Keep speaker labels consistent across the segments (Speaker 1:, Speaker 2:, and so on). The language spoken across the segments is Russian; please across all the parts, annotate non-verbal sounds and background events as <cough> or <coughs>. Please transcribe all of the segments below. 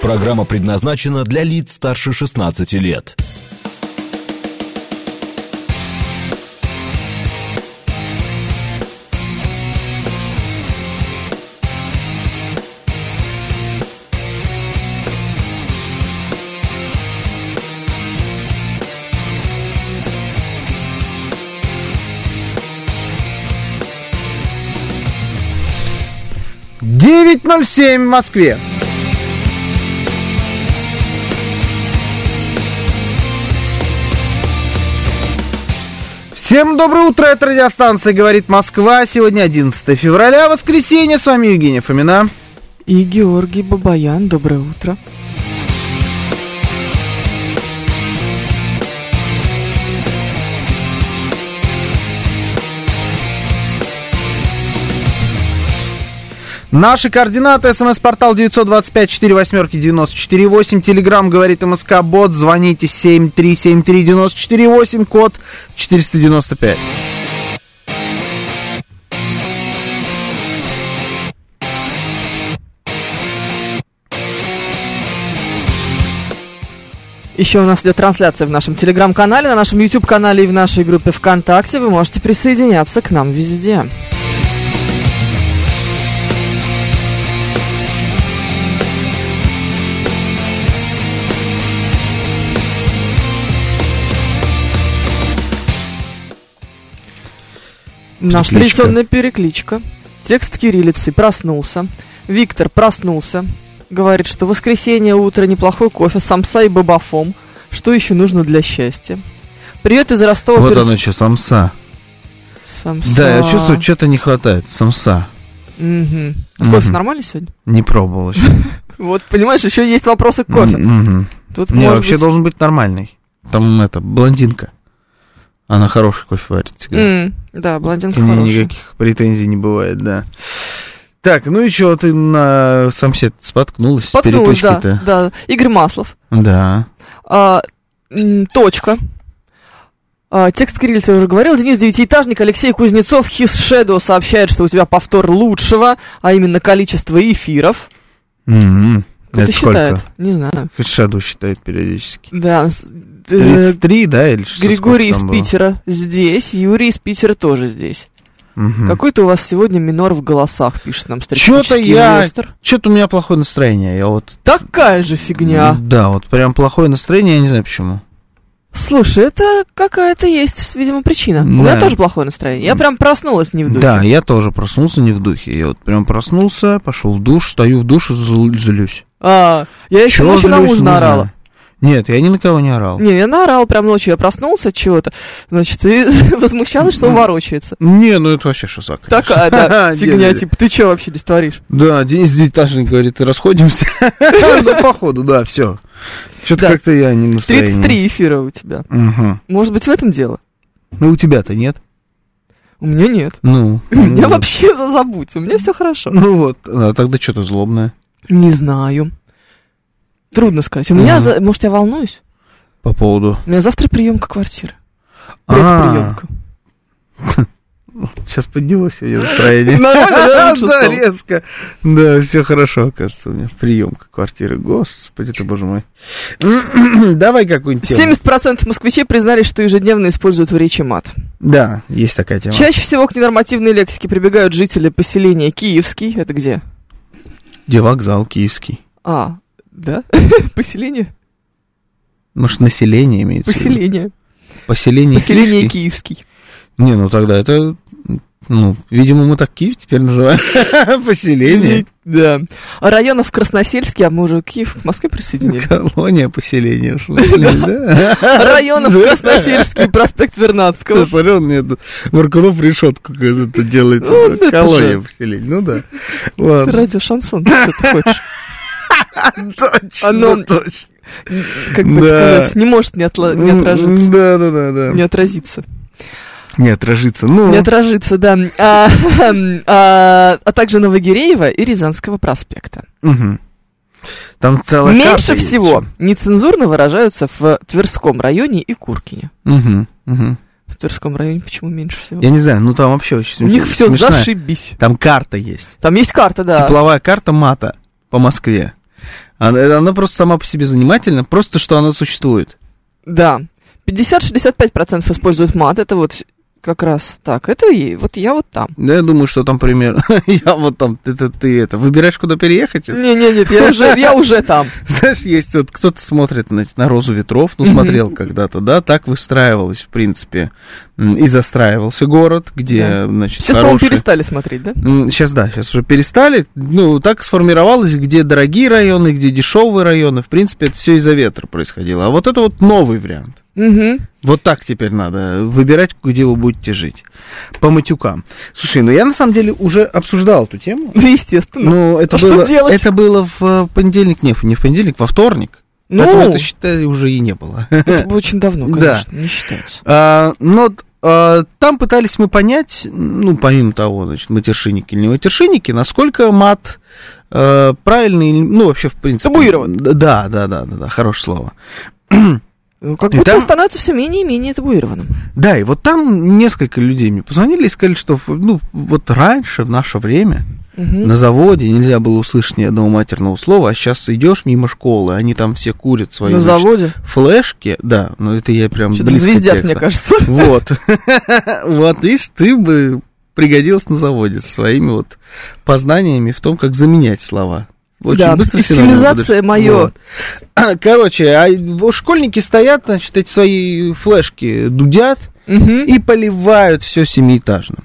Speaker 1: Программа предназначена для лиц старше 16 лет.
Speaker 2: Девять ноль семь в Москве. Всем доброе утро, это радиостанция «Говорит Москва». Сегодня 11 февраля, воскресенье. С вами Евгения Фомина.
Speaker 3: И Георгий Бабаян, доброе утро.
Speaker 2: Наши координаты. СМС-портал 925-48-94-8. Телеграмм говорит МСК Бот. Звоните 7373948, код 495.
Speaker 3: Еще у нас идет трансляция в нашем телеграм-канале, на нашем YouTube-канале и в нашей группе ВКонтакте. Вы можете присоединяться к нам везде. Наша
Speaker 2: Перекличка.
Speaker 3: традиционная перекличка. Текст кириллицы проснулся. Виктор проснулся. Говорит, что воскресенье утро, неплохой кофе, самса и бабафом. Что еще нужно для счастья? Привет из Ростова.
Speaker 4: Вот оно что, самса.
Speaker 3: Самса.
Speaker 4: Да, я чувствую, что-то не хватает. Самса.
Speaker 3: Мгм. А
Speaker 4: Мгм.
Speaker 3: кофе нормально сегодня?
Speaker 4: Не пробовал еще.
Speaker 3: Вот, понимаешь, еще есть вопросы к <laughs> кофе.
Speaker 4: Мгм.
Speaker 3: Тут
Speaker 4: Не,
Speaker 3: может
Speaker 4: вообще
Speaker 3: быть-
Speaker 4: должен быть нормальный. Там это, блондинка. Она хороший кофе варит всегда.
Speaker 3: М, Да, блондинка
Speaker 4: К ней
Speaker 3: хорошая.
Speaker 4: никаких претензий не бывает, да. Так, ну и чего ты на самсет споткнулась? с
Speaker 3: Споткнулась, да,
Speaker 4: переклички-то?
Speaker 3: да. Игорь Маслов.
Speaker 4: Да.
Speaker 3: А, м, точка. А, текст кириллицы я уже говорил. Денис Девятиэтажник, Алексей Кузнецов, His Shadow сообщает, что у тебя повтор лучшего, а именно количество эфиров.
Speaker 4: Мгм.
Speaker 3: Кто
Speaker 4: М-м-м. Это сколько?
Speaker 3: считает? Не знаю.
Speaker 4: Хэдшаду считает периодически.
Speaker 3: Да. с- э,
Speaker 4: 33, да, или что?
Speaker 3: Григорий из
Speaker 4: сколько там было?
Speaker 3: Питера здесь, Юрий из Питера тоже здесь.
Speaker 4: Мгм.
Speaker 3: Какой-то у вас сегодня минор в голосах, пишет нам
Speaker 4: Хм. Чё-то
Speaker 3: стратегический
Speaker 4: я-
Speaker 3: инвестор.
Speaker 4: Что-то у меня плохое настроение. Я вот
Speaker 3: Такая же фигня.
Speaker 4: Да, вот прям плохое настроение, я не знаю почему.
Speaker 3: Слушай, это какая-то есть, видимо, причина. У меня
Speaker 4: Да.
Speaker 3: тоже плохое настроение. Я прям проснулась не в духе.
Speaker 4: Да, я тоже проснулся не в духе. Я вот прям проснулся, пошел в душ, стою в душе, зл- злюсь.
Speaker 3: А, я еще
Speaker 4: Чего
Speaker 3: ночью на
Speaker 4: злюсь,
Speaker 3: мужа
Speaker 4: не
Speaker 3: наорала.
Speaker 4: знаю. Нет, я ни на кого не орал.
Speaker 3: Не, я наорал прям ночью, я проснулся от чего-то, значит, и <laughs> возмущалась, что он ворочается.
Speaker 4: Не, ну это вообще шиза, конечно. <laughs>
Speaker 3: Такая, да, фигня,
Speaker 4: Дед,
Speaker 3: типа, ты чё вообще здесь творишь?
Speaker 4: Да, Денис Девятажник говорит, расходимся. <laughs> Ну, походу, да, все. Что-то
Speaker 3: Да.
Speaker 4: как-то я не в настроении.
Speaker 3: 33 эфира у тебя.
Speaker 4: Мгм.
Speaker 3: Может быть, в этом дело?
Speaker 4: Ну, у тебя-то нет.
Speaker 3: У меня нет.
Speaker 4: Ну.
Speaker 3: У меня
Speaker 4: <laughs> ну,
Speaker 3: вообще за- забудь, у меня все хорошо.
Speaker 4: Ну вот, а тогда что-то злобное.
Speaker 3: Не знаю. Трудно сказать. У меня,
Speaker 4: Мгм.
Speaker 3: за- может, я волнуюсь?
Speaker 4: По поводу...
Speaker 3: У меня завтра приемка квартиры.
Speaker 4: А, <laughs>
Speaker 3: Предприемка.
Speaker 4: Сейчас поднялось у меня настроение.
Speaker 3: Нормально, да, лучше
Speaker 4: Да,
Speaker 3: стало?
Speaker 4: резко. Да, все хорошо, оказывается, у меня приемка квартиры. Господи ты, боже мой. <clears throat> Давай какую-нибудь тему.
Speaker 3: 70% москвичей признались, что ежедневно используют в речи мат.
Speaker 4: Да, есть такая тема.
Speaker 3: Чаще всего к ненормативной лексике прибегают жители поселения Киевский. Это где?
Speaker 4: Где вокзал киевский?
Speaker 3: А, да? <laughs> Поселение?
Speaker 4: Может, Ну, население имеется? в виду?
Speaker 3: Поселение.
Speaker 4: Поселение
Speaker 3: Поселение
Speaker 4: киевский?
Speaker 3: Киевский.
Speaker 4: Не, ну тогда это... Ну, видимо, мы так Киев теперь называем. <laughs> Поселение.
Speaker 3: Да. А Районов Красносельский, а мы уже Киев к Москве
Speaker 4: <laughs>
Speaker 3: присоединили.
Speaker 4: Колония поселения. в смысле,
Speaker 3: <laughs>
Speaker 4: да?
Speaker 3: Районов Красносельский, проспект Вернадского.
Speaker 4: Ты <laughs> смотри, он мне тут Варкунов решетку какую-то делает.
Speaker 3: Ну, это
Speaker 4: Колония
Speaker 3: же-
Speaker 4: поселения. Ну да.
Speaker 3: Ты
Speaker 4: Ладно.
Speaker 3: радио Шансон, что ты хочешь?
Speaker 4: Точно,
Speaker 3: Оно-
Speaker 4: точно.
Speaker 3: Как бы
Speaker 4: Да.
Speaker 3: сказать, не может не отла- не отражиться.
Speaker 4: Да, да, да, да.
Speaker 3: Не отразиться.
Speaker 4: Не отражится. Ну,
Speaker 3: Не отражиться, да. А, <laughs> а, а также Новогиреева и Рязанского проспекта.
Speaker 4: мгм. там целая
Speaker 3: Меньше
Speaker 4: карта есть.
Speaker 3: всего нецензурно выражаются в Тверском районе и Куркине.
Speaker 4: Мгм, мгм.
Speaker 3: В Тверском районе почему меньше всего?
Speaker 4: Я не знаю, ну там вообще очень
Speaker 3: У них
Speaker 4: смеш-
Speaker 3: все
Speaker 4: смешная-
Speaker 3: зашибись.
Speaker 4: Там карта есть.
Speaker 3: Там есть карта, да.
Speaker 4: Тепловая карта мата по Москве. Она, она просто сама по себе занимательна, просто что она существует.
Speaker 3: Да. 50-65% используют мат, это вот как раз так. Это и вот я вот там.
Speaker 4: Да, я думаю, что там примерно. <laughs> Я вот там, это ты это. Выбираешь, куда переехать?
Speaker 3: Не, не, нет, я уже,
Speaker 4: <laughs>
Speaker 3: я уже там.
Speaker 4: Знаешь, есть вот кто-то смотрит на, на розу ветров, ну, смотрел когда-то, да, так выстраивалось, в принципе, м, и застраивался город, где,
Speaker 3: Да.
Speaker 4: значит,
Speaker 3: Все, по-моему,
Speaker 4: хорошие-
Speaker 3: перестали смотреть, да?
Speaker 4: Сейчас, да, сейчас уже перестали. Ну, так сформировалось, где дорогие районы, где дешевые районы. В принципе, это все из-за ветра происходило. А вот это вот новый вариант.
Speaker 3: Угу.
Speaker 4: Вот так теперь надо выбирать, где вы будете жить. По матюкам. Слушай, ну я на самом деле уже обсуждал эту тему.
Speaker 3: Да, естественно.
Speaker 4: Ну, это
Speaker 3: А что
Speaker 4: было,
Speaker 3: делать?
Speaker 4: это было в э, понедельник, не, не в понедельник, во вторник.
Speaker 3: Ну,
Speaker 4: Поэтому это,
Speaker 3: это,
Speaker 4: считай, уже и не было. <laughs>
Speaker 3: было очень давно,
Speaker 4: Да.
Speaker 3: конечно, не считается.
Speaker 4: А, но а, там пытались мы понять, ну, помимо того, значит, матершинники или не матершинники, насколько мат э, правильный, или- ну, вообще, в принципе...
Speaker 3: Табуирован.
Speaker 4: Да, да, да, да, да, хорошее слово.
Speaker 3: Ну, как
Speaker 4: И
Speaker 3: будто
Speaker 4: там-
Speaker 3: становится все менее и менее табуированным.
Speaker 4: Да, и вот там несколько людей мне позвонили и сказали, что, ну, вот раньше, в наше время,
Speaker 3: Мгм.
Speaker 4: на заводе нельзя было услышать ни одного матерного слова, а сейчас идешь мимо школы, они там все курят свои...
Speaker 3: На
Speaker 4: значит,
Speaker 3: заводе.
Speaker 4: Флешки, да, ну это я прям...
Speaker 3: Что-то
Speaker 4: близко к
Speaker 3: звездят,
Speaker 4: тексту.
Speaker 3: мне кажется.
Speaker 4: Вот. Вот, видишь, ты бы пригодился на заводе со своими вот познаниями в том, как заменять слова. <laughs> Очень
Speaker 3: Да,
Speaker 4: быстро
Speaker 3: и
Speaker 4: все равно
Speaker 3: цивилизация
Speaker 4: будешь.
Speaker 3: моё.
Speaker 4: Вот. <clears throat> Короче, а вот школьники стоят, значит, эти свои флешки дудят
Speaker 3: Мгм.
Speaker 4: и поливают все семиэтажным.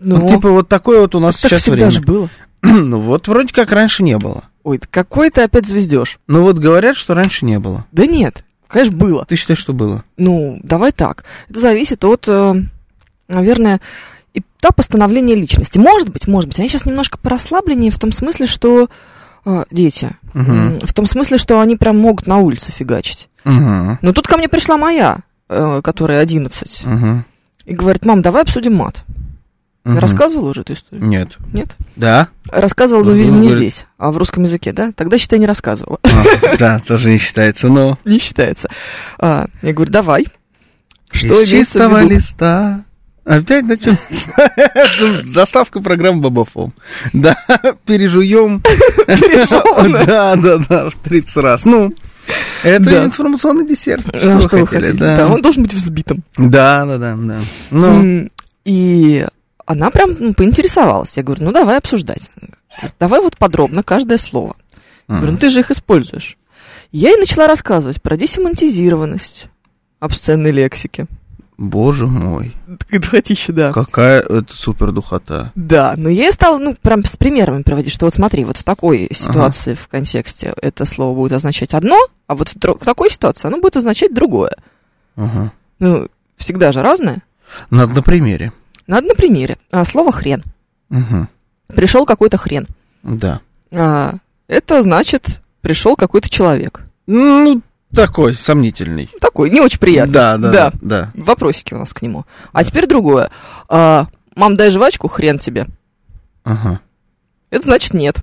Speaker 3: Ну,
Speaker 4: Ну, типа вот такое вот у нас
Speaker 3: так
Speaker 4: сейчас
Speaker 3: всегда
Speaker 4: время.
Speaker 3: же было.
Speaker 4: <clears throat> Ну вот вроде как раньше не было.
Speaker 3: Ой, да какой ты опять звездешь?
Speaker 4: Ну вот говорят, что раньше не было.
Speaker 3: Да нет, конечно, было.
Speaker 4: Ты считаешь, что было?
Speaker 3: Ну, давай так. Это зависит от, э, наверное, этапа становления личности. Может быть, может быть. Они сейчас немножко порасслабленнее в том смысле, что э, дети. М,
Speaker 4: Мгм.
Speaker 3: В том смысле, что они прям могут на улице фигачить.
Speaker 4: Мгм.
Speaker 3: Но тут ко мне пришла моя, э, которая 11,
Speaker 4: Мгм.
Speaker 3: и говорит, мам, давай обсудим мат. Я
Speaker 4: Мгм.
Speaker 3: рассказывала уже эту историю?
Speaker 4: Нет.
Speaker 3: Нет?
Speaker 4: Да?
Speaker 3: Рассказывала, но,
Speaker 4: Ну,
Speaker 3: видимо, не
Speaker 4: говорит.
Speaker 3: здесь, а в русском языке, да? Тогда, считай, не рассказывала. <laughs>
Speaker 4: А, <laughs> Да, тоже не считается, Ну, но...
Speaker 3: не считается. А, я говорю, давай. Что
Speaker 4: Из
Speaker 3: имеется в
Speaker 4: чистого
Speaker 3: виду?
Speaker 4: листа. Опять начнем. <laughs> Заставка программы Бабафом. Да, пережуем.
Speaker 3: Пережеванное.
Speaker 4: <laughs> Да, да, да, в 30 раз. Ну, это
Speaker 3: Да.
Speaker 4: информационный десерт.
Speaker 3: А, Что вы хотели? Да,
Speaker 4: Да,
Speaker 3: он должен быть взбитым.
Speaker 4: да, да, да, да. Ну,
Speaker 3: М, И она прям ну, поинтересовалась. Я говорю, ну давай обсуждать. Она говорит, Давай вот подробно каждое слово. Я говорю, ну ты же их используешь. Я ей начала рассказывать про десемантизированность обсценной лексики. <laughs>
Speaker 4: боже мой,
Speaker 3: Духотища, да.
Speaker 4: какая это супер духота.
Speaker 3: Да, но я и стала, ну, прям с примерами приводить, что вот смотри, вот в такой ситуации в контексте это слово будет означать одно, а вот в, дро- в такой ситуации оно будет означать другое.
Speaker 4: Ага.
Speaker 3: Ну, всегда же разное.
Speaker 4: Надо на примере.
Speaker 3: Надо на примере. А, слово «хрен».
Speaker 4: Мгм.
Speaker 3: Пришел какой-то хрен.
Speaker 4: Да.
Speaker 3: А, это значит, пришел какой-то человек.
Speaker 4: Ну, такой сомнительный.
Speaker 3: Такой, не очень приятный.
Speaker 4: Да, да,
Speaker 3: Да.
Speaker 4: да.
Speaker 3: Вопросики у нас к нему. А теперь другое. А, «Мам, дай жвачку, хрен тебе».
Speaker 4: Ага.
Speaker 3: Это значит нет.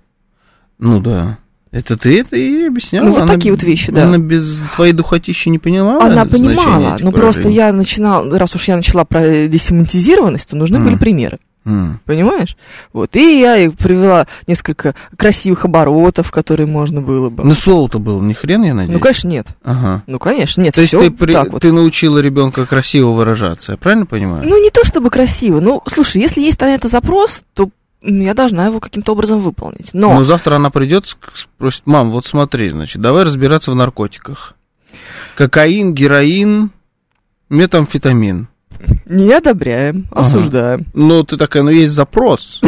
Speaker 4: Ну да. Это ты это и объясняла.
Speaker 3: Ну, вот
Speaker 4: Она-
Speaker 3: такие вот вещи, да.
Speaker 4: Она без твоей духотищи не понимала.
Speaker 3: Она
Speaker 4: значения
Speaker 3: понимала,
Speaker 4: Ну, этих
Speaker 3: но просто
Speaker 4: выражений?
Speaker 3: я начинала, раз уж я начала про десемантизированность, то нужны
Speaker 4: Мгм.
Speaker 3: были примеры,
Speaker 4: М.
Speaker 3: понимаешь? Вот, и я и привела несколько красивых оборотов, которые можно было бы.
Speaker 4: Ну, слово-то было ни хрен, я надеюсь.
Speaker 3: Ну, конечно, нет.
Speaker 4: Ага.
Speaker 3: Ну, конечно, нет.
Speaker 4: То есть
Speaker 3: всё
Speaker 4: ты, при-
Speaker 3: так вот.
Speaker 4: ты научила ребенка красиво выражаться, я правильно понимаю?
Speaker 3: Ну, не то чтобы красиво. Ну, слушай, если есть на это запрос, то м, я должна его каким-то образом выполнить. Но
Speaker 4: Но Ну, завтра она придет, ск- спросит, мам, вот смотри, значит, давай разбираться в наркотиках. Кокаин, героин, метамфетамин.
Speaker 3: не одобряем,
Speaker 4: Ага.
Speaker 3: осуждаем.
Speaker 4: Ну, ты такая, ну, есть
Speaker 3: <laughs>
Speaker 4: запрос,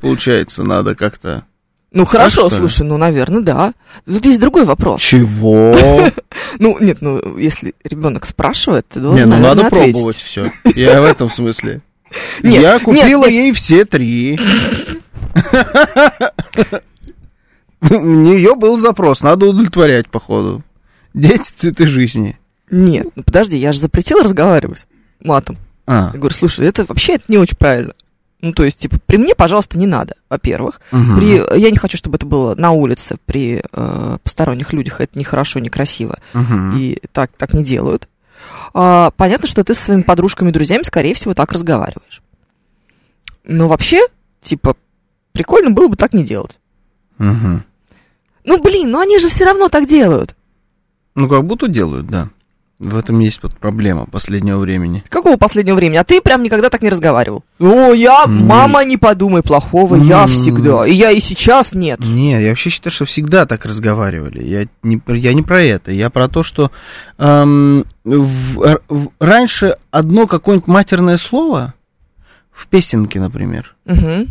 Speaker 4: получается, надо как-то...
Speaker 3: Ну, хорошо,
Speaker 4: что ли?
Speaker 3: слушай, ну, наверное, да. Тут есть другой вопрос.
Speaker 4: Чего?
Speaker 3: Ну, нет, ну, если ребенок спрашивает, ты должен,
Speaker 4: Не, ну
Speaker 3: наверное,
Speaker 4: надо
Speaker 3: ответить.
Speaker 4: пробовать все. Я в этом смысле.
Speaker 3: <laughs> Нет,
Speaker 4: я купила
Speaker 3: нет.
Speaker 4: ей все три. У нее был запрос, надо удовлетворять, походу. Дети цветы жизни.
Speaker 3: Нет, ну подожди, я же запретила разговаривать матом.
Speaker 4: А,
Speaker 3: Я говорю, слушай, это вообще это не очень правильно. Ну, то есть, типа, при мне, пожалуйста, не надо, во-первых.
Speaker 4: мгм.
Speaker 3: При, я не хочу, чтобы это было на улице при э, посторонних людях. Это нехорошо, некрасиво.
Speaker 4: Мгм.
Speaker 3: И так, так не делают. А, понятно, что ты со своими подружками и друзьями, скорее всего, так разговариваешь. Но вообще, типа, прикольно было бы так не делать.
Speaker 4: Мгм.
Speaker 3: Ну блин, ну они же все равно так делают.
Speaker 4: Ну, как будто делают, да. В этом есть вот проблема последнего времени.
Speaker 3: Какого последнего времени? А ты прям никогда так не разговаривал. О, я,
Speaker 4: М.
Speaker 3: мама, не подумай плохого, я
Speaker 4: М.
Speaker 3: всегда. И я и сейчас нет.
Speaker 4: Не, я вообще считаю, что всегда так разговаривали. Я не, про- я не про это. Я про то, что эм, в- р- в- раньше одно какое-нибудь матерное слово в песенке, например,
Speaker 3: Мгм.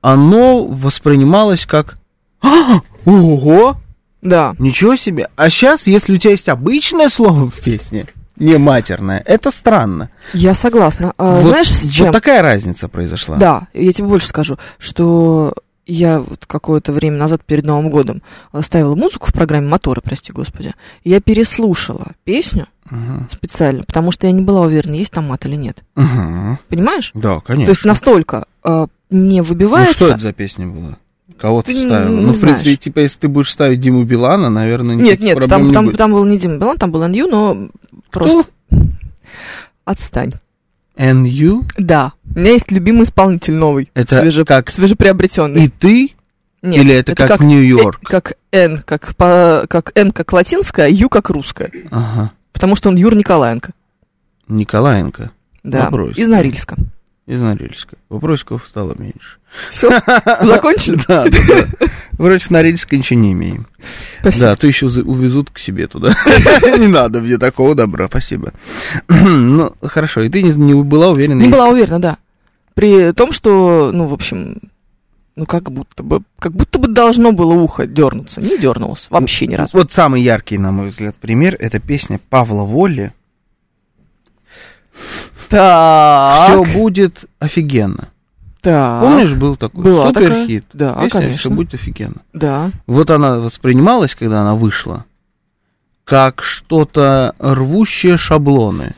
Speaker 4: оно воспринималось как «А, Ого!
Speaker 3: Да.
Speaker 4: Ничего себе! А сейчас, если у тебя есть обычное слово в песне, не матерное, это странно.
Speaker 3: Я согласна. А,
Speaker 4: Вот-
Speaker 3: знаешь, с чем?
Speaker 4: Вот такая разница произошла.
Speaker 3: Да, я тебе больше скажу, что я вот какое-то время назад перед Новым годом э, ставила музыку в программе «Моторы», прости господи. и Я переслушала песню
Speaker 4: Мгм.
Speaker 3: специально, потому что я не была уверена, есть там мат или нет.
Speaker 4: Мгм.
Speaker 3: Понимаешь?
Speaker 4: Да,
Speaker 3: То есть
Speaker 4: конечно.
Speaker 3: настолько э, не
Speaker 4: Ну, что
Speaker 3: выбивается...
Speaker 4: это за песня была? Кого ты,
Speaker 3: Ты
Speaker 4: ставила?
Speaker 3: не
Speaker 4: Ну, в принципе,
Speaker 3: знаешь.
Speaker 4: типа, если ты будешь ставить Диму Билана, наверное,
Speaker 3: нет,
Speaker 4: никаких
Speaker 3: нет,
Speaker 4: проблем
Speaker 3: там,
Speaker 4: не
Speaker 3: там,
Speaker 4: будет.
Speaker 3: там был не Дима Билан, там был Нью, но просто... Отстань.
Speaker 4: NU
Speaker 3: Да, у меня есть любимый исполнитель новый,
Speaker 4: Это
Speaker 3: свеже-
Speaker 4: как
Speaker 3: свежеприобретенный.
Speaker 4: и ты?
Speaker 3: Нет,
Speaker 4: Или это, как, Нью-Йорк?
Speaker 3: Э, Как Н, как, по, как Н как латинская, Ю как русская.
Speaker 4: Ага.
Speaker 3: Потому что он Юр Николаенко.
Speaker 4: Николаенко
Speaker 3: Да,
Speaker 4: Вопрос.
Speaker 3: из Норильска.
Speaker 4: из Норильска. Вопросиков стало
Speaker 3: <laughs>
Speaker 4: меньше. <laughs>
Speaker 3: Все, закончили?
Speaker 4: Да, да, да. Вроде в Норильске ничего не имеем.
Speaker 3: Спасибо.
Speaker 4: Да, а то еще за- увезут к себе туда. <laughs> Не надо мне такого добра, спасибо. <clears throat> Ну, хорошо, и ты не- не была уверена?
Speaker 3: Не
Speaker 4: если-
Speaker 3: была уверена, да. При том, что, ну, в общем, ну, как будто бы, как будто бы должно было ухо дернуться. Не дернулось вообще ни разу.
Speaker 4: Вот самый яркий, на мой взгляд, пример это песня Павла Воли. Все
Speaker 3: Так,
Speaker 4: будет офигенно.
Speaker 3: так,
Speaker 4: Помнишь, был такой
Speaker 3: Была
Speaker 4: супер
Speaker 3: такая.
Speaker 4: хит.
Speaker 3: Да,
Speaker 4: Все
Speaker 3: конечно.
Speaker 4: будет офигенно.
Speaker 3: да. <laughs>
Speaker 4: Вот она воспринималась, когда она вышла, как что-то рвущее шаблоны.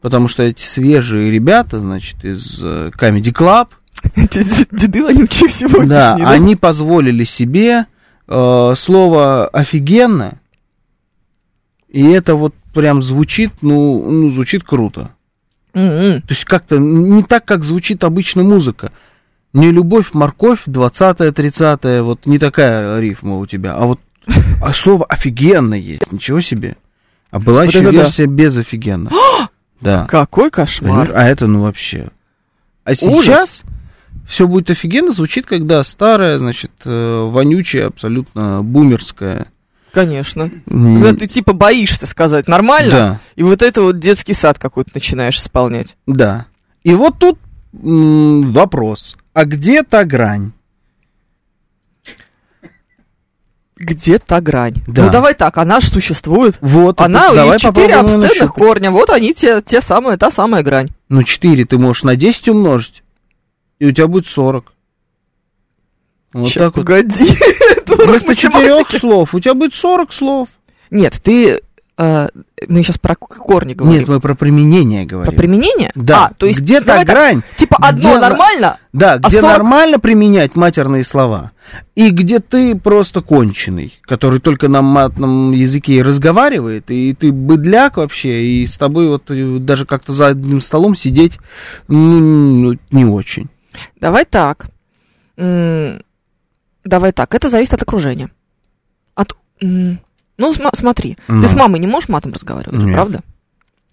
Speaker 4: Потому что эти свежие ребята, значит, из э, Comedy
Speaker 3: <laughs>
Speaker 4: Club,
Speaker 3: Деды вонючие сегодняшние,
Speaker 4: да,
Speaker 3: да?
Speaker 4: они позволили себе э, слово офигенно, и это вот прям звучит, ну, ну, звучит круто.
Speaker 3: М-м.
Speaker 4: То есть как-то не так, как звучит обычно музыка. Не любовь, морковь, 20 30 вот не такая рифма у тебя, а вот а слово офигенно есть, ничего себе. А была
Speaker 3: Вот
Speaker 4: еще
Speaker 3: это да.
Speaker 4: версия без
Speaker 3: <gasps>
Speaker 4: офигенно. да.
Speaker 3: Какой
Speaker 4: Понимаешь?
Speaker 3: кошмар.
Speaker 4: А это ну вообще. А сейчас
Speaker 3: Ужас.
Speaker 4: все будет офигенно звучит, когда старая, значит, э, вонючая, абсолютно бумерская.
Speaker 3: Конечно.
Speaker 4: м,
Speaker 3: Когда ты типа боишься сказать нормально,
Speaker 4: Да,
Speaker 3: и вот это вот детский сад какой-то начинаешь исполнять.
Speaker 4: да. И вот тут м, вопрос. А где та грань?
Speaker 3: Где та грань?
Speaker 4: Да.
Speaker 3: Ну давай так, она же существует.
Speaker 4: Вот,
Speaker 3: Она,
Speaker 4: это- давай
Speaker 3: есть четыре
Speaker 4: попробуем её
Speaker 3: обсценных
Speaker 4: нащупать.
Speaker 3: корня, вот они, те, те самые, та самая грань.
Speaker 4: Ну, 4 ты можешь на 10 умножить, и у тебя будет 40. Вот
Speaker 3: Ща,
Speaker 4: так вот.
Speaker 3: погоди. <laughs> это урок
Speaker 4: Вместо четырех
Speaker 3: математики.
Speaker 4: слов у тебя будет 40 слов.
Speaker 3: Нет, ты... э, мы сейчас про к- корни говорим.
Speaker 4: Нет, мы про применение
Speaker 3: про
Speaker 4: говорим.
Speaker 3: применение?
Speaker 4: Да,
Speaker 3: А, то есть,
Speaker 4: где
Speaker 3: давай
Speaker 4: та грань?
Speaker 3: так, А типа одно
Speaker 4: Где она-
Speaker 3: нормально,
Speaker 4: Да, где
Speaker 3: 40?
Speaker 4: нормально применять матерные слова, и где ты просто конченый, который только на матном языке и разговаривает, и ты быдляк вообще, и с тобой вот э, даже как-то за одним столом сидеть, ну, ну, не очень.
Speaker 3: давай так. М, давай так, это зависит от окружения. От... м, ну, сма- смотри, Ты
Speaker 4: Да.
Speaker 3: с мамой не можешь матом разговаривать, же,
Speaker 4: Нет.
Speaker 3: правда?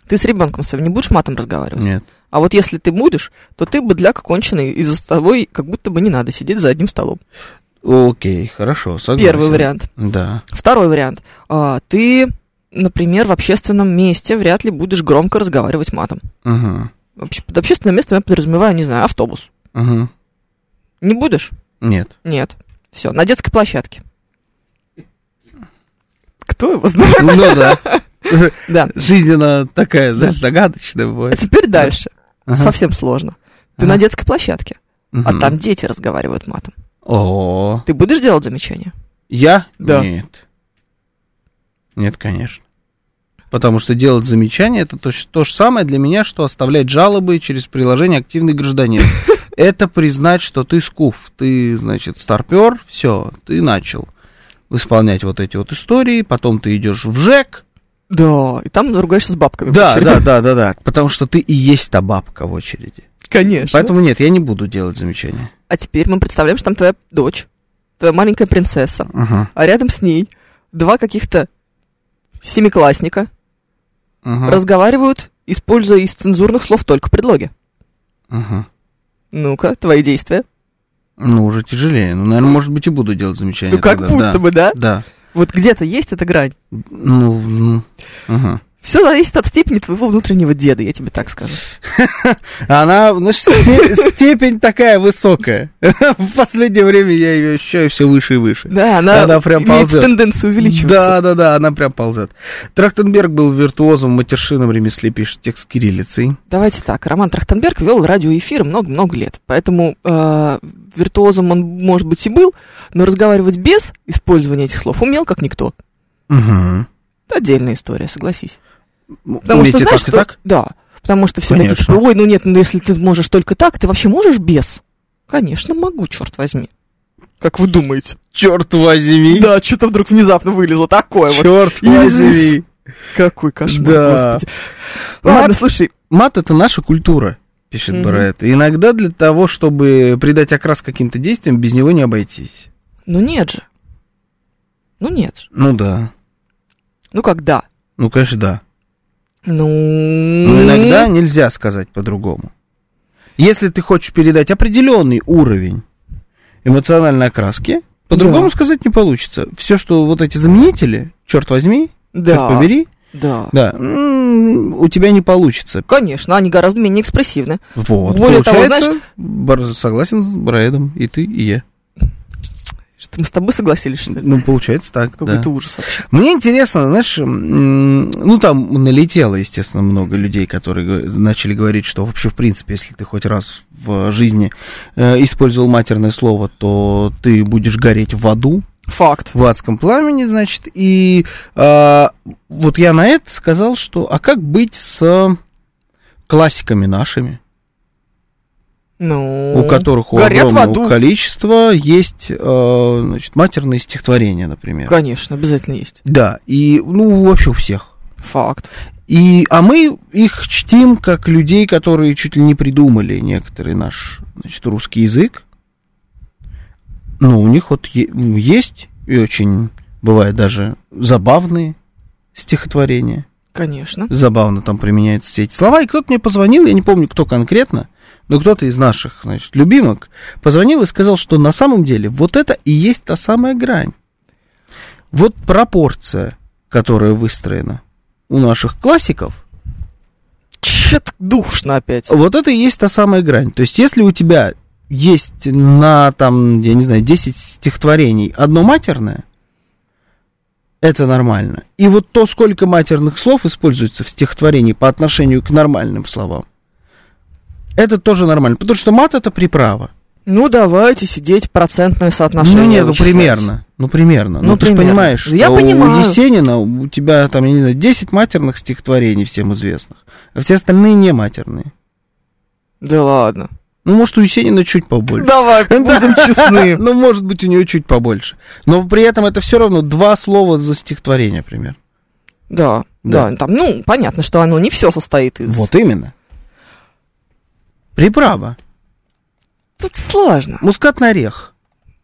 Speaker 3: Ты с ребенком своим не будешь матом разговаривать.
Speaker 4: Нет.
Speaker 3: А вот если ты будешь, то ты бы для конченый, и за тобой как будто бы не надо сидеть за одним столом.
Speaker 4: Окей, хорошо, согласен.
Speaker 3: Первый вариант.
Speaker 4: Да.
Speaker 3: Второй вариант. А, ты, например, в общественном месте вряд ли будешь громко разговаривать матом.
Speaker 4: Угу.
Speaker 3: Вообще, Под общественным местом я подразумеваю, не знаю, автобус.
Speaker 4: Угу.
Speaker 3: Не будешь? <laughs>
Speaker 4: Нет.
Speaker 3: Нет. Все, на детской площадке. Кто его знает?
Speaker 4: Ну да.
Speaker 3: Да.
Speaker 4: Жизнь она такая, знаешь, загадочная
Speaker 3: А
Speaker 4: бывает.
Speaker 3: теперь дальше.
Speaker 4: Ага.
Speaker 3: Совсем сложно. Ты
Speaker 4: Ага.
Speaker 3: на детской площадке.
Speaker 4: Мгм.
Speaker 3: а там дети разговаривают матом.
Speaker 4: О.
Speaker 3: Ты будешь делать замечания?
Speaker 4: Я?
Speaker 3: Да.
Speaker 4: Нет. Нет, конечно. Потому что делать замечания это то, ж- то же самое для меня, что оставлять жалобы через приложение «Активный
Speaker 3: <laughs>
Speaker 4: гражданин». Это признать, что ты скуф, ты, значит, старпер, все, ты начал исполнять вот эти вот истории, потом ты идешь в ЖЭК,
Speaker 3: Да, и там ругаешься с бабками. в
Speaker 4: Да,
Speaker 3: очереди.
Speaker 4: да, да, да, да. Потому что ты и есть та бабка в очереди.
Speaker 3: <laughs> Конечно.
Speaker 4: Поэтому нет, я не буду делать замечания.
Speaker 3: А теперь мы представляем, что там твоя дочь, твоя маленькая принцесса,
Speaker 4: Ага,
Speaker 3: а рядом с ней два каких-то семиклассника
Speaker 4: ага,
Speaker 3: разговаривают, используя из цензурных слов только предлоги.
Speaker 4: ага.
Speaker 3: Ну-ка, твои действия.
Speaker 4: Ну, уже тяжелее. Ну, наверное, может быть, и буду делать замечания.
Speaker 3: ну как
Speaker 4: тогда,
Speaker 3: будто
Speaker 4: да.
Speaker 3: бы, да?
Speaker 4: Да.
Speaker 3: Вот где-то есть эта грань.
Speaker 4: Ну, ну. Ага.
Speaker 3: Все зависит от степени твоего внутреннего деда, я тебе так скажу.
Speaker 4: Она, значит, сте- степень такая высокая. <laughs> В последнее время я ее ощущаю все выше и выше.
Speaker 3: Да, она
Speaker 4: Она прям
Speaker 3: имеет
Speaker 4: ползет.
Speaker 3: тенденцию увеличиваться.
Speaker 4: Да, да, да, она прям ползет. Трахтенберг был виртуозом в матершином ремесле, пишет текст кириллицей.
Speaker 3: Давайте так, Роман Трахтенберг вел радиоэфир много-много лет, поэтому э, виртуозом он, может быть, и был, но разговаривать без использования этих слов умел как никто.
Speaker 4: Угу.
Speaker 3: Это отдельная история, согласись.
Speaker 4: Потому
Speaker 3: что, знаешь,
Speaker 4: так и
Speaker 3: что-
Speaker 4: так?
Speaker 3: Да, потому что всегда такие,
Speaker 4: Конечно.
Speaker 3: типа, ой, ну нет, ну если ты можешь только так, ты вообще можешь без? Конечно, могу, черт возьми. Как вы думаете?
Speaker 4: Черт возьми!
Speaker 3: Да, что-то вдруг внезапно вылезло такое вот.
Speaker 4: Черт
Speaker 3: Из-
Speaker 4: возьми!
Speaker 3: Какой кошмар,
Speaker 4: Да.
Speaker 3: господи. Ну, Ладно,
Speaker 4: Мат-
Speaker 3: слушай,
Speaker 4: Мат это наша культура, пишет
Speaker 3: Мгм.
Speaker 4: Бараэт. И Иногда для того, чтобы придать окрас каким-то действиям, без него не обойтись.
Speaker 3: ну нет же. Ну нет же.
Speaker 4: Ну да.
Speaker 3: Ну когда?
Speaker 4: Ну, конечно, да.
Speaker 3: Ну...
Speaker 4: Но иногда нельзя сказать по-другому. Если ты хочешь передать определенный уровень эмоциональной окраски, по-другому
Speaker 3: Да.
Speaker 4: сказать не получится. Все, что вот эти заменители, черт возьми, черт
Speaker 3: Да,
Speaker 4: побери,
Speaker 3: да.
Speaker 4: да, м, у тебя не получится.
Speaker 3: Конечно, они гораздо менее экспрессивны.
Speaker 4: Вот,
Speaker 3: Более того,
Speaker 4: получается, бар- согласен с Брайдом, и ты, и я.
Speaker 3: Что мы с тобой согласились, что ли?
Speaker 4: Ну, получается так, да.
Speaker 3: Какой-то ужас вообще.
Speaker 4: Мне интересно, знаешь, м, ну там налетело, естественно, много людей, которые г- начали говорить, что вообще, в принципе, если ты хоть раз в жизни э, использовал матерное слово, то ты будешь гореть в аду,
Speaker 3: Факт.
Speaker 4: в адском пламени, значит. И э, вот я на это сказал, что а как быть с классиками нашими,
Speaker 3: Ну...
Speaker 4: у которых у
Speaker 3: горят в
Speaker 4: огромного
Speaker 3: аду.
Speaker 4: количества есть э, значит, матерные стихотворения, например.
Speaker 3: Конечно, обязательно есть.
Speaker 4: Да, и ну вообще у всех.
Speaker 3: Факт.
Speaker 4: И, а мы их чтим как людей, которые чуть ли не придумали некоторый наш значит, русский язык. Но у них вот е- м, есть и очень, бывает, даже забавные стихотворения.
Speaker 3: Конечно.
Speaker 4: Забавно там применяются все эти слова. И кто-то мне позвонил, я не помню, кто конкретно, но кто-то из наших, значит, любимок, позвонил и сказал, что на самом деле вот это и есть та самая грань. Вот пропорция, которая выстроена у наших классиков,
Speaker 3: Чет душно опять.
Speaker 4: вот это и есть та самая грань. То есть, если у тебя есть на, там, я не знаю, 10 стихотворений одно матерное, это нормально. И вот то, сколько матерных слов используется в стихотворении по отношению к нормальным словам, это тоже нормально. Потому что мат это приправа.
Speaker 3: Ну, давайте сидеть процентное соотношение.
Speaker 4: ну нет, ну
Speaker 3: вычислять.
Speaker 4: примерно. Ну примерно. Ну,
Speaker 3: Ну,
Speaker 4: ты же
Speaker 3: примерно.
Speaker 4: понимаешь, что
Speaker 3: Я
Speaker 4: у
Speaker 3: понимаю.
Speaker 4: Есенина у тебя там, я не знаю, 10 матерных стихотворений всем известных, а все остальные не матерные.
Speaker 3: Да ладно.
Speaker 4: Ну, может, у Есенина чуть побольше. <laughs>
Speaker 3: Давай, будем честны.
Speaker 4: Ну, может быть, у нее чуть побольше. Но при этом это все равно два слова за стихотворение, примерно.
Speaker 3: Да,
Speaker 4: Да.
Speaker 3: да, там, ну, понятно, что оно не все состоит из...
Speaker 4: Вот именно. Приправа.
Speaker 3: Тут сложно.
Speaker 4: Мускатный орех.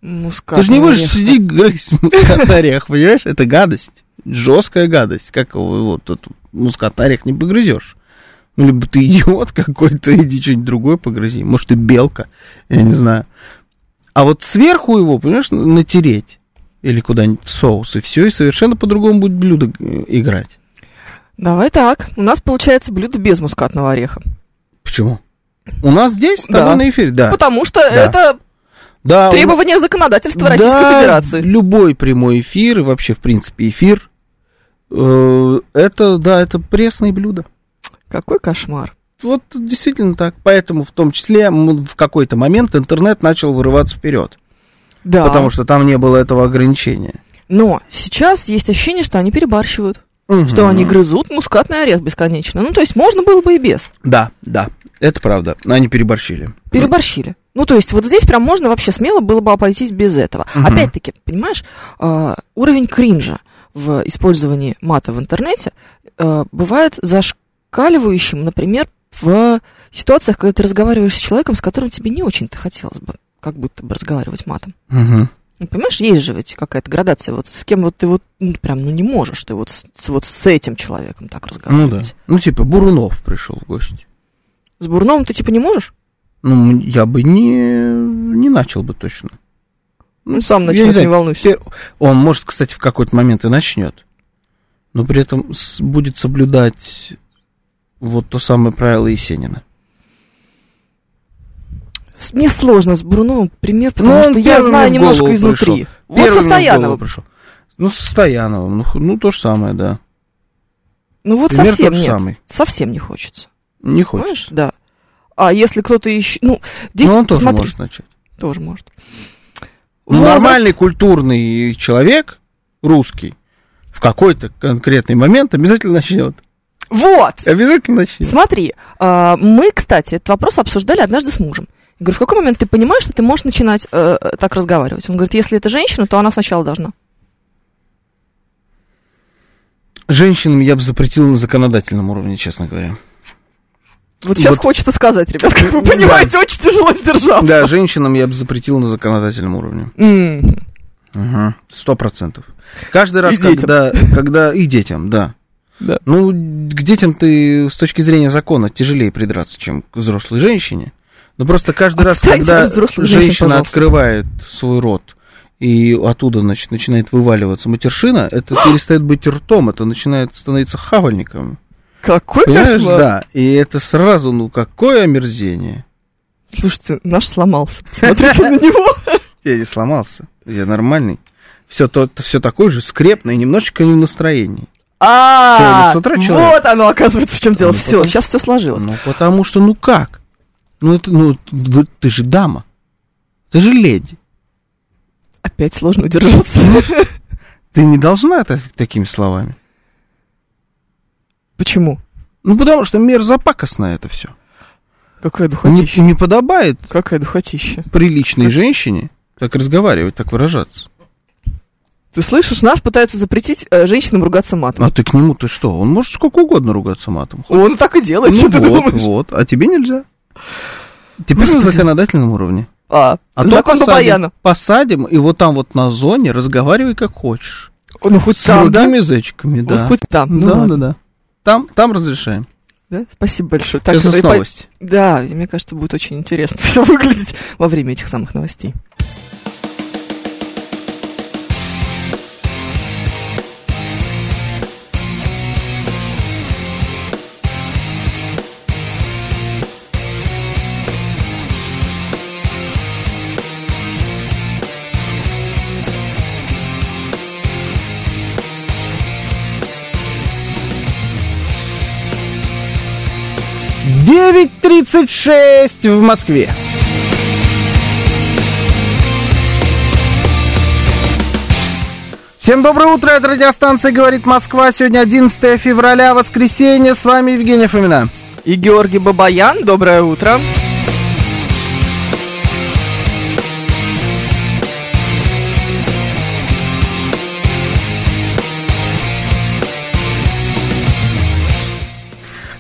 Speaker 3: Мускат.
Speaker 4: Ты же не
Speaker 3: ну,
Speaker 4: будешь
Speaker 3: орех.
Speaker 4: сидеть грызть мускатный орех, понимаешь? Это гадость. Жесткая гадость. Как его вот тут мускатный орех не погрызешь. Ну, либо ты идиот какой-то, <laughs> иди что-нибудь другое погрызи. Может, ты белка, я не знаю. А вот сверху его, понимаешь, натереть или куда-нибудь в соус, и все, и совершенно по-другому будет блюдо э, играть.
Speaker 3: Давай так. У нас получается блюдо без мускатного ореха.
Speaker 4: Почему? У нас здесь, с
Speaker 3: Да.
Speaker 4: тобой на эфире, да.
Speaker 3: Потому что
Speaker 4: Да.
Speaker 3: это
Speaker 4: да А у-
Speaker 3: требование законодательства Российской
Speaker 4: Да,
Speaker 3: Федерации.
Speaker 4: Любой прямой эфир и вообще, в принципе, эфир. э, Это, да, это пресные блюда.
Speaker 3: Какой кошмар.
Speaker 4: Вот действительно так. Поэтому, в том числе, м, в какой-то момент интернет начал вырываться вперед.
Speaker 3: Да.
Speaker 4: Потому что там не было этого ограничения.
Speaker 3: Но сейчас есть ощущение, что они перебарщивают. Что
Speaker 4: Мгм.
Speaker 3: они грызут мускатный орех бесконечно. Ну, то есть можно было бы и без.
Speaker 4: Да, да, это правда. Они переборщили.
Speaker 3: Переборщили. Ну, то есть вот здесь прям можно вообще смело было бы обойтись без этого.
Speaker 4: Мгм.
Speaker 3: Опять-таки, понимаешь, э, уровень кринжа в использовании мата в интернете э, бывает зашкаливающим, например, в ситуациях, когда ты разговариваешь с человеком, с которым тебе не очень-то хотелось бы как будто бы разговаривать матом.
Speaker 4: Мгм.
Speaker 3: Ну, понимаешь, есть же ведь какая-то градация. Вот с кем вот ты вот ну, прям ну не можешь ты вот с, с- вот с этим человеком так
Speaker 4: Ну
Speaker 3: разговаривать.
Speaker 4: да. Ну, типа, Бурунов пришел в гости.
Speaker 3: С Бурновым ты типа не можешь?
Speaker 4: Ну, м- я бы не, не начал бы точно.
Speaker 3: Ну, сам
Speaker 4: я
Speaker 3: начнет,
Speaker 4: не
Speaker 3: не,
Speaker 4: знаю,
Speaker 3: волнуйся.
Speaker 4: Пер- Он, может, кстати, в какой-то момент и начнет. Но при этом с- будет соблюдать вот то самое правило Есенина.
Speaker 3: С- Мне сложно с Бурновым пример, потому
Speaker 4: Ну, он
Speaker 3: что я
Speaker 4: первый
Speaker 3: знаю
Speaker 4: мне в голову
Speaker 3: немножко изнутри. Вот
Speaker 4: Первый мне
Speaker 3: со
Speaker 4: в голову
Speaker 3: Стояновым.
Speaker 4: пришел. Ну, со Стояновым. Ну, ху- ну, то же самое, да.
Speaker 3: Ну вот
Speaker 4: Пример
Speaker 3: совсем
Speaker 4: тот же
Speaker 3: нет.
Speaker 4: самый.
Speaker 3: Совсем не хочется.
Speaker 4: Не хочет.
Speaker 3: Понимаешь? Да. А если кто-то еще... Ну, здесь,
Speaker 4: Но он тоже
Speaker 3: смотри,
Speaker 4: может начать.
Speaker 3: Тоже может.
Speaker 4: Ну,
Speaker 3: Возраст-
Speaker 4: Нормальный культурный человек, русский, в какой-то конкретный момент обязательно начнет.
Speaker 3: Вот!
Speaker 4: Обязательно начнет.
Speaker 3: Смотри, а, мы, кстати, этот вопрос обсуждали однажды с мужем. Я говорю, в какой момент ты понимаешь, что ты можешь начинать э, э, так разговаривать? Он говорит, если это женщина, то она сначала должна.
Speaker 4: Женщинам я бы запретил на законодательном уровне, честно говоря.
Speaker 3: Вот сейчас
Speaker 4: Вот. Ну,
Speaker 3: хочется сказать, ребят, как вы
Speaker 4: Да.
Speaker 3: понимаете, очень тяжело сдержаться.
Speaker 4: Да, женщинам я бы запретил на законодательном уровне.
Speaker 3: М.
Speaker 4: Ага, Сто процентов. Каждый раз,
Speaker 3: И детям.
Speaker 4: когда, когда... И детям, да.
Speaker 3: Да.
Speaker 4: Ну, к детям ты с точки зрения закона тяжелее придраться, чем к взрослой женщине. Но просто каждый раз,
Speaker 3: Отстаньте
Speaker 4: когда
Speaker 3: от взрослых женщин,
Speaker 4: женщина
Speaker 3: пожалуйста.
Speaker 4: открывает свой рот, и оттуда, значит, начинает вываливаться матершина, это
Speaker 3: А!
Speaker 4: перестает быть ртом, это начинает становиться хавальником.
Speaker 3: Какой
Speaker 4: Понимаешь,
Speaker 3: кошмар.
Speaker 4: да. И это сразу, ну, какое омерзение.
Speaker 3: Слушайте, наш
Speaker 4: <laughs>
Speaker 3: сломался. Смотрите на него.
Speaker 4: Я не сломался. Я нормальный. Все, то, все такое же скрепное, немножечко не в настроении.
Speaker 3: А,
Speaker 4: Сегодня ну, с утра человек.
Speaker 3: вот оно оказывается в чем дело.
Speaker 4: Ну,
Speaker 3: Все,
Speaker 4: потом-
Speaker 3: сейчас все сложилось.
Speaker 4: Ну, потому что, ну как? Ну, это, ну, вы- ты же дама. Ты же леди.
Speaker 3: Опять сложно удержаться.
Speaker 4: Ну. Ты не должна та- такими словами.
Speaker 3: <laughs> Почему?
Speaker 4: Ну, потому что мир запакостно это все.
Speaker 3: Какая
Speaker 4: Не,
Speaker 3: духотища.
Speaker 4: не подобает
Speaker 3: Какая духотища.
Speaker 4: приличной женщине так разговаривать, так выражаться.
Speaker 3: Ты слышишь, наш пытается запретить э, женщинам ругаться матом.
Speaker 4: А ты к нему, ты что? Он может сколько угодно ругаться матом.
Speaker 3: Он так и делает,
Speaker 4: Ну
Speaker 3: что ты
Speaker 4: вот,
Speaker 3: думаешь?
Speaker 4: вот. А тебе нельзя. Теперь на
Speaker 3: Господи.
Speaker 4: законодательном уровне.
Speaker 3: А,
Speaker 4: А то
Speaker 3: закон
Speaker 4: посадим,
Speaker 3: Бабаяна.
Speaker 4: Посадим, и вот там вот на зоне разговаривай как хочешь.
Speaker 3: Ну, хоть
Speaker 4: С
Speaker 3: там, да?
Speaker 4: другими зэчками, да.
Speaker 3: Вот хоть там. Ну,
Speaker 4: да,
Speaker 3: ладно.
Speaker 4: да, да. Там, там разрешаем.
Speaker 3: Да? Спасибо большое. Так,
Speaker 4: Сейчас у нас
Speaker 3: и по-
Speaker 4: новости.
Speaker 3: Да, и мне кажется, будет очень интересно <laughs> все выглядеть во время этих самых новостей.
Speaker 2: Девять тридцать шесть в Москве. Всем доброе утро, это радиостанция «Говорит Москва». Сегодня 11 февраля, воскресенье. С вами Евгения Фомина.
Speaker 3: И Георгий Бабаян, доброе утро.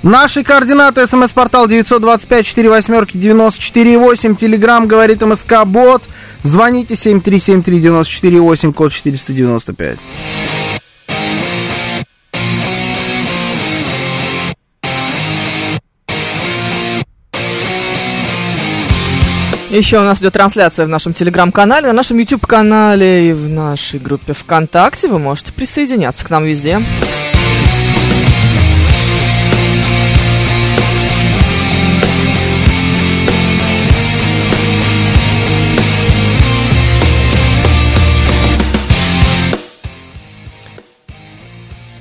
Speaker 2: Наши координаты. СМС-портал 925-48-94-8. Телеграмм говорит МСК Бот. Звоните 7373948, код 495.
Speaker 3: Еще у нас идет трансляция в нашем телеграм-канале, на нашем YouTube-канале и в нашей группе ВКонтакте. Вы можете присоединяться к нам везде.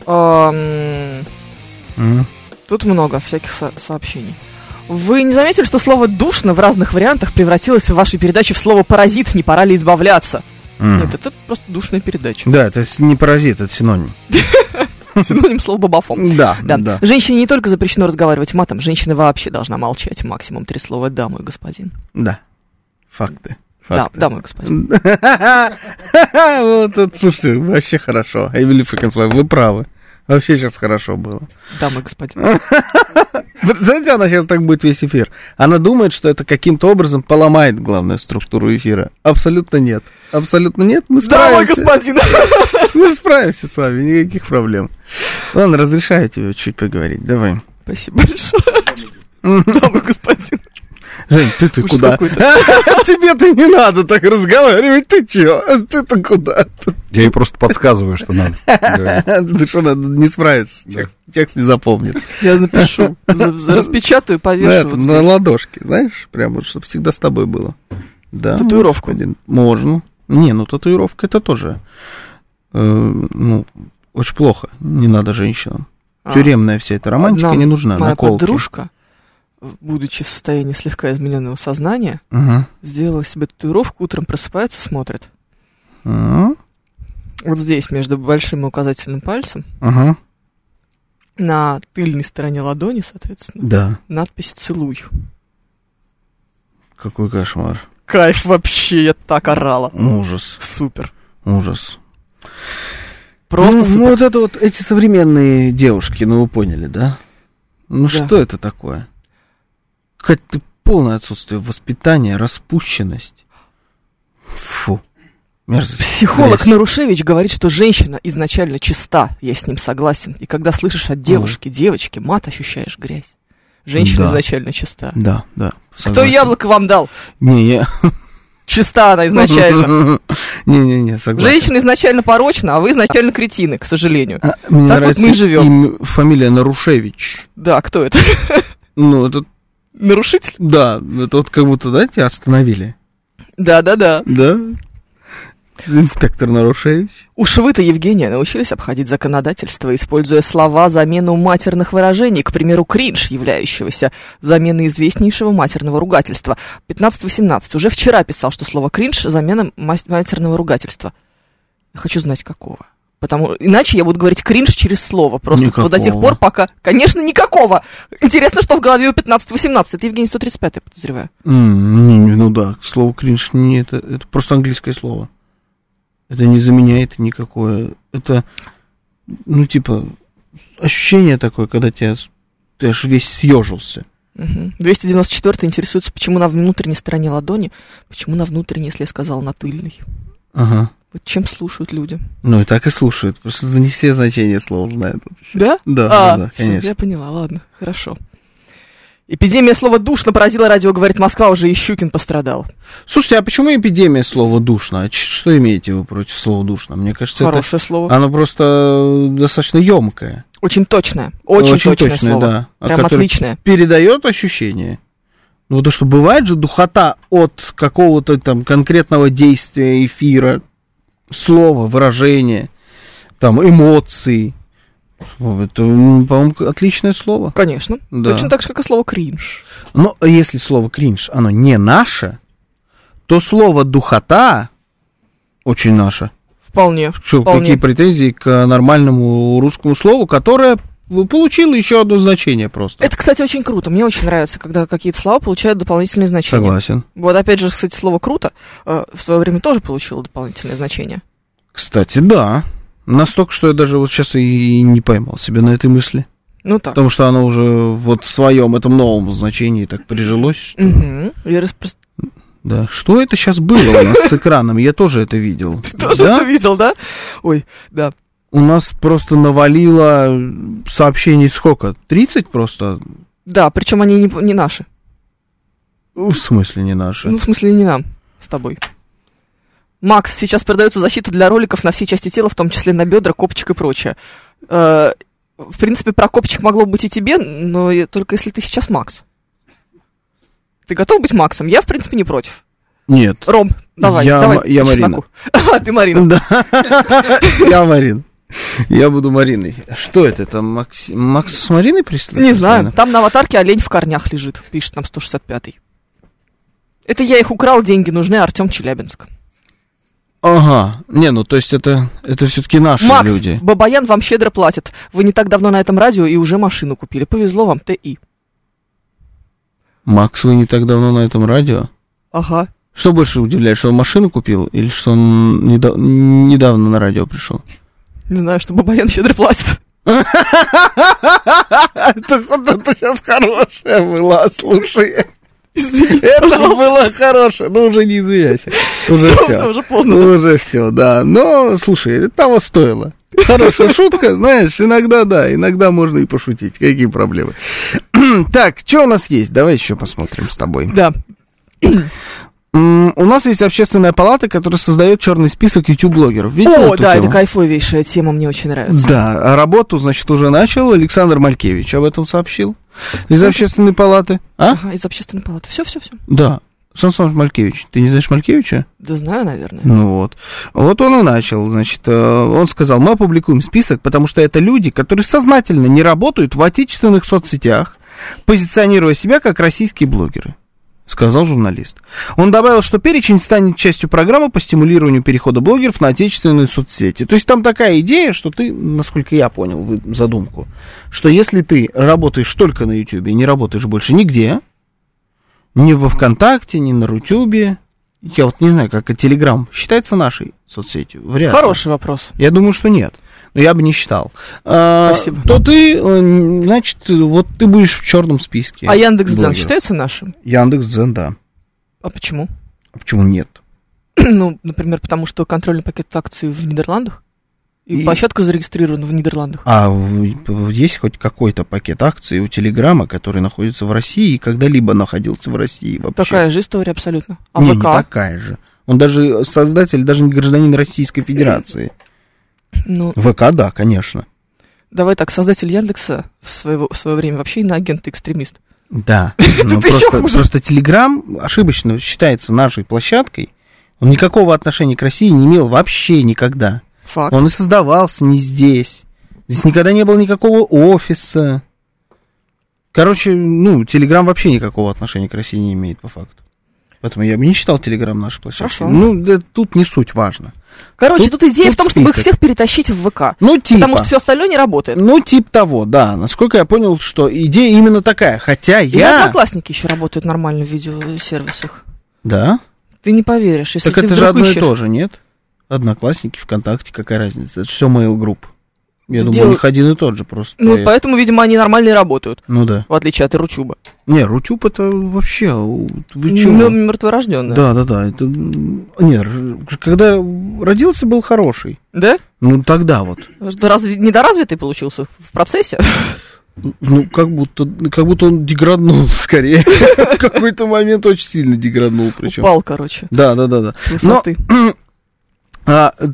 Speaker 3: Эм,
Speaker 4: Мгм.
Speaker 3: Тут много всяких со- сообщений. Вы не заметили, что слово «душно» в разных вариантах превратилось в вашей передаче в слово «паразит», не пора ли избавляться?
Speaker 4: Мгм.
Speaker 3: Нет, это просто душная
Speaker 4: <laughs>
Speaker 3: передача.
Speaker 4: Да, это с- не паразит, это синоним.
Speaker 3: Синоним слова «бабафом».
Speaker 4: Да,
Speaker 3: Да.
Speaker 4: да.
Speaker 3: Женщине не только запрещено разговаривать матом, женщина вообще должна молчать. Максимум три слова «да, мой господин».
Speaker 4: Да. Факты.
Speaker 3: Да,
Speaker 4: Факты.
Speaker 3: да, мой господин.
Speaker 4: <laughs> Вот это, слушайте, вообще хорошо. Эмили Факенфлай, вы правы. Вообще сейчас хорошо было.
Speaker 3: дамы и господа.
Speaker 4: Э, Представляете, она сейчас так будет весь эфир. Она думает, что это каким-то образом поломает главную структуру эфира. Абсолютно нет. Абсолютно нет. Мы
Speaker 3: Дамы и
Speaker 4: справимся.
Speaker 3: господа!
Speaker 4: Мы же справимся с вами, никаких проблем. Ладно, разрешаю тебе чуть поговорить. Давай.
Speaker 3: <laughs> Спасибо большое. Дамы и господа.
Speaker 4: Жень, ты ты
Speaker 3: Ужас
Speaker 4: куда?
Speaker 3: какой-то.
Speaker 4: <laughs> Тебе-то не надо так разговаривать, ты чё? Ты-то куда?
Speaker 5: Я ей просто подсказываю, что надо.
Speaker 4: <laughs>
Speaker 5: говорить.
Speaker 4: Ты что, надо не справиться,
Speaker 5: Да.
Speaker 4: текст- текст не запомнит.
Speaker 3: Я напишу, за- за- распечатаю,
Speaker 4: На,
Speaker 3: повешу.
Speaker 4: это,
Speaker 3: вот
Speaker 4: на
Speaker 3: здесь.
Speaker 4: ладошке, знаешь, прям вот, чтобы всегда с тобой было. Да.
Speaker 3: Татуировку.
Speaker 4: Блин, можно. Не, ну татуировка это тоже, э, ну, очень плохо. Не надо женщинам.
Speaker 3: А.
Speaker 4: Тюремная вся эта романтика
Speaker 3: Нам
Speaker 4: не нужна.
Speaker 3: Моя
Speaker 4: наколки.
Speaker 3: подружка, в- будучи в состоянии слегка измененного сознания,
Speaker 4: Мгм.
Speaker 3: сделала себе татуировку, утром просыпается, смотрит.
Speaker 4: М,
Speaker 3: Вот здесь, между большим и указательным пальцем,
Speaker 4: ага.
Speaker 3: на тыльной стороне ладони, соответственно,
Speaker 4: Да.
Speaker 3: надпись «Целую».
Speaker 4: Какой кошмар.
Speaker 3: Кайф вообще, я так орала.
Speaker 4: Ужас.
Speaker 3: Супер.
Speaker 4: Ужас.
Speaker 3: Просто
Speaker 4: ну,
Speaker 3: супер.
Speaker 4: ну, вот это вот эти современные девушки, ну вы поняли, да? Ну
Speaker 3: Да.
Speaker 4: что это такое? Какое-то полное отсутствие воспитания, распущенность. Фу. Мерзость.
Speaker 3: Психолог ну,
Speaker 4: Грязь.
Speaker 3: Нарушевич говорит, что женщина изначально чиста, я с ним согласен. И когда слышишь от девушки, девочки, мат, ощущаешь грязь. Женщина
Speaker 4: Да.
Speaker 3: изначально чиста.
Speaker 4: Да, да.
Speaker 3: Кто
Speaker 4: согласен.
Speaker 3: яблоко вам дал?
Speaker 4: Не, я...
Speaker 3: Чиста она изначально.
Speaker 4: <laughs> Не-не-не, согласен.
Speaker 3: Женщина изначально порочна, а вы изначально кретины, к сожалению.
Speaker 4: А, Мне
Speaker 3: Так вот
Speaker 4: нравится
Speaker 3: мы и живем.
Speaker 4: имя- фамилия Нарушевич.
Speaker 3: Да,
Speaker 4: <laughs>
Speaker 3: кто это?
Speaker 4: Ну, это,
Speaker 3: Нарушитель?
Speaker 4: да, это вот как будто, да, тебя остановили,
Speaker 3: Да, да, да.
Speaker 4: да? Инспектор Нарушевич.
Speaker 3: Уж вы-то, Евгения, научились обходить законодательство, используя слова замену матерных выражений, к примеру, кринж, являющегося заменой известнейшего матерного ругательства. 15-18. Уже вчера писал, что слово кринж замена мас- матерного ругательства. Я хочу знать, какого. Потому иначе я буду говорить кринж через слово. Просто вот до тех
Speaker 4: Никакого.
Speaker 3: пор, пока. Конечно, никакого! Интересно, что в голове у 15-18. Это Евгений 135, я подозреваю.
Speaker 4: М, не, не, Ну да, слово кринж, не, это, это просто английское слово. Это не заменяет никакое. Это, ну, типа, ощущение такое, когда тебя, с- ты аж весь съежился.
Speaker 3: Мгм. 294 интересуется, почему на внутренней стороне ладони, почему на внутренней, если я сказала на тыльной.
Speaker 4: Ага.
Speaker 3: Вот чем слушают люди.
Speaker 4: Ну и так и слушают, потому что не все значения слов знают.
Speaker 3: Да?
Speaker 4: Да,
Speaker 3: а,
Speaker 4: да, да,
Speaker 3: всё,
Speaker 4: конечно.
Speaker 3: я поняла, ладно, хорошо. Эпидемия слова «душно» поразила радио, говорит Москва, уже и Щукин пострадал.
Speaker 4: Слушайте, а почему эпидемия слова душно? А ч- что имеете вы против слова душно? Мне кажется, это- А?
Speaker 3: Хорошее слово.
Speaker 4: оно просто достаточно емкое.
Speaker 3: Очень точное, очень, точное, слово.
Speaker 4: да. а
Speaker 3: Прям
Speaker 4: которое
Speaker 3: отличное.
Speaker 4: передает ощущение. Ну, то, что бывает же духота от какого-то там конкретного действия, эфира, слова, выражения, там, эмоций. Это, м, по-моему, отличное слово.
Speaker 3: Конечно.
Speaker 4: Да.
Speaker 3: Точно так же, как и слово «кринж».
Speaker 4: Но если слово кринж, оно не наше, то слово духота очень наше.
Speaker 3: Вполне.
Speaker 4: Чё,
Speaker 3: Вполне.
Speaker 4: какие претензии к нормальному русскому слову, которое получило еще одно значение просто.
Speaker 3: Это, кстати, очень круто. Мне очень нравится, когда какие-то слова получают дополнительные значения.
Speaker 4: Согласен.
Speaker 3: Вот опять же, кстати, слово «круто» э, в свое время тоже получило дополнительное значение.
Speaker 4: Кстати, да. Настолько, что я даже вот сейчас и не поймал себя на этой мысли.
Speaker 3: Ну так.
Speaker 4: Потому что оно уже вот в своем этом новом значении так прижилось. что-
Speaker 3: Мгм. Я распро-
Speaker 4: Да. Что это сейчас было у нас с экраном? Я тоже это видел.
Speaker 3: Тоже
Speaker 4: Да?
Speaker 3: <laughs> это видел, да? Ой, да.
Speaker 4: У нас просто навалило сообщений сколько? 30 просто?
Speaker 3: Да, причем они не, не наши.
Speaker 4: В смысле не наши?
Speaker 3: Ну, в смысле, не нам с тобой. Макс, сейчас продается защита для роликов на все части тела, в том числе на бедра, копчик и прочее. Э, в принципе, про копчик могло быть и тебе, но и- только если ты сейчас Макс. Ты готов быть Максом? Я, в принципе, не против.
Speaker 4: Нет.
Speaker 3: Ром, давай,
Speaker 4: Я
Speaker 3: давай.
Speaker 4: Ма- я
Speaker 3: по
Speaker 4: Марина.
Speaker 3: чесноку. <laughs> А, ты Марина.
Speaker 4: Да. <laughs> Я Марин. Я буду Мариной. Что это? Это Макс, Макс с Мариной прислали?
Speaker 3: Не знаю, там на аватарке олень в корнях лежит, пишет нам 165-й. Это я их украл, деньги нужны, Артем Челябинск.
Speaker 4: Ага. Не, ну то есть это, это все-таки наши
Speaker 3: Макс,
Speaker 4: люди.
Speaker 3: Бабаян вам щедро платит. Вы не так давно на этом радио и уже машину купили. Повезло вам, ТИ.
Speaker 4: Макс, вы не так давно на этом радио.
Speaker 3: Ага.
Speaker 4: Что больше удивляет, что он машину купил или что он недав- недавно на радио пришел?
Speaker 3: Не знаю, что Бабаян щедро платит.
Speaker 4: <laughs>
Speaker 3: <laughs>
Speaker 4: Это вот это сейчас хорошее было, а слушай.
Speaker 3: Извините,
Speaker 4: Это же
Speaker 3: пожалуйста.
Speaker 4: было хорошее, ну уже не извиняйся. Уже
Speaker 3: Всё, всё,
Speaker 4: все.
Speaker 3: уже поздно.
Speaker 4: Ну уже все, да. Но, слушай, это того стоило.
Speaker 3: <laughs>
Speaker 4: Хорошая шутка, знаешь, иногда да, иногда можно и пошутить. Какие проблемы? <clears throat> Так, что у нас есть? Давай еще посмотрим с тобой.
Speaker 3: Да.
Speaker 4: М, У нас есть общественная палата, которая создает черный список YouTube-блогеров. Видела
Speaker 3: О,
Speaker 4: эту
Speaker 3: да,
Speaker 4: тему?
Speaker 3: это кайфовейшая тема, мне очень нравится.
Speaker 4: Да, а работу, значит, уже начал. Александр Малькевич об этом сообщил. Из общественной палаты. А?
Speaker 3: Ага, из общественной палаты. Все, все, все.
Speaker 4: Да. Сан-Саныч Малькевич. Ты не знаешь Малькевича?
Speaker 3: Да знаю, наверное.
Speaker 4: Ну вот. Вот он и начал. Значит, э, он сказал, мы опубликуем список, потому что это люди, которые сознательно не работают в отечественных соцсетях, позиционируя себя как российские блогеры. Сказал журналист. Он добавил, что перечень станет частью программы по стимулированию перехода блогеров на отечественные соцсети. То есть там такая идея, что ты, насколько я понял вы- задумку, что если ты работаешь только на YouTube и не работаешь больше нигде, ни во ВКонтакте, ни на Рутюбе, я вот не знаю, как и Телеграм считается нашей соцсетью. Вряд ли.
Speaker 3: Хороший вопрос.
Speaker 4: Я думаю, что нет. Но я бы не считал. А,
Speaker 3: Спасибо.
Speaker 4: То ты, э, значит, вот ты будешь в черном списке.
Speaker 3: А Яндекс.Дзен
Speaker 4: блогеров.
Speaker 3: считается нашим?
Speaker 4: Яндекс Дзен, да.
Speaker 3: А почему?
Speaker 4: А почему нет?
Speaker 3: <clears throat> Ну, например, потому что контрольный пакет акций в Нидерландах. И,
Speaker 4: И-
Speaker 3: площадка зарегистрирована в Нидерландах.
Speaker 4: А в- есть хоть какой-то пакет акций у Телеграма, который находится в России и когда-либо находился в России вообще?
Speaker 3: Такая же история абсолютно. А
Speaker 4: не, не
Speaker 3: ВК?
Speaker 4: такая же. Он даже создатель, даже не гражданин Российской Федерации.
Speaker 3: Ну,
Speaker 4: ВК, да, конечно.
Speaker 3: давай так, создатель Яндекса в, своего, в свое время вообще иноагент и экстремист.
Speaker 4: <laughs> Да. но
Speaker 3: ты чё
Speaker 4: просто,
Speaker 3: хуже?
Speaker 4: просто Телеграм ошибочно считается нашей площадкой. Он никакого отношения к России не имел вообще никогда.
Speaker 3: Факт.
Speaker 4: Он и создавался не здесь. Здесь никогда не было никакого офиса. Короче, ну, Телеграм вообще никакого отношения к России не имеет по факту. Поэтому я бы не считал Телеграм нашей площадкой.
Speaker 3: Хорошо.
Speaker 4: Ну, да, тут не суть важно.
Speaker 3: Короче,
Speaker 4: тут-
Speaker 3: тут, идея
Speaker 4: тут
Speaker 3: в том, чтобы их
Speaker 4: список.
Speaker 3: всех перетащить в ВК.
Speaker 4: Ну, типа.
Speaker 3: Потому что все остальное не работает.
Speaker 4: Ну, тип того, да. Насколько я понял, что идея именно такая. Хотя
Speaker 3: И
Speaker 4: я...
Speaker 3: одноклассники еще работают нормально в видеосервисах.
Speaker 4: Да.
Speaker 3: Ты не поверишь, если
Speaker 4: так
Speaker 3: ты
Speaker 4: это же
Speaker 3: вдруг
Speaker 4: одно
Speaker 3: ищешь-
Speaker 4: и то же, нет? Одноклассники, ВКонтакте, какая разница? Это все Mail Group. Я
Speaker 3: Ты
Speaker 4: думаю,
Speaker 3: дел-
Speaker 4: у них один и тот же просто.
Speaker 3: Ну,
Speaker 4: проезд.
Speaker 3: поэтому, видимо, они нормально и работают,
Speaker 4: Ну да.
Speaker 3: в отличие от Рутюба.
Speaker 4: Не, Рутюб это вообще... а у, Вы чё?
Speaker 3: М- Мертворожденные.
Speaker 4: Да, да, да. Это... м, Нет, р- когда родился, был хороший.
Speaker 3: Да?
Speaker 4: Ну, тогда вот.
Speaker 3: Что, разве- Недоразвитый получился в процессе?
Speaker 4: Ну, как будто, как будто он деграднул <laughs> скорее. В какой-то момент очень сильно деграднул причем.
Speaker 3: Упал, короче,
Speaker 4: Да, да, да, да.
Speaker 3: с высоты.
Speaker 4: <clears throat> А, э,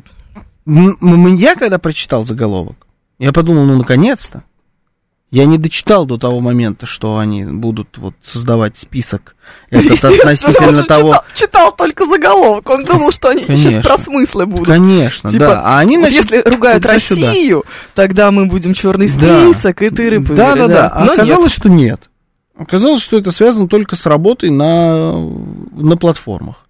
Speaker 4: м- м- я когда прочитал заголовок, я подумал, ну наконец-то. Я не дочитал до того момента, что они будут вот создавать список
Speaker 3: <laughs>
Speaker 4: этот
Speaker 3: Он
Speaker 4: относительно
Speaker 3: же
Speaker 4: того.
Speaker 3: читал- Читал только заголовок, он думал, что они
Speaker 4: Конечно.
Speaker 3: сейчас про смыслы будут.
Speaker 4: Конечно,
Speaker 3: Типа,
Speaker 4: да. А они
Speaker 3: Вот
Speaker 4: начали-
Speaker 3: если ругают
Speaker 4: туда- сюда.
Speaker 3: Россию, тогда мы будем черный
Speaker 4: Да.
Speaker 3: список, и ты рыбы.
Speaker 4: Да, да, да. А
Speaker 3: Но нет.
Speaker 4: оказалось, что нет. Оказалось, что это связано только с работой на, на платформах.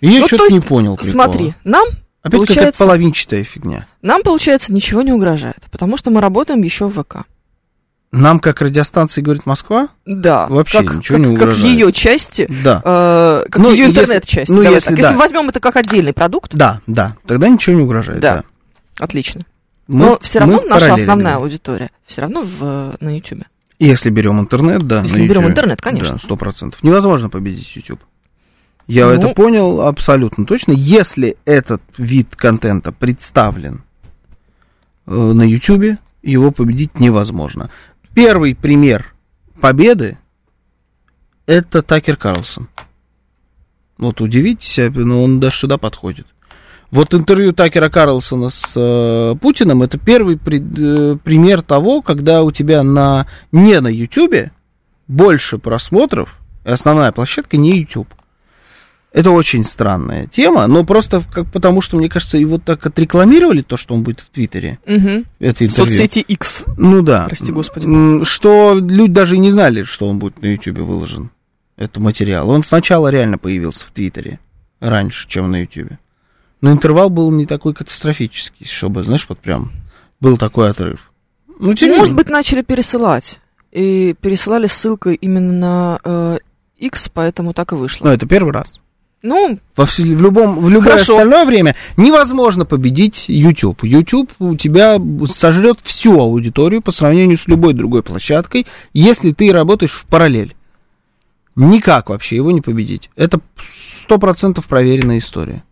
Speaker 4: И я
Speaker 3: Ну,
Speaker 4: что-то
Speaker 3: то есть,
Speaker 4: не понял. прикола.
Speaker 3: Смотри, нам,
Speaker 4: Опять какая-то
Speaker 3: получается-
Speaker 4: половинчатая фигня.
Speaker 3: нам, получается, ничего не угрожает, потому что мы работаем еще в ВК.
Speaker 4: Нам, как радиостанции, говорит Москва,
Speaker 3: Да.
Speaker 4: Вообще
Speaker 3: как,
Speaker 4: ничего
Speaker 3: как-
Speaker 4: не
Speaker 3: как
Speaker 4: угрожает.
Speaker 3: ее части,
Speaker 4: да.
Speaker 3: э, как
Speaker 4: Ну,
Speaker 3: ее
Speaker 4: если-
Speaker 3: интернет-часть.
Speaker 4: ну,
Speaker 3: давай
Speaker 4: если
Speaker 3: так.
Speaker 4: да.
Speaker 3: если мы возьмем это как отдельный продукт,
Speaker 4: Да, да, тогда ничего не угрожает.
Speaker 3: Да.
Speaker 4: Да.
Speaker 3: отлично.
Speaker 4: Мы-
Speaker 3: Но все равно
Speaker 4: мы
Speaker 3: наша
Speaker 4: параллельно.
Speaker 3: основная аудитория все равно в, на YouTube.
Speaker 4: Если берем интернет, да.
Speaker 3: Если
Speaker 4: на
Speaker 3: мы берем
Speaker 4: YouTube.
Speaker 3: интернет, конечно.
Speaker 4: Да, сто процентов. Невозможно победить YouTube. Я
Speaker 3: Ну.
Speaker 4: это понял абсолютно точно. Если этот вид контента представлен э, на YouTube, его победить невозможно. Первый пример победы это Такер Карлсон. Вот удивитесь, а, но он даже сюда подходит. Вот интервью Такера Карлсона с э, Путиным это первый пред- э, пример того, когда у тебя на не на Ютубе больше просмотров, и основная площадка не YouTube. Это очень странная тема, но просто как, потому что, мне кажется, его так отрекламировали, то, что он будет в Твиттере,
Speaker 3: Мгм.
Speaker 4: это интервью.
Speaker 3: Соцсети X.
Speaker 4: Ну да.
Speaker 3: Прости, господи.
Speaker 4: М, Что люди даже и не знали, что он будет на Ютубе выложен, это материал. Он сначала реально появился в Твиттере, раньше, чем на Ютубе. Но интервал был не такой катастрофический, чтобы, знаешь, вот прям был такой отрыв. Ну, тем не
Speaker 3: Может
Speaker 4: менее.
Speaker 3: быть, начали пересылать. И пересылали с ссылкой именно на э, X, поэтому так и вышло.
Speaker 4: Ну, это первый раз.
Speaker 3: Ну,
Speaker 4: Во вс- в любом, в любое
Speaker 3: Хорошо.
Speaker 4: остальное время невозможно победить YouTube. YouTube у тебя сожрет всю аудиторию по сравнению с любой другой площадкой, если ты работаешь в параллель. Никак вообще его не победить. Это 100% проверенная история.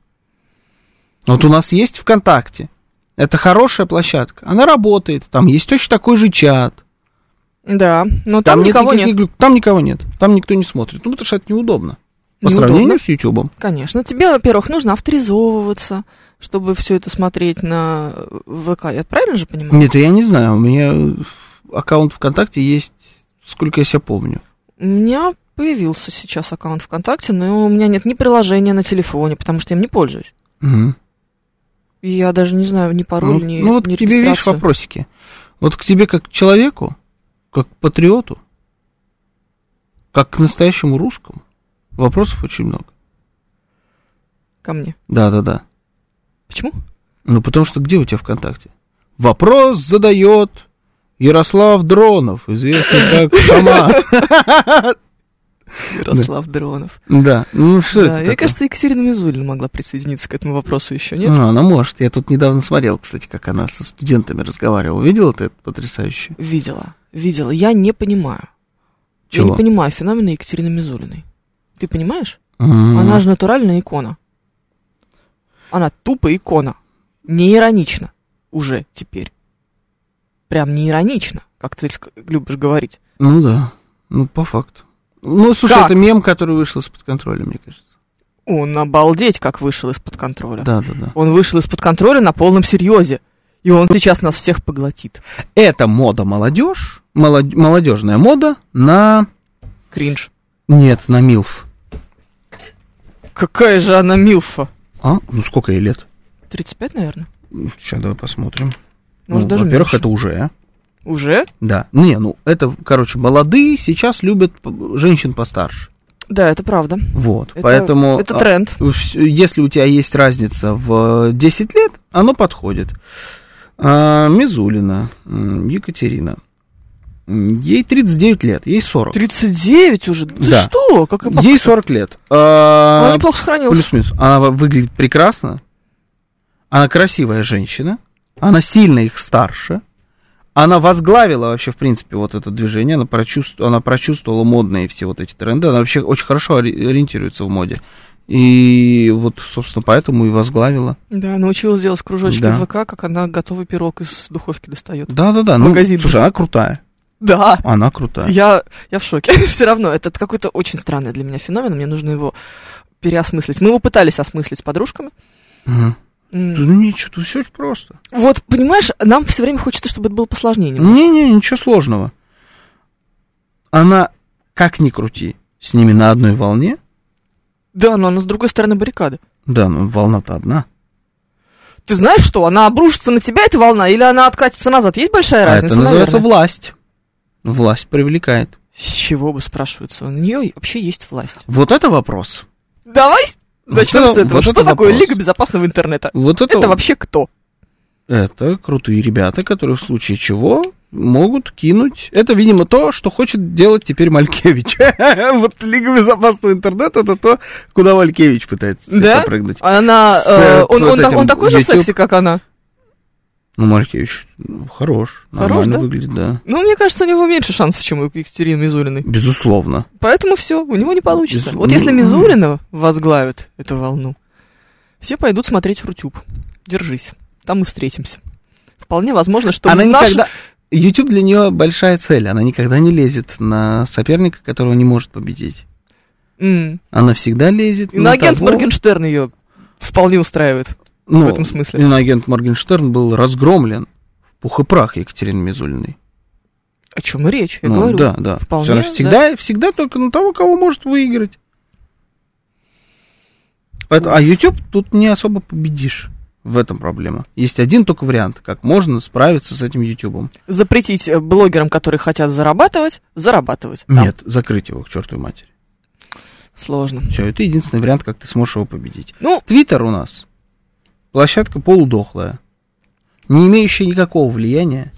Speaker 4: Вот у нас есть ВКонтакте. Это хорошая площадка. Она работает. Там есть точно такой же чат.
Speaker 3: да, но там, никого нет.
Speaker 4: никаких глюк- Там никого нет. Там никто не смотрит. Ну, потому что это неудобно. По
Speaker 3: Неудобно.
Speaker 4: сравнению с YouTube.
Speaker 3: Конечно. Тебе, во-первых, нужно авторизовываться, чтобы все это смотреть на э, ВК. Я правильно же понимаю?
Speaker 4: Нет, я не знаю. У меня э, аккаунт ВКонтакте есть, сколько я себя помню.
Speaker 3: У меня появился сейчас аккаунт ВКонтакте, но у меня нет ни приложения на телефоне, потому что я им не пользуюсь.
Speaker 4: Мгм.
Speaker 3: И я даже не знаю ни пароль,
Speaker 4: ну,
Speaker 3: ни,
Speaker 4: ну вот
Speaker 3: ни
Speaker 4: к тебе, видишь,
Speaker 3: регистрацию.
Speaker 4: вопросики. Вот к тебе как к человеку, как к патриоту, как к настоящему русскому, вопросов очень много.
Speaker 3: Ко мне.
Speaker 4: Да-да-да.
Speaker 3: Почему?
Speaker 4: Ну, потому что где у тебя ВКонтакте? Вопрос задает Ярослав Дронов, известный как Тома.
Speaker 3: Ярослав Дронов.
Speaker 4: Да, ну что
Speaker 3: Да,
Speaker 4: это
Speaker 3: мне
Speaker 4: такое?
Speaker 3: кажется, Екатерина Мизулина могла присоединиться к этому вопросу еще, нет?
Speaker 4: А, она может. Я тут недавно смотрел, кстати, как она со студентами разговаривала. Видел ты это потрясающе?
Speaker 3: Видела, видела. Я не понимаю. Я
Speaker 4: Чего?
Speaker 3: не понимаю феномена Екатерины Мизулиной. Ты понимаешь?
Speaker 4: М.
Speaker 3: Она же натуральная икона. Она тупо икона. Не иронично. Уже теперь. Прям не иронично, как ты ск- любишь говорить.
Speaker 4: Ну да. Ну, по факту. Ну, слушай,
Speaker 3: Как?
Speaker 4: это мем, который вышел из-под контроля, мне кажется.
Speaker 3: Он обалдеть, как вышел из-под контроля.
Speaker 4: Да, да, да.
Speaker 3: Он вышел из-под контроля на полном серьезе. И он сейчас нас всех поглотит.
Speaker 4: Это мода молодежь, молод- молодежная мода на...
Speaker 3: Кринж.
Speaker 4: Нет, на Милф.
Speaker 3: Какая же она милфа.
Speaker 4: А? Ну, сколько ей лет?
Speaker 3: 35, наверное.
Speaker 4: Сейчас давай посмотрим.
Speaker 3: Может,
Speaker 4: Ну,
Speaker 3: даже
Speaker 4: во-первых,
Speaker 3: меньше.
Speaker 4: это уже, а?
Speaker 3: Уже?
Speaker 4: Да. Не, ну, это, короче, молодые сейчас любят п- женщин постарше.
Speaker 3: Да, это правда.
Speaker 4: Вот,
Speaker 3: Это-
Speaker 4: поэтому...
Speaker 3: Это
Speaker 4: а,
Speaker 3: тренд.
Speaker 4: вс- если у тебя есть разница в 10 лет, оно подходит. А, Мизулина, м, Екатерина. М, Ей 39 лет, ей 40.
Speaker 3: 39 уже? Ты
Speaker 4: Да.
Speaker 3: что? Как и по-
Speaker 4: Ей 40 лет. А,
Speaker 3: Она неплохо сохранилась.
Speaker 4: Плюс-минус. Она во- выглядит прекрасно. Она красивая женщина. Она сильно их старше. Она возглавила вообще, в принципе, вот это движение. Она, прочувств- она прочувствовала модные все вот эти тренды. Она вообще очень хорошо ори- ориентируется в моде. И вот, собственно, поэтому и возглавила.
Speaker 3: Да, научилась делать кружочки
Speaker 4: Да.
Speaker 3: в ВК, как она готовый пирог из духовки достает.
Speaker 4: Да-да-да. Ну,
Speaker 3: Магазин.
Speaker 4: слушай, она крутая.
Speaker 3: Да,
Speaker 4: Она крутая.
Speaker 3: я, я в шоке. <laughs> Все равно, это какой-то очень странный для меня феномен, мне нужно его переосмыслить. Мы его пытались осмыслить с подружками.
Speaker 4: Мгм.
Speaker 3: М,
Speaker 4: Ну, ничего, тут все просто.
Speaker 3: Вот, понимаешь, нам все время хочется, чтобы это было посложнее. немного.
Speaker 4: Не-не, ничего сложного. Она, как ни крути, с ними на одной волне.
Speaker 3: Да, но она с другой стороны баррикады.
Speaker 4: Да, ну волна-то одна.
Speaker 3: Ты знаешь что, она обрушится на тебя, эта волна, или она откатится назад? Есть большая
Speaker 4: а
Speaker 3: разница,
Speaker 4: это называется
Speaker 3: наверное?
Speaker 4: власть. Власть привлекает.
Speaker 3: С чего бы, спрашивается, у нее вообще есть власть.
Speaker 4: Вот это вопрос.
Speaker 3: Давай начнем
Speaker 4: это-
Speaker 3: с этого.
Speaker 4: вот
Speaker 3: что
Speaker 4: это
Speaker 3: такое
Speaker 4: вопрос.
Speaker 3: Лига Безопасного Интернета?
Speaker 4: Вот это,
Speaker 3: Это вообще кто?
Speaker 4: это крутые ребята, которые в случае чего могут кинуть. Это, видимо, то, что хочет делать теперь Малькевич. <laughs> Вот Лига безопасного интернета это то, куда Малькевич пытается теперь
Speaker 3: Да?
Speaker 4: запрыгнуть.
Speaker 3: Она,
Speaker 4: С,
Speaker 3: э,
Speaker 4: э,
Speaker 3: он,
Speaker 4: вот
Speaker 3: он, так-
Speaker 4: этим
Speaker 3: он такой же
Speaker 4: YouTube.
Speaker 3: секси, как она.
Speaker 4: Ну, Малькевич ну, хорош,
Speaker 3: Хорош,
Speaker 4: нормально
Speaker 3: да?
Speaker 4: выглядит, да.
Speaker 3: Ну, мне кажется, у него меньше шансов, чем у Екатерины Мизулиной.
Speaker 4: Безусловно.
Speaker 3: Поэтому все, у него не получится.
Speaker 4: Мизу-
Speaker 3: Вот если
Speaker 4: ну,
Speaker 3: Мизулина возглавит эту волну, все пойдут смотреть Рутюб. Держись, там мы встретимся. Вполне возможно, что
Speaker 4: она
Speaker 3: наш-
Speaker 4: никогда... YouTube для нее большая цель. Она никогда не лезет на соперника, которого не может победить.
Speaker 3: М,
Speaker 4: Она всегда лезет на
Speaker 3: иноагент
Speaker 4: Ну, того-
Speaker 3: Моргенштерн ее вполне устраивает
Speaker 4: Ну,
Speaker 3: в этом смысле.
Speaker 4: Иноагент Моргенштерн был разгромлен в пух и прах Екатерины Мизулиной.
Speaker 3: О чем и речь, я
Speaker 4: Ну,
Speaker 3: говорю.
Speaker 4: да, да.
Speaker 3: вполне,
Speaker 4: Всё, она
Speaker 3: да.
Speaker 4: всегда, всегда только на того, кого может выиграть. Поэтому- а YouTube тут не особо победишь. В этом проблема. Есть один только вариант, как можно справиться с этим YouTube.
Speaker 3: Запретить э, блогерам, которые хотят зарабатывать, зарабатывать. Там
Speaker 4: Нет, закрыть его к чертовой матери.
Speaker 3: Сложно.
Speaker 4: Все, это единственный вариант, как ты сможешь его победить.
Speaker 3: Ну,
Speaker 4: Твиттер у нас площадка полудохлая, не имеющая никакого влияния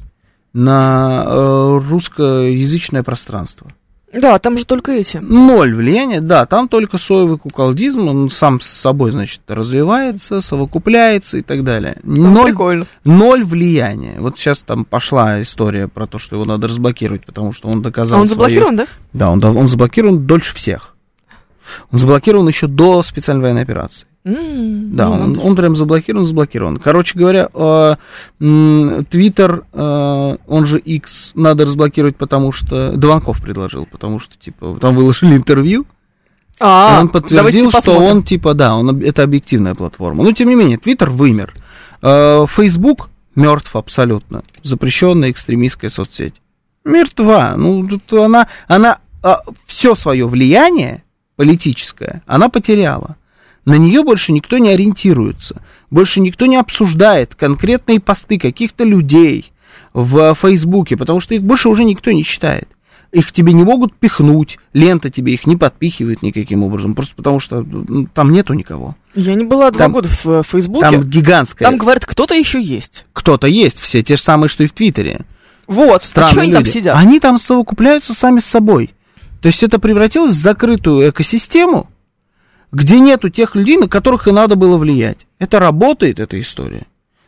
Speaker 4: на э, русскоязычное пространство.
Speaker 3: Да, там же только эти.
Speaker 4: Ноль влияния, да, там только соевый куколдизм, он сам с собой, значит, развивается, совокупляется и так далее.
Speaker 3: Ну,
Speaker 4: Ноль,
Speaker 3: Прикольно.
Speaker 4: ноль влияния. Вот сейчас там пошла история про то, что его надо разблокировать, потому что он доказал
Speaker 3: А он
Speaker 4: свое-
Speaker 3: заблокирован, да?
Speaker 4: Да, он, дав- он заблокирован дольше всех. Он заблокирован еще до специальной военной операции.
Speaker 3: М,
Speaker 4: Да,
Speaker 3: ну
Speaker 4: он,
Speaker 3: надо же.
Speaker 4: он прям заблокирован, заблокирован. Короче говоря, э, м, Твиттер, э, он же X, надо разблокировать, потому что... Дованков предложил, потому что, типа, там выложили <laughs> интервью, и
Speaker 3: А,
Speaker 4: он
Speaker 3: давайте
Speaker 4: подтвердил, что
Speaker 3: посмотрим.
Speaker 4: он, типа, да, он, об- это объективная платформа. Но, тем не менее, Твиттер вымер. Э, Фейсбук мертв абсолютно. Запрещенная экстремистская соцсеть. Мертва. Ну, тут она, она все свое влияние политическое она потеряла. На нее больше никто не ориентируется. Больше никто не обсуждает конкретные посты каких-то людей в Фейсбуке, потому что их больше уже никто не читает. Их тебе не могут пихнуть, лента тебе их не подпихивает никаким образом, просто потому что ну, там нету никого.
Speaker 3: Я не была два
Speaker 4: Там-
Speaker 3: года в э,
Speaker 4: Там
Speaker 3: Фейсбуке.
Speaker 4: гигантская.
Speaker 3: Там, говорят, кто-то еще есть.
Speaker 4: Кто-то есть, все те же самые, что и в Твиттере.
Speaker 3: Вот, а
Speaker 4: странные
Speaker 3: чё они там
Speaker 4: люди.
Speaker 3: сидят?
Speaker 4: Они там совокупляются сами с собой. То есть это превратилось в закрытую экосистему, где нету тех людей, на которых и надо было влиять. Это работает, эта история.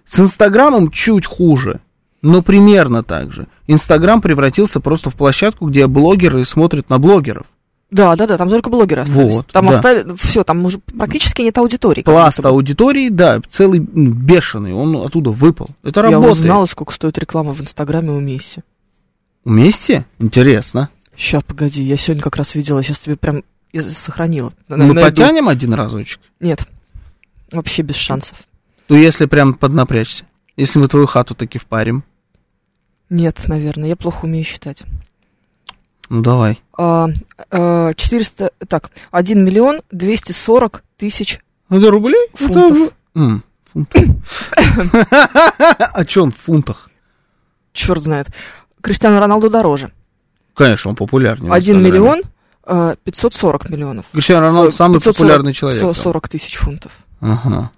Speaker 4: С Инстаграмом чуть хуже, но примерно так же. Инстаграм превратился просто в площадку, где блогеры смотрят на блогеров.
Speaker 3: Да, да, да, там только блогеры остались.
Speaker 4: Вот,
Speaker 3: там
Speaker 4: да.
Speaker 3: остались, все, там уже практически нет аудитории. как
Speaker 4: Пласт
Speaker 3: будто бы.
Speaker 4: аудитории, да, целый м, бешеный, он оттуда выпал. Это
Speaker 3: Я
Speaker 4: работает.
Speaker 3: узнала, сколько стоит реклама в Инстаграме у Месси.
Speaker 4: Вместе? Интересно.
Speaker 3: Сейчас, погоди, я сегодня как раз видела, сейчас тебе прям и сохранила. На-
Speaker 4: Мы
Speaker 3: найду.
Speaker 4: потянем один разочек?
Speaker 3: Нет, вообще без шансов.
Speaker 4: Ну, если прям поднапрячься. Если мы твою хату таки впарим.
Speaker 3: Нет, наверное, я плохо умею считать.
Speaker 4: Ну, давай.
Speaker 3: А, а, 400, так, 1 миллион 240 тысяч
Speaker 4: Это Ну, рублей? Это
Speaker 3: Фунтов.
Speaker 4: ру- М, фунтов. <laughs> А что он в фунтах?
Speaker 3: черт знает. Криштиану Роналду дороже.
Speaker 4: Конечно, он популярнее. в
Speaker 3: 1
Speaker 4: Инстаграме.
Speaker 3: миллион а, 540 миллионов.
Speaker 4: Криштиану Роналду самый
Speaker 3: 540
Speaker 4: популярный человек. там.
Speaker 3: 40 тысяч фунтов.
Speaker 4: Ага,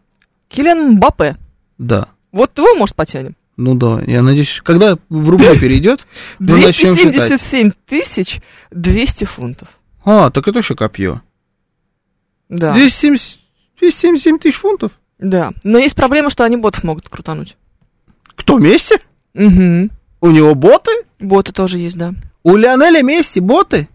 Speaker 3: Килиан Мбаппе.
Speaker 4: да.
Speaker 3: Вот его, может, потянем?
Speaker 4: Ну да, я надеюсь, когда в
Speaker 3: <laughs>
Speaker 4: рубли перейдет, Ну, мы начнем считать.
Speaker 3: 277 тысяч 200 фунтов.
Speaker 4: А, так это еще копье.
Speaker 3: Да,
Speaker 4: 270 277 тысяч фунтов.
Speaker 3: да. Но есть проблема, что они ботов могут крутануть.
Speaker 4: Кто, Месси?
Speaker 3: Угу.
Speaker 4: У него боты?
Speaker 3: Боты тоже есть, да.
Speaker 4: У Лионеля Месси боты?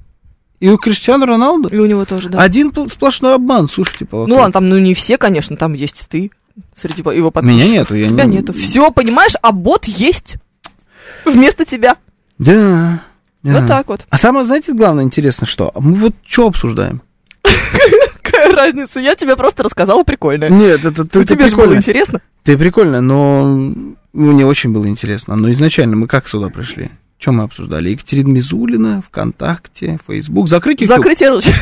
Speaker 4: И у Криштиану Роналду?
Speaker 3: И у него тоже, да.
Speaker 4: Один пл- сплошной обман, слушайте. по
Speaker 3: Ну
Speaker 4: вокруг.
Speaker 3: ладно, там ну не все, конечно, там есть ты среди по- его подписчиков.
Speaker 4: Меня нету, я
Speaker 3: Тебя
Speaker 4: не-
Speaker 3: нету. Все, понимаешь, а бот есть вместо тебя.
Speaker 4: Да. да.
Speaker 3: Вот так вот. <laughs>
Speaker 4: А самое, знаете, главное интересно, что мы вот что обсуждаем?
Speaker 3: Какая разница? Я тебе просто рассказала прикольное.
Speaker 4: Нет, это ты, ты
Speaker 3: Ну, тебе же было
Speaker 4: прикольно.
Speaker 3: интересно.
Speaker 4: Ты прикольно, но мне очень было интересно. Но изначально мы как сюда пришли? Чем мы обсуждали? Екатерина Мизулина, ВКонтакте, Фейсбук. Закрыть YouTube.
Speaker 3: Закрытие. ручки.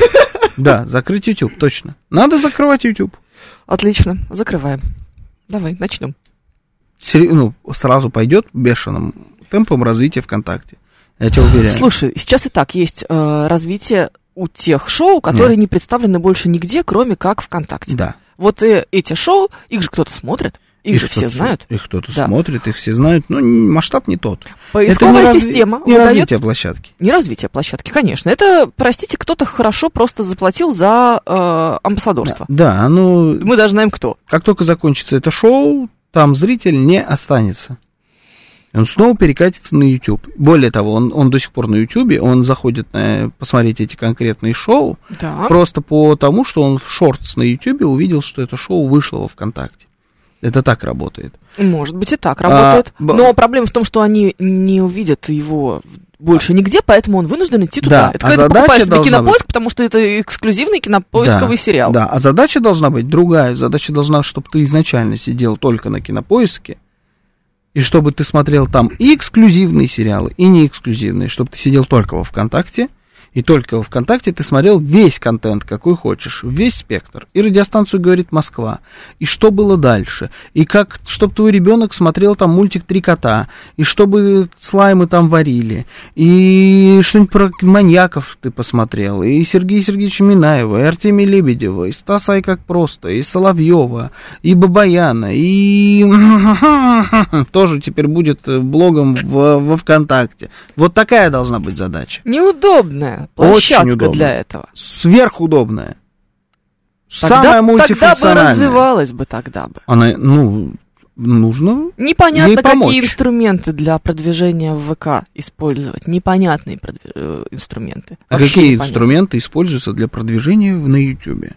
Speaker 4: Да, закрыть YouTube, точно. Надо закрывать YouTube.
Speaker 3: <laughs> Отлично, закрываем. Давай, начнем.
Speaker 4: Сери- Ну, сразу пойдет бешеным темпом развития ВКонтакте. Я тебя уверяю.
Speaker 3: Слушай, сейчас и так есть э, развитие у тех шоу, которые не представлены больше нигде, кроме как ВКонтакте.
Speaker 4: Да.
Speaker 3: Вот э, эти шоу, их же кто-то смотрит, их, же все
Speaker 4: кто-то
Speaker 3: знают.
Speaker 4: смо- Их кто-то
Speaker 3: Да.
Speaker 4: смотрит, их все знают, но н- масштаб не тот.
Speaker 3: Поисковая
Speaker 4: это не разви-
Speaker 3: система
Speaker 4: не
Speaker 3: выдает-
Speaker 4: развитие площадки.
Speaker 3: Не развитие площадки, конечно. Это, простите, кто-то хорошо просто заплатил за э, амбассадорство.
Speaker 4: Да, ну,
Speaker 3: Мы даже знаем, кто.
Speaker 4: как только закончится это шоу, там зритель не останется. Он снова перекатится на YouTube. Более того, он, он до сих пор на YouTube, он заходит на, посмотреть эти конкретные шоу,
Speaker 3: Да.
Speaker 4: просто по тому, что он в шортс на YouTube увидел, что это шоу вышло во ВКонтакте. Это так работает.
Speaker 3: Может быть и так работает.
Speaker 4: А, б-
Speaker 3: Но проблема в том, что они не увидят его больше нигде, поэтому он вынужден идти туда.
Speaker 4: Да,
Speaker 3: Это
Speaker 4: а
Speaker 3: когда ты
Speaker 4: задача
Speaker 3: покупаешь себе
Speaker 4: должна
Speaker 3: кинопоиск, потому что это эксклюзивный
Speaker 4: Да,
Speaker 3: кинопоисковый сериал.
Speaker 4: Да, а задача должна быть другая. Задача должна, чтобы ты изначально сидел только на кинопоиске, и чтобы ты смотрел там и эксклюзивные сериалы, и не эксклюзивные, чтобы ты сидел только во ВКонтакте, и только во ВКонтакте ты смотрел весь контент, какой хочешь, весь спектр. И радиостанцию говорит Москва. И что было дальше. И как, чтобы твой ребенок смотрел там мультик Три кота. И чтобы слаймы там варили. И что-нибудь про маньяков ты посмотрел. И Сергея Сергеевича Минаева, и Артемия Лебедева, и Стаса и как просто, и Соловьева, и Бабаяна, и <laughs> тоже теперь будет э, блогом в- во ВКонтакте. Вот такая должна быть задача.
Speaker 3: Неудобная удобная площадка
Speaker 4: удобная.
Speaker 3: для этого.
Speaker 4: Сверхудобная.
Speaker 3: Тогда,
Speaker 4: Самая
Speaker 3: тогда бы
Speaker 4: мультифункциональная.
Speaker 3: развивалась бы тогда бы.
Speaker 4: Она, ну, нужно. Ей
Speaker 3: Непонятно,
Speaker 4: помочь.
Speaker 3: какие инструменты для продвижения в ВК использовать. Непонятные продви- э, инструменты.
Speaker 4: А
Speaker 3: Вообще
Speaker 4: какие
Speaker 3: непонятно.
Speaker 4: инструменты используются для продвижения в- на Ютубе?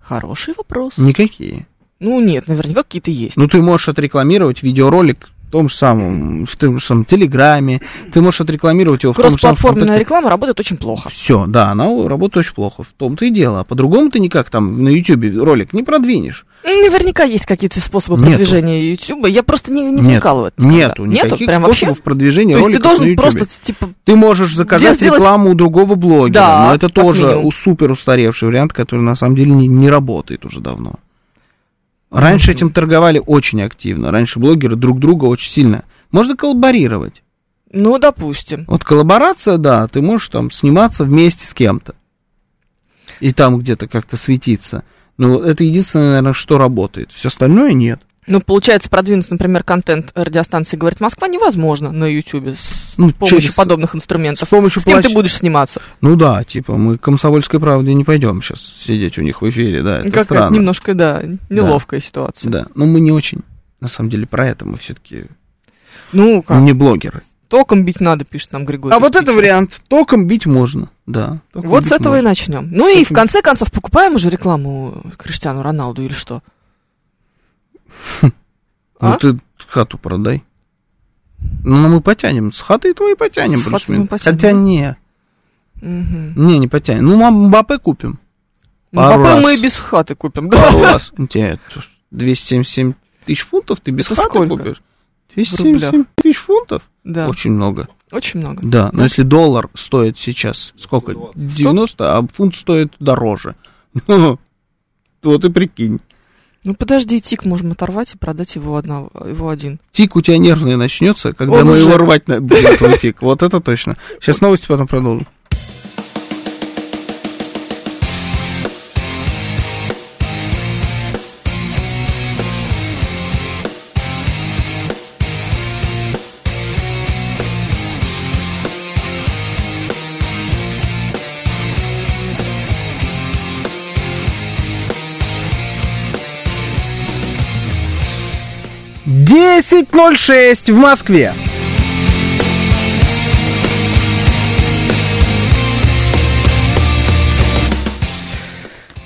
Speaker 3: Хороший вопрос.
Speaker 4: Никакие.
Speaker 3: Ну нет, наверняка какие-то есть.
Speaker 4: Ну, ты можешь отрекламировать видеоролик в том же самом, в том же самом Телеграме, ты можешь отрекламировать его в том же самом
Speaker 3: Кроссплатформенная реклама работает очень плохо.
Speaker 4: Все, да, она у- работает очень плохо. В том-то и дело. А по-другому ты никак там на Ютубе ролик не продвинешь.
Speaker 3: Наверняка есть какие-то способы
Speaker 4: Нету.
Speaker 3: продвижения YouTube. Я просто не, не
Speaker 4: Нет.
Speaker 3: вникала в это. никогда.
Speaker 4: Нету никаких
Speaker 3: Нету? Прям вообще?
Speaker 4: способов продвижения
Speaker 3: То есть ты
Speaker 4: роликов на
Speaker 3: должен
Speaker 4: Ютубе.
Speaker 3: просто, типа,
Speaker 4: Ты можешь заказать
Speaker 3: сделать-
Speaker 4: рекламу у другого блогера,
Speaker 3: Да,
Speaker 4: но это
Speaker 3: как
Speaker 4: тоже
Speaker 3: минимум.
Speaker 4: у супер устаревший вариант, который на самом деле не, не работает уже давно. Раньше этим торговали очень активно. Раньше блогеры друг друга очень сильно. Можно коллаборировать.
Speaker 3: ну, допустим.
Speaker 4: Вот коллаборация, да, ты можешь там сниматься вместе с кем-то. И там где-то как-то светиться. Но это единственное, наверное, что работает. Все остальное нет.
Speaker 3: Ну, получается, продвинуть, например, контент радиостанции «Говорит Москва» невозможно на YouTube с
Speaker 4: Ну,
Speaker 3: помощью
Speaker 4: через-
Speaker 3: подобных инструментов.
Speaker 4: С помощью
Speaker 3: С кем ты
Speaker 4: площ-
Speaker 3: будешь сниматься?
Speaker 4: Ну да, типа мы к комсомольской правде не пойдем сейчас сидеть у них в эфире, да, это
Speaker 3: Какая-то
Speaker 4: странно.
Speaker 3: немножко, да, неловкая ситуация.
Speaker 4: Да, но мы не очень, на самом деле, про это мы все-таки
Speaker 3: Ну, как,
Speaker 4: не блогеры.
Speaker 3: током бить надо, пишет нам Григорий.
Speaker 4: А вот это
Speaker 3: Спичев.
Speaker 4: вариант, током бить можно, да. током
Speaker 3: Вот с
Speaker 4: бить
Speaker 3: этого и
Speaker 4: можно.
Speaker 3: начнем. Ну и в конце концов покупаем уже рекламу Криштиану Роналду или что?
Speaker 4: Ну
Speaker 3: а?
Speaker 4: ты хату продай. Ну мы потянем, с хаты твои потянем.
Speaker 3: С хаты
Speaker 4: плюс-минус.
Speaker 3: мы потянем.
Speaker 4: Хотя не, Ну,
Speaker 3: Мгм.
Speaker 4: не, не потянем. Ну мам, Мбаппе
Speaker 3: <laughs>
Speaker 4: купим. Пару
Speaker 3: Мбаппе
Speaker 4: раз.
Speaker 3: мы и без хаты купим, да?
Speaker 4: Пару раз. Ну, тебе это 277 тысяч фунтов ты без
Speaker 3: Это
Speaker 4: хаты
Speaker 3: сколько?
Speaker 4: купишь. 277 тысяч фунтов?
Speaker 3: Да,
Speaker 4: Очень много.
Speaker 3: очень много.
Speaker 4: Да, но если доллар стоит сейчас сколько? 90, а фунт стоит дороже. Ну, вот и прикинь.
Speaker 3: Ну подожди, тик можем оторвать и продать его одного, его один.
Speaker 4: Тик у тебя нервный начнется, когда
Speaker 3: Он
Speaker 4: мы
Speaker 3: уже-
Speaker 4: его рвать на- будем, твой тик. Вот это точно. Сейчас новости потом продолжим.
Speaker 2: Десять ноль шесть в Москве.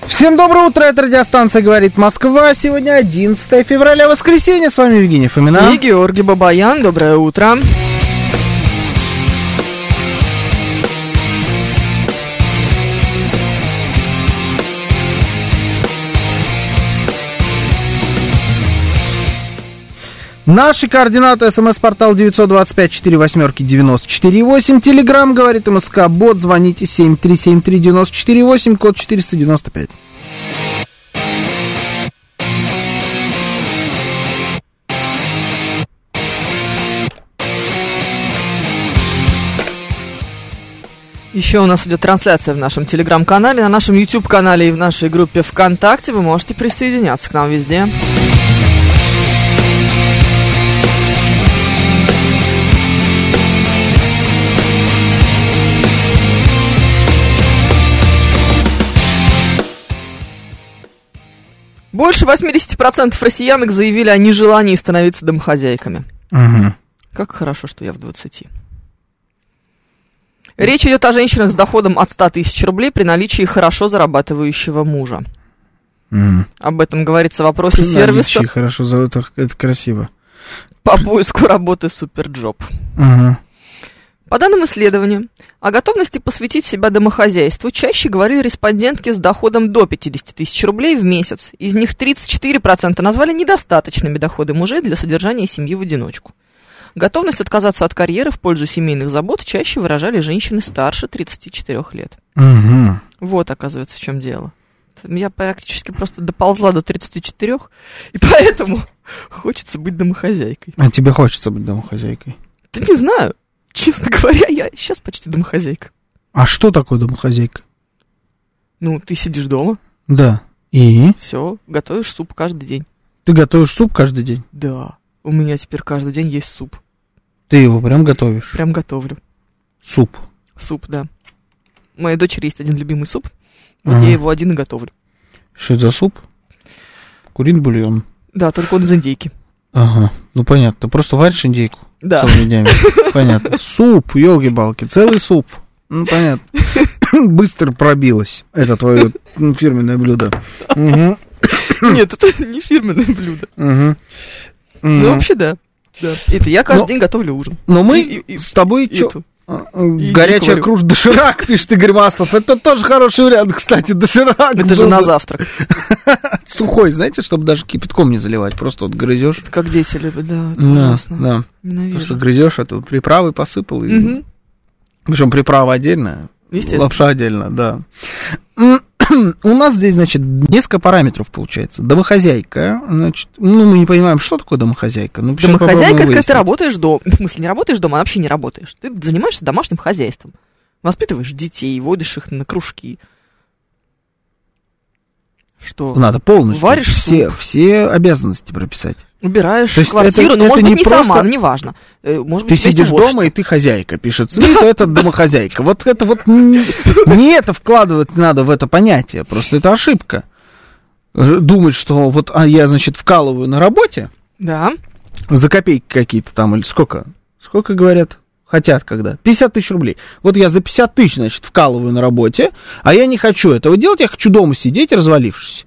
Speaker 2: Всем доброе утро, это радиостанция «Говорит Москва». Сегодня 11 февраля, воскресенье. С вами Евгений Фомина.
Speaker 3: И Георгий Бабаян, доброе утро.
Speaker 2: Наши координаты. СМС-портал 925-48-94-8. Телеграмм, говорит МСК. Бот, звоните 7373948, код 495.
Speaker 3: Еще у нас идет трансляция в нашем телеграм-канале, на нашем YouTube-канале и в нашей группе ВКонтакте. Вы можете присоединяться к нам везде. Больше 80% россиянок заявили о нежелании становиться домохозяйками. Как хорошо, что я в 20. Речь идет о женщинах с доходом от 100 тысяч рублей при наличии хорошо зарабатывающего мужа. Об этом говорится в вопросе
Speaker 4: При
Speaker 3: сервиса
Speaker 4: наличии, Хорошо, за это, это красиво.
Speaker 3: по поиску работы Суперджоп.
Speaker 4: Ага.
Speaker 3: По данным исследования, о готовности посвятить себя домохозяйству чаще говорили респондентки с доходом до 50 тысяч рублей в месяц. Из них 34% назвали недостаточными доходы мужей для содержания семьи в одиночку. Готовность отказаться от карьеры в пользу семейных забот чаще выражали женщины старше 34 лет.
Speaker 4: Ага.
Speaker 3: Вот, оказывается, в чем дело. Я практически просто доползла до 34, и поэтому <laughs> хочется быть домохозяйкой.
Speaker 4: А тебе хочется быть домохозяйкой?
Speaker 3: Да не знаю, честно говоря, я сейчас почти домохозяйка.
Speaker 4: А что такое домохозяйка?
Speaker 3: Ну, ты сидишь дома,
Speaker 4: Да. И?
Speaker 3: все, готовишь суп каждый день.
Speaker 4: Ты готовишь суп каждый день?
Speaker 3: Да, у меня теперь каждый день есть суп.
Speaker 4: Ты его прям готовишь?
Speaker 3: Прям готовлю.
Speaker 4: Суп.
Speaker 3: Суп, да. У моей дочери есть один любимый суп. Вот
Speaker 4: Ага.
Speaker 3: я его один и готовлю.
Speaker 4: Что это за суп? Куриный бульон.
Speaker 3: Да, только он из индейки.
Speaker 4: Ага, ну понятно. Ты просто варишь индейку
Speaker 3: Да.
Speaker 4: целыми днями. <laughs> Понятно. Суп, елки-балки, целый суп. Ну понятно. <laughs> Быстро пробилось. Это твое ну, фирменное блюдо. Мгм,
Speaker 3: <laughs> Нет, это не фирменное блюдо.
Speaker 4: мгм.
Speaker 3: Ну,
Speaker 4: Мгм.
Speaker 3: вообще, да. Да. Это я каждый
Speaker 4: Но-
Speaker 3: день готовлю ужин.
Speaker 4: Но мы
Speaker 3: И- и- и-
Speaker 4: с тобой
Speaker 3: И
Speaker 4: чё-
Speaker 3: эту.
Speaker 4: А,
Speaker 3: И- и
Speaker 4: Горячая
Speaker 3: говорю.
Speaker 4: кружь доширак, <laughs> пишет Игорь Маслов. Это тоже хороший вариант, кстати, доширак.
Speaker 3: Это же
Speaker 4: был
Speaker 3: на
Speaker 4: бы
Speaker 3: завтрак.
Speaker 4: Сухой, знаете, чтобы даже кипятком не заливать. Просто вот грызешь.
Speaker 3: Это как дети любят, да, это
Speaker 4: Да,
Speaker 3: ужасно.
Speaker 4: да. Просто
Speaker 3: Ненавижу.
Speaker 4: грызешь, а тут приправы посыпал. И...
Speaker 3: Мгм.
Speaker 4: Причем приправа отдельная,
Speaker 3: Естественно.
Speaker 4: лапша отдельно, да. <clears throat> У нас здесь, значит, несколько параметров получается. Домохозяйка, значит, ну мы не понимаем, что такое домохозяйка. Ну, сейчас попробуем
Speaker 3: Домохозяйка, это когда
Speaker 4: выяснить.
Speaker 3: ты работаешь дома. <laughs> В смысле, не работаешь дома, а вообще не работаешь. Ты занимаешься домашним хозяйством. Воспитываешь детей, водишь их на кружки. Что?
Speaker 4: Надо полностью
Speaker 3: Варишь
Speaker 4: все, все обязанности прописать.
Speaker 3: Убираешь
Speaker 4: То есть
Speaker 3: квартиру,
Speaker 4: это-
Speaker 3: ну, может
Speaker 4: это
Speaker 3: быть,
Speaker 4: не
Speaker 3: не сама,
Speaker 4: просто-
Speaker 3: ну, неважно. Э, Может
Speaker 4: Ты
Speaker 3: быть,
Speaker 4: сидишь дома, и ты хозяйка, пишет Смит, а это домохозяйка. Вот это вот не не это вкладывать надо в это понятие, просто это ошибка. Э, Думать, что вот а я, значит, вкалываю на работе
Speaker 3: Да, <clears throat>
Speaker 4: за копейки какие-то там, или сколько? Сколько говорят? Хотят когда? 50 тысяч рублей. Вот я за 50 тысяч, значит, вкалываю на работе, а я не хочу этого делать, я хочу дома сидеть, развалившись.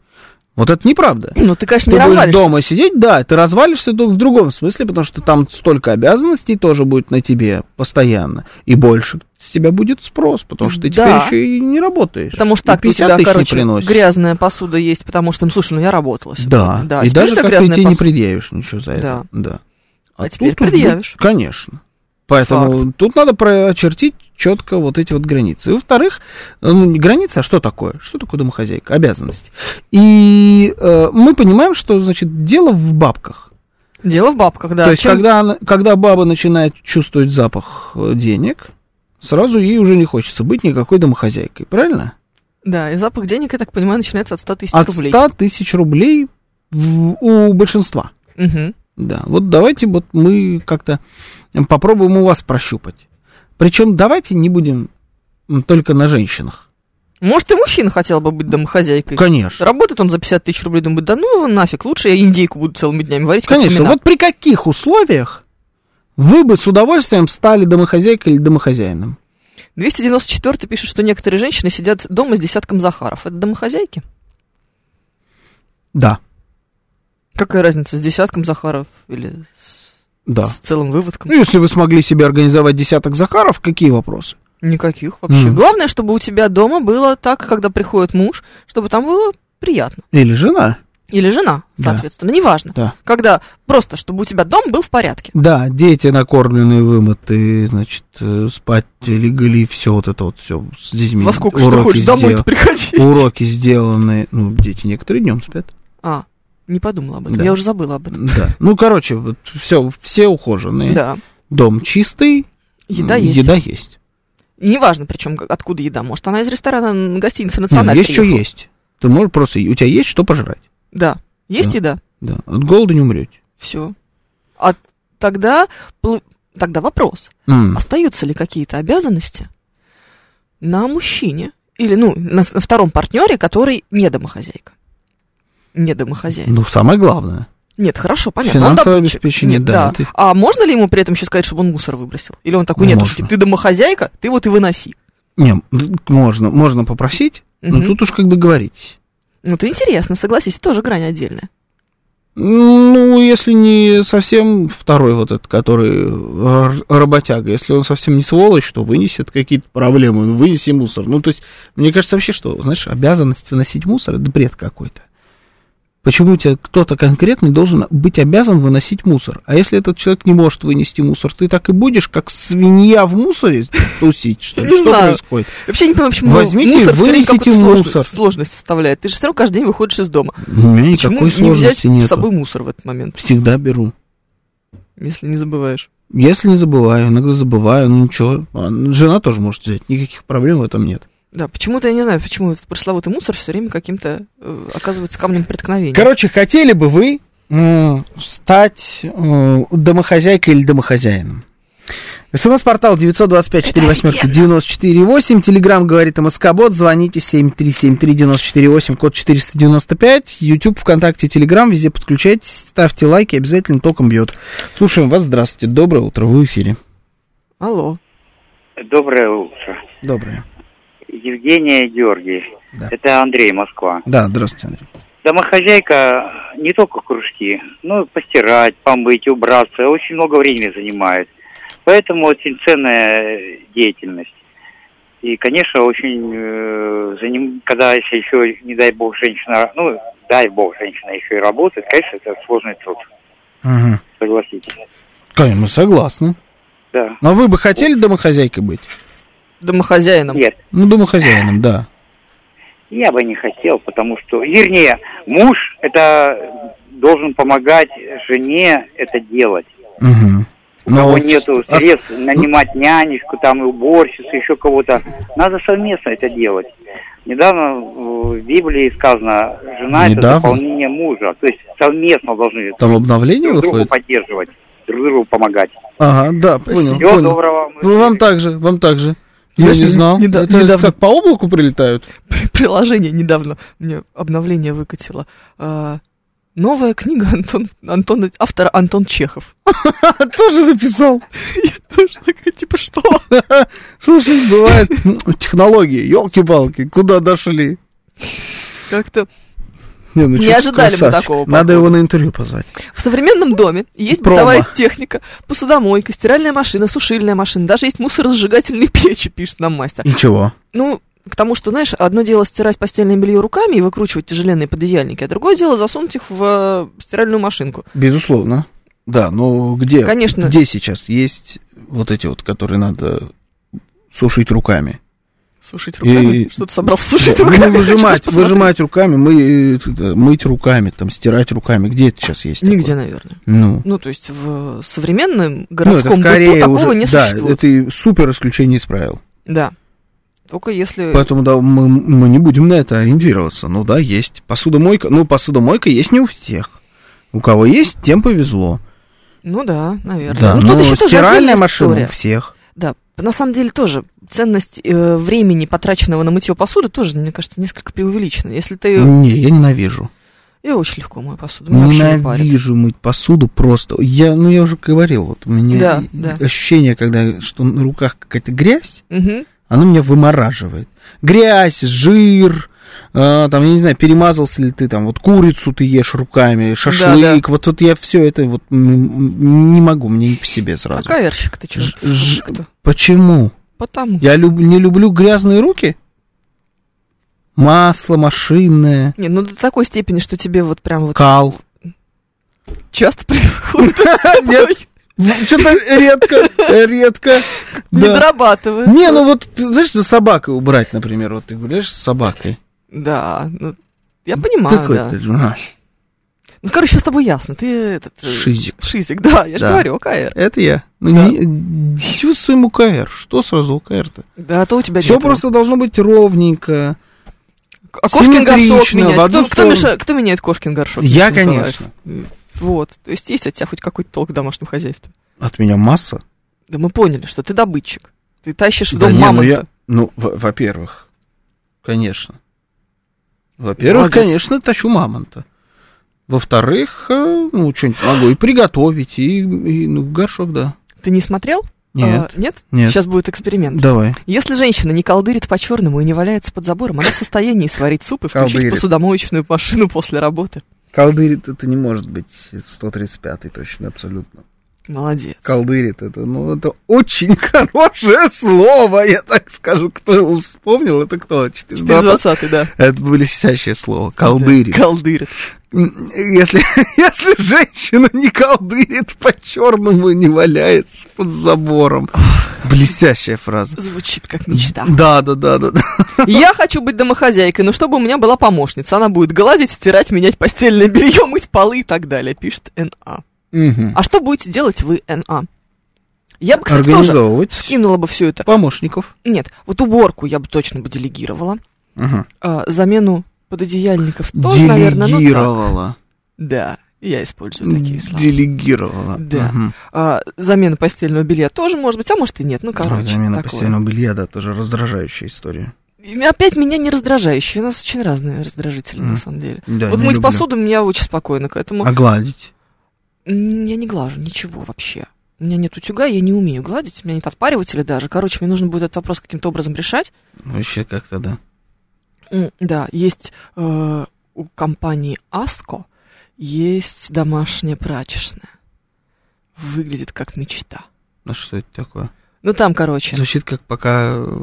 Speaker 4: Вот это неправда.
Speaker 3: ну, ты, конечно, не
Speaker 4: Ты будешь
Speaker 3: развалишься.
Speaker 4: дома сидеть, да, ты развалишься только в другом смысле, потому что там столько обязанностей тоже будет на тебе постоянно. И больше с тебя будет спрос, потому что ты
Speaker 3: Да.
Speaker 4: теперь еще и не работаешь.
Speaker 3: Потому что
Speaker 4: И
Speaker 3: так, у
Speaker 4: 50
Speaker 3: тебя,
Speaker 4: тысяч не
Speaker 3: короче,
Speaker 4: приносишь.
Speaker 3: грязная посуда есть, потому что, ну, слушай, ну, я работала
Speaker 4: Да.
Speaker 3: сегодня. Да,
Speaker 4: и
Speaker 3: теперь
Speaker 4: даже
Speaker 3: у тебя
Speaker 4: как ты
Speaker 3: грязная
Speaker 4: тебе не
Speaker 3: посуда.
Speaker 4: предъявишь ничего за это. Да.
Speaker 3: А теперь
Speaker 4: тут уж
Speaker 3: предъявишь.
Speaker 4: будет- Конечно. Поэтому тут надо прочертить четко вот эти вот границы. И, во-вторых, э, ну, не границы, а что такое? Что такое домохозяйка? Обязанность. И э, мы понимаем, что, значит, дело в бабках.
Speaker 3: Дело в бабках, да.
Speaker 4: То есть,
Speaker 3: Чем-
Speaker 4: когда, она- когда баба начинает чувствовать запах э, денег, сразу ей уже не хочется быть никакой домохозяйкой, правильно?
Speaker 3: Да, и запах денег, я так понимаю, начинается от 100 тысяч
Speaker 4: От
Speaker 3: рублей.
Speaker 4: 100 тысяч рублей в- у большинства.
Speaker 3: Мгм.
Speaker 4: Да, вот давайте вот мы как-то попробуем у вас прощупать. Причем давайте не будем м, только на женщинах.
Speaker 3: Может, и мужчина хотел бы быть домохозяйкой.
Speaker 4: Конечно.
Speaker 3: Работает он за 50 тысяч рублей, думает, да ну его нафиг, лучше я индейку буду целыми днями варить, как
Speaker 4: Конечно.
Speaker 3: семена».
Speaker 4: Вот при каких условиях вы бы с удовольствием стали домохозяйкой или домохозяином?
Speaker 3: 294 пишет, что некоторые женщины сидят дома с десятком Захаров. Это домохозяйки?
Speaker 4: Да.
Speaker 3: Какая разница, с десятком Захаров или с,
Speaker 4: Да.
Speaker 3: с целым выводком?
Speaker 4: Ну, если вы смогли себе организовать десяток Захаров, какие вопросы?
Speaker 3: Никаких вообще.
Speaker 4: Мгм.
Speaker 3: Главное, чтобы у тебя дома было так, когда приходит муж, чтобы там было приятно.
Speaker 4: Или жена?
Speaker 3: Или жена,
Speaker 4: Да.
Speaker 3: соответственно, неважно.
Speaker 4: Да.
Speaker 3: Когда просто, чтобы у тебя дом был в порядке.
Speaker 4: Да, дети накормленные, вымыты, значит, э, спать легли, все вот это вот, все с детьми.
Speaker 3: Во сколько что ты хочешь домой-то
Speaker 4: сдел-
Speaker 3: приходить?
Speaker 4: Уроки сделаны, ну, дети некоторые днем спят.
Speaker 3: А, не подумала об этом.
Speaker 4: Да.
Speaker 3: Я уже забыла об этом.
Speaker 4: Да. Ну, короче, вот все, все ухоженные.
Speaker 3: Да.
Speaker 4: Дом чистый.
Speaker 3: Еда
Speaker 4: м,
Speaker 3: есть.
Speaker 4: Еда есть.
Speaker 3: Неважно, причем как- откуда еда. Может, она из ресторана м, гостиницы
Speaker 4: Ну,
Speaker 3: национальной.
Speaker 4: есть что есть. Ты можешь просто, у тебя есть что пожрать.
Speaker 3: Да. Есть
Speaker 4: Да.
Speaker 3: еда.
Speaker 4: Да. От голода не умрете.
Speaker 3: Все. А тогда, пл- тогда вопрос.
Speaker 4: М.
Speaker 3: Остаются ли какие-то обязанности на мужчине? Или, ну, на, на втором партнере, который не домохозяйка. Не домохозяин.
Speaker 4: Ну, самое главное.
Speaker 3: Нет, хорошо, понятно.
Speaker 4: Финансовое
Speaker 3: он добытчик.
Speaker 4: обеспечение,
Speaker 3: Нет,
Speaker 4: да, ты-
Speaker 3: А можно ли ему при этом еще сказать, чтобы он мусор выбросил? Или он такой, нет,
Speaker 4: Можно.
Speaker 3: ты домохозяйка, ты вот и выноси.
Speaker 4: Не, м, можно, можно попросить, но
Speaker 3: Мгм.
Speaker 4: Ну, тут уж как договоритесь.
Speaker 3: Ну, это интересно, согласись, тоже грань отдельная.
Speaker 4: Ну, если не совсем второй вот этот, который р- работяга, если он совсем не сволочь, то вынесет какие-то проблемы, ну, вынеси мусор. Ну, то есть, мне кажется, вообще, что, знаешь, обязанность выносить мусор, это бред какой-то. Почему у тебя кто-то конкретный должен быть обязан выносить мусор? А если этот человек не может вынести мусор, ты так и будешь, как свинья в мусоре тусить, что ли?
Speaker 3: Не
Speaker 4: Что
Speaker 3: знаю.
Speaker 4: происходит?
Speaker 3: Вообще не понимаю, почему
Speaker 4: Возьмите,
Speaker 3: мусор всё время
Speaker 4: вынесите
Speaker 3: какую-то сложность,
Speaker 4: мусор.
Speaker 3: сложность составляет. Ты же все равно каждый день выходишь из дома.
Speaker 4: У меня
Speaker 3: Почему
Speaker 4: никакой
Speaker 3: не взять
Speaker 4: сложности
Speaker 3: с
Speaker 4: нет.
Speaker 3: собой мусор в этот момент,
Speaker 4: Всегда беру.
Speaker 3: если не забываешь?
Speaker 4: Если не забываю, иногда забываю, ну ничего. А, ну, Жена тоже может взять, никаких проблем в этом нет.
Speaker 3: Да, почему-то я не знаю, почему этот пресловутый мусор все время каким-то э, оказывается камнем преткновения.
Speaker 4: Короче, хотели бы вы э, стать домохозяйкой или домохозяином? СМС-портал 925-48-94-8. Телеграмм говорит МСК-бот. Звоните 7373-94-8, код 495. YouTube, ВКонтакте, Телеграм. Везде подключайтесь. Ставьте лайки. Обязательно током бьет. Слушаем вас. Здравствуйте. Доброе утро. Вы в эфире.
Speaker 3: Алло.
Speaker 6: Доброе утро.
Speaker 4: Доброе.
Speaker 6: Евгения Георгиев.
Speaker 4: Да.
Speaker 6: Это Андрей Москва.
Speaker 4: Да, здравствуйте, Андрей.
Speaker 6: Домохозяйка не только кружки, но и постирать, помыть, убраться. Очень много времени занимает. Поэтому очень ценная деятельность. И, конечно, очень, э, за ним- когда если еще, не дай бог, женщина, ну, дай бог, женщина еще и работает, конечно, это сложный труд,
Speaker 4: Угу.
Speaker 6: согласитесь.
Speaker 4: Конечно, мы согласны.
Speaker 6: Да.
Speaker 4: Но вы бы хотели домохозяйкой быть?
Speaker 3: Домохозяином.
Speaker 6: Нет,
Speaker 4: Ну, домохозяином, да.
Speaker 6: Я бы не хотел, потому что, вернее, муж это должен помогать жене это делать.
Speaker 4: Угу.
Speaker 6: У кого нету средств нанимать нянечку, там и уборщицу, еще кого-то. Надо совместно это делать. Недавно в Библии сказано, жена это
Speaker 4: Недавно?
Speaker 6: дополнение мужа. То есть совместно должны
Speaker 7: Там обновление
Speaker 6: друг другу
Speaker 7: выходит?
Speaker 6: поддерживать, друг другу помогать.
Speaker 4: Ага, да, понял,
Speaker 3: Спасибо.
Speaker 6: Всего
Speaker 4: понял.
Speaker 6: доброго. мы
Speaker 4: Ну, вам
Speaker 6: жили.
Speaker 4: так же, вам так же. Я
Speaker 3: Знаешь,
Speaker 4: не
Speaker 3: не-
Speaker 4: знал.
Speaker 3: неда-
Speaker 4: Это
Speaker 3: недавно-
Speaker 4: как по облаку <laughs> прилетают?
Speaker 3: Приложение недавно мне обновление выкатило. А, новая книга Антон, Антона- автора Антон Чехов. <laughs>
Speaker 4: Тоже написал.
Speaker 3: Тоже такая, типа, что?
Speaker 4: Слушай, <laughs> бывает Ну, технологии, елки-палки, куда дошли?
Speaker 3: Как-то
Speaker 4: Не, ну,
Speaker 3: Не
Speaker 4: чё ты
Speaker 3: ожидали мы
Speaker 4: красавчик.
Speaker 3: такого,
Speaker 4: Надо
Speaker 3: походу.
Speaker 4: его на интервью позвать.
Speaker 3: В современном доме есть
Speaker 4: Промо.
Speaker 3: бытовая техника, посудомойка, стиральная машина, сушильная машина, даже есть мусоросжигательные <laughs> печи, пишет нам мастер.
Speaker 4: Ничего.
Speaker 3: Ну, к тому, что, знаешь, одно дело стирать постельное белье руками и выкручивать тяжеленные подъяльники, а другое дело засунуть их в э, стиральную машинку.
Speaker 4: Безусловно. Да, но где?
Speaker 3: Конечно.
Speaker 4: Э, Где сейчас есть вот эти вот, которые надо сушить руками?
Speaker 3: Сушить руками?
Speaker 4: И-
Speaker 3: Что ты собрался сушить
Speaker 4: Ну,
Speaker 3: руками?
Speaker 4: выжимать,
Speaker 3: Что ж, посмотри.
Speaker 4: выжимать руками, мы, э, т- мыть руками, там, стирать руками. Где это сейчас есть?
Speaker 3: Нигде,
Speaker 4: такое?
Speaker 3: наверное.
Speaker 4: Ну.
Speaker 3: Ну, то есть в современном
Speaker 4: Ну, это
Speaker 3: городском быту
Speaker 4: скорее
Speaker 3: такого
Speaker 4: уже,
Speaker 3: не
Speaker 4: да,
Speaker 3: существует.
Speaker 4: это и супер исключение из правил.
Speaker 3: Да. Только если...
Speaker 4: Поэтому да, мы, мы не будем на это ориентироваться. Ну да, есть посудомойка. Ну, посудомойка есть не у всех. У кого есть, тем повезло.
Speaker 3: Ну да, наверное.
Speaker 4: Да,
Speaker 3: ну,
Speaker 4: но
Speaker 3: тут еще тоже
Speaker 4: стиральная
Speaker 3: отдельная
Speaker 4: машина
Speaker 3: история.
Speaker 4: у всех.
Speaker 3: Да, на самом деле тоже ценность э, времени, потраченного на мытье посуды, тоже, мне кажется, несколько преувеличена. Если ты...
Speaker 4: Не, я ненавижу.
Speaker 3: Я очень легко мою посуду, меня вообще не парит.
Speaker 4: ненавижу мыть посуду просто. Я, ну, я уже говорил, вот у меня
Speaker 3: Да,
Speaker 4: и-
Speaker 3: да.
Speaker 4: ощущение, когда что на руках какая-то грязь,
Speaker 3: Мгм.
Speaker 4: она меня вымораживает. Грязь, жир, э, там, я не знаю, перемазался ли ты, там, вот курицу ты ешь руками, шашлык, вот, вот я все это вот м, м, не могу, мне не по себе сразу.
Speaker 3: А каверщик ты чё?
Speaker 4: Ж-
Speaker 3: Ты
Speaker 4: ж-
Speaker 3: кто?
Speaker 4: Почему?
Speaker 3: Потому.
Speaker 4: Я люб- не люблю грязные руки? Масло машинное,
Speaker 3: Не, ну до такой степени, что тебе вот прям вот <laughs>
Speaker 4: кал.
Speaker 3: часто <laughs> происходит это с тобой.
Speaker 4: Нет, Что-то редко, редко.
Speaker 3: не
Speaker 4: да.
Speaker 3: дорабатывает.
Speaker 4: Не, ну вот, ты знаешь, за собакой убрать, например, вот ты гуляешь с собакой.
Speaker 3: Да, ну, я понимаю,
Speaker 4: Такой
Speaker 3: да.
Speaker 4: ты, а,
Speaker 3: Ну, короче, всё с тобой ясно, ты этот... э,
Speaker 4: шизик.
Speaker 3: Шизик, да, я же
Speaker 4: Да.
Speaker 3: говорю, ОКР.
Speaker 4: Это я. Ну,
Speaker 3: Да.
Speaker 4: не- идите вы с своим УКР. Что сразу УКР-то?
Speaker 3: Да, а то у тебя
Speaker 4: Все
Speaker 3: нет его.
Speaker 4: просто должно быть ровненько.
Speaker 3: А кошкин горшок
Speaker 4: Симметрично,
Speaker 3: менять.
Speaker 4: в
Speaker 3: Кто,
Speaker 4: одну
Speaker 3: кто
Speaker 4: сторону.
Speaker 3: меша- кто меняет кошкин горшок?
Speaker 4: Я,
Speaker 3: Николаев?
Speaker 4: конечно.
Speaker 3: Вот. То есть есть от тебя хоть какой-то толк в домашнем хозяйстве.
Speaker 4: От меня масса.
Speaker 3: Да мы поняли, что ты добытчик. Ты тащишь в
Speaker 4: Да
Speaker 3: дом
Speaker 4: не, ну
Speaker 3: мамонта.
Speaker 4: я- Ну, во- во-первых, конечно. Во-первых,
Speaker 3: Молодец.
Speaker 4: конечно, тащу мамонта. Во-вторых, э, ну, что-нибудь могу и приготовить, и, и, ну, горшок, да.
Speaker 3: Ты не смотрел?
Speaker 4: Нет,
Speaker 3: А, нет?
Speaker 4: нет.
Speaker 3: Сейчас будет эксперимент.
Speaker 4: Давай.
Speaker 3: Если женщина не колдырит по-черному и не валяется под забором, она в состоянии сварить суп и включить
Speaker 4: Колдырит.
Speaker 3: посудомоечную машину после работы.
Speaker 4: Колдырит это не может быть 135-й точно, абсолютно.
Speaker 3: Молодец.
Speaker 4: Колдырит это, ну, это очень <laughs> хорошее слово, я так скажу. Кто его вспомнил, это кто? 420?
Speaker 3: 420 да.
Speaker 4: Это блестящее слово. Колдырит.
Speaker 3: Да, колдырит.
Speaker 4: М, Если, <laughs> если женщина не колдырит, по-черному не валяется под забором. Блестящая фраза.
Speaker 3: Звучит как мечта.
Speaker 4: Да, да, да, да. да.
Speaker 3: Я хочу быть домохозяйкой, но чтобы у меня была помощница. Она будет гладить, стирать, менять постельное белье, <laughs> мыть полы и так далее, пишет НА. А что будете делать вы, НА? Я бы, кстати, тоже
Speaker 4: Организовывать
Speaker 3: скинула бы все это.
Speaker 4: помощников.
Speaker 3: Нет, вот уборку я бы точно бы делегировала.
Speaker 4: Мгм.
Speaker 3: А, замену пододеяльников тоже, наверное, ну так.
Speaker 4: Делегировала.
Speaker 3: Да. Я использую такие слова.
Speaker 4: Делегировала.
Speaker 3: Да.
Speaker 4: Мгм.
Speaker 3: А, замена постельного белья тоже может быть, а может и нет. Ну,
Speaker 4: Да,
Speaker 3: короче,
Speaker 4: замена
Speaker 3: такое.
Speaker 4: постельного белья, да, тоже раздражающая история.
Speaker 3: И Опять меня не раздражающие. У нас очень разные раздражители,
Speaker 4: Мгм.
Speaker 3: на самом деле.
Speaker 4: Да,
Speaker 3: вот
Speaker 4: не
Speaker 3: мыть
Speaker 4: люблю.
Speaker 3: посуду меня очень спокойно к этому.
Speaker 4: А гладить?
Speaker 3: М, Я не глажу ничего вообще. У меня нет утюга, я не умею гладить, у меня нет отпаривателя даже. Короче, мне нужно будет этот вопрос каким-то образом решать.
Speaker 4: Ну, Вообще как-то, да.
Speaker 3: М, Да, есть э, у компании Аско есть домашняя прачечная. Выглядит как мечта.
Speaker 4: А что это такое?
Speaker 3: Ну там, короче,
Speaker 4: Звучит как пока э,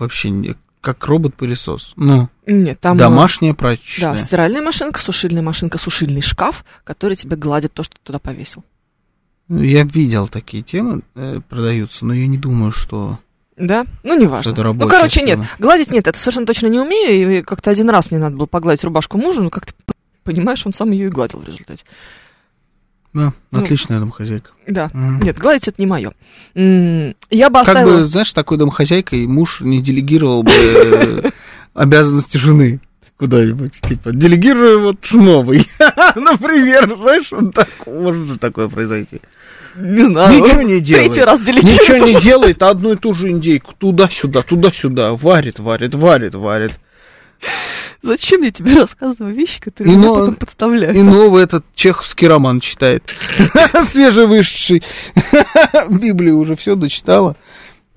Speaker 4: вообще не- как робот-пылесос. Ну,
Speaker 3: нет, там э,
Speaker 4: домашняя прачечная.
Speaker 3: Да, стиральная машинка, сушильная машинка, сушильный шкаф, который тебе гладит то, что ты туда повесил.
Speaker 4: Ну, Я видел такие темы, э, продаются, но я не думаю, что...
Speaker 3: Да? Ну, неважно.
Speaker 4: Что-то
Speaker 3: Ну,
Speaker 4: рабочее
Speaker 3: короче, нет.
Speaker 4: тема.
Speaker 3: Гладить нет, это совершенно точно не умею. И как-то один раз мне надо было погладить рубашку мужу, но как ты понимаешь, он сам ее и гладил в результате.
Speaker 4: Да,
Speaker 3: Ну.
Speaker 4: отличная домохозяйка.
Speaker 3: Да.
Speaker 4: Мгм.
Speaker 3: Нет, гладить это не мое. Я бы
Speaker 4: Как
Speaker 3: оставила...
Speaker 4: бы, знаешь, такой домохозяйкой муж не делегировал бы э, обязанности жены куда-нибудь, типа, делегирую вот с новой. <laughs> Например, знаешь, вот так может же такое произойти.
Speaker 3: Не знаю.
Speaker 4: Ничего не
Speaker 3: А, ну, <laughs> Третий
Speaker 4: делает.
Speaker 3: раз делегирует.
Speaker 4: Ничего не делает, а одну и ту же индейку туда-сюда, туда-сюда, варит, варит, варит, варит.
Speaker 3: Зачем я тебе рассказываю вещи, которые
Speaker 4: И
Speaker 3: меня
Speaker 4: ну,
Speaker 3: потом подставляют?
Speaker 4: И новый этот чеховский роман читает. <laughs> Свежевышедший. <laughs> Библию уже все дочитала.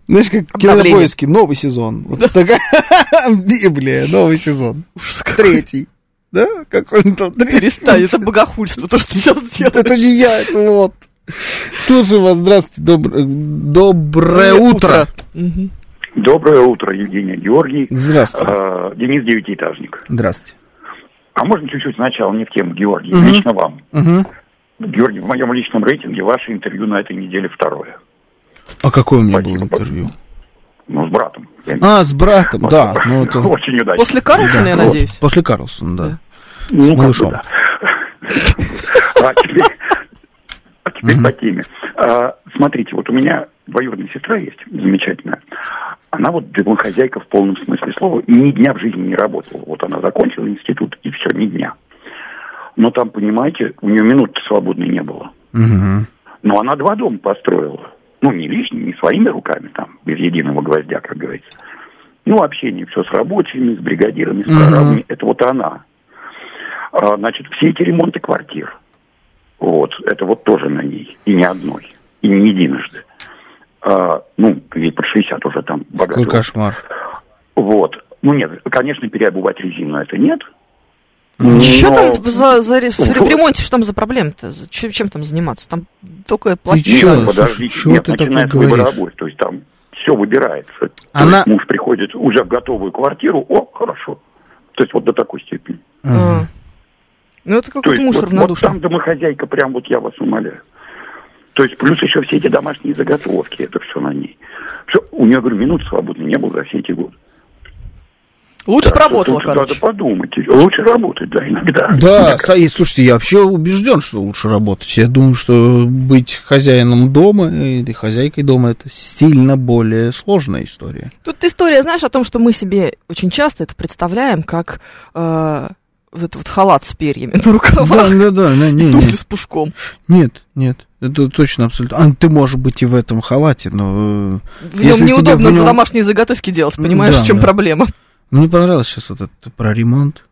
Speaker 4: Знаешь, как
Speaker 3: Обновление.
Speaker 4: кинопоиски, новый сезон. Вот такая <laughs> Библия, новый сезон.
Speaker 3: Ужас какой.
Speaker 4: Третий. Да? Какой он там третий?
Speaker 3: <laughs>
Speaker 4: <laughs>
Speaker 3: Перестань, это богохульство, то, что ты сейчас делаешь.
Speaker 4: Это не я, это вот. Слушаю вас, здравствуйте. Добр- Доброе утро.
Speaker 3: Мгм.
Speaker 8: Доброе утро, Евгений Георгий.
Speaker 4: Здравствуйте.
Speaker 8: Э, Денис Девятиэтажник.
Speaker 4: Здравствуйте.
Speaker 8: А можно чуть-чуть сначала не в тему, Георгий,
Speaker 4: Мгм.
Speaker 8: лично вам.
Speaker 4: Мгм.
Speaker 8: Георгий, в моем личном рейтинге ваше интервью на этой неделе второе.
Speaker 4: А какое у меня было
Speaker 8: Спасибо.
Speaker 4: интервью?
Speaker 8: Ну, с братом. Я не-
Speaker 4: А, с братом, да. Ну, это
Speaker 8: <laughs> Очень удачно.
Speaker 3: После Карлсона, я
Speaker 4: Да.
Speaker 3: надеюсь?
Speaker 4: после Карлсона, да.
Speaker 8: Ну, как бы
Speaker 4: малышом.
Speaker 8: да. А теперь а теперь по теме. А, Смотрите, вот у меня двоюродная сестра есть, замечательная. Она вот домохозяйка в полном смысле слова, ни дня в жизни не работала. Вот она закончила институт, и все, ни дня. Но там, понимаете, у нее минут свободной не было.
Speaker 4: Мгм.
Speaker 8: Но она два дома построила. Ну, не лишними, не своими руками, там, без единого гвоздя, как говорится. Ну, общение все с рабочими, с бригадирами, с прорабами. Это вот она. А, значит, все эти ремонты квартир. Вот, это вот тоже на ней. И не одной. И не единожды. А, ну, ей под 60 уже там
Speaker 4: Какой
Speaker 8: богатый.
Speaker 4: кошмар.
Speaker 8: Вот. Ну, нет, конечно, переобувать резину это нет.
Speaker 3: Что
Speaker 8: Но-
Speaker 3: там
Speaker 4: ну,
Speaker 3: за, за рис- в
Speaker 8: Вот.
Speaker 3: ремонте, что там за проблема-то? За- Чем, чем там заниматься? Там только платить.
Speaker 4: чё?
Speaker 8: Нет,
Speaker 4: Слушай,
Speaker 8: подождите,
Speaker 4: чего
Speaker 8: нет,
Speaker 4: ты такое
Speaker 8: начиная с
Speaker 4: говоришь?
Speaker 8: выбора обоев, то есть там все выбирается. То
Speaker 4: Она-
Speaker 8: есть муж приходит уже в готовую квартиру, о, хорошо. То есть вот до такой степени.
Speaker 3: А. Ну, это
Speaker 8: То
Speaker 3: какой-то
Speaker 8: есть
Speaker 3: муж
Speaker 8: вот, вот
Speaker 3: равнодушный.
Speaker 8: там домохозяйка, прям вот я вас умоляю. То есть плюс еще все эти домашние заготовки, это все на ней. Всё, у нее, говорю, минут свободной не было за все эти годы.
Speaker 3: Лучше
Speaker 8: Так что
Speaker 3: поработала,
Speaker 8: тут
Speaker 3: короче.
Speaker 8: Надо подумать. Лучше работать, да, иногда.
Speaker 4: Да,
Speaker 8: Мне кажется.
Speaker 4: Саид, слушайте, я вообще убежден, что лучше работать. Я думаю, что быть хозяином дома или хозяйкой дома это сильно более сложная история.
Speaker 3: Тут история, знаешь, о том, что мы себе очень часто это представляем, как э, вот этот вот халат с перьями на
Speaker 4: Да,
Speaker 3: рукавах,
Speaker 4: да, да, да, не,
Speaker 3: туфли
Speaker 4: нет,
Speaker 3: с пушком.
Speaker 4: нет, нет, это точно абсолютно. А ты можешь быть и в этом халате, но э,
Speaker 3: В
Speaker 4: Если
Speaker 3: нем
Speaker 4: тебе
Speaker 3: неудобно
Speaker 4: в нём-
Speaker 3: за домашние заготовки делать,
Speaker 4: Ну,
Speaker 3: понимаешь,
Speaker 4: да,
Speaker 3: в чем
Speaker 4: да.
Speaker 3: проблема?
Speaker 4: мне понравилось сейчас вот это про ремонт.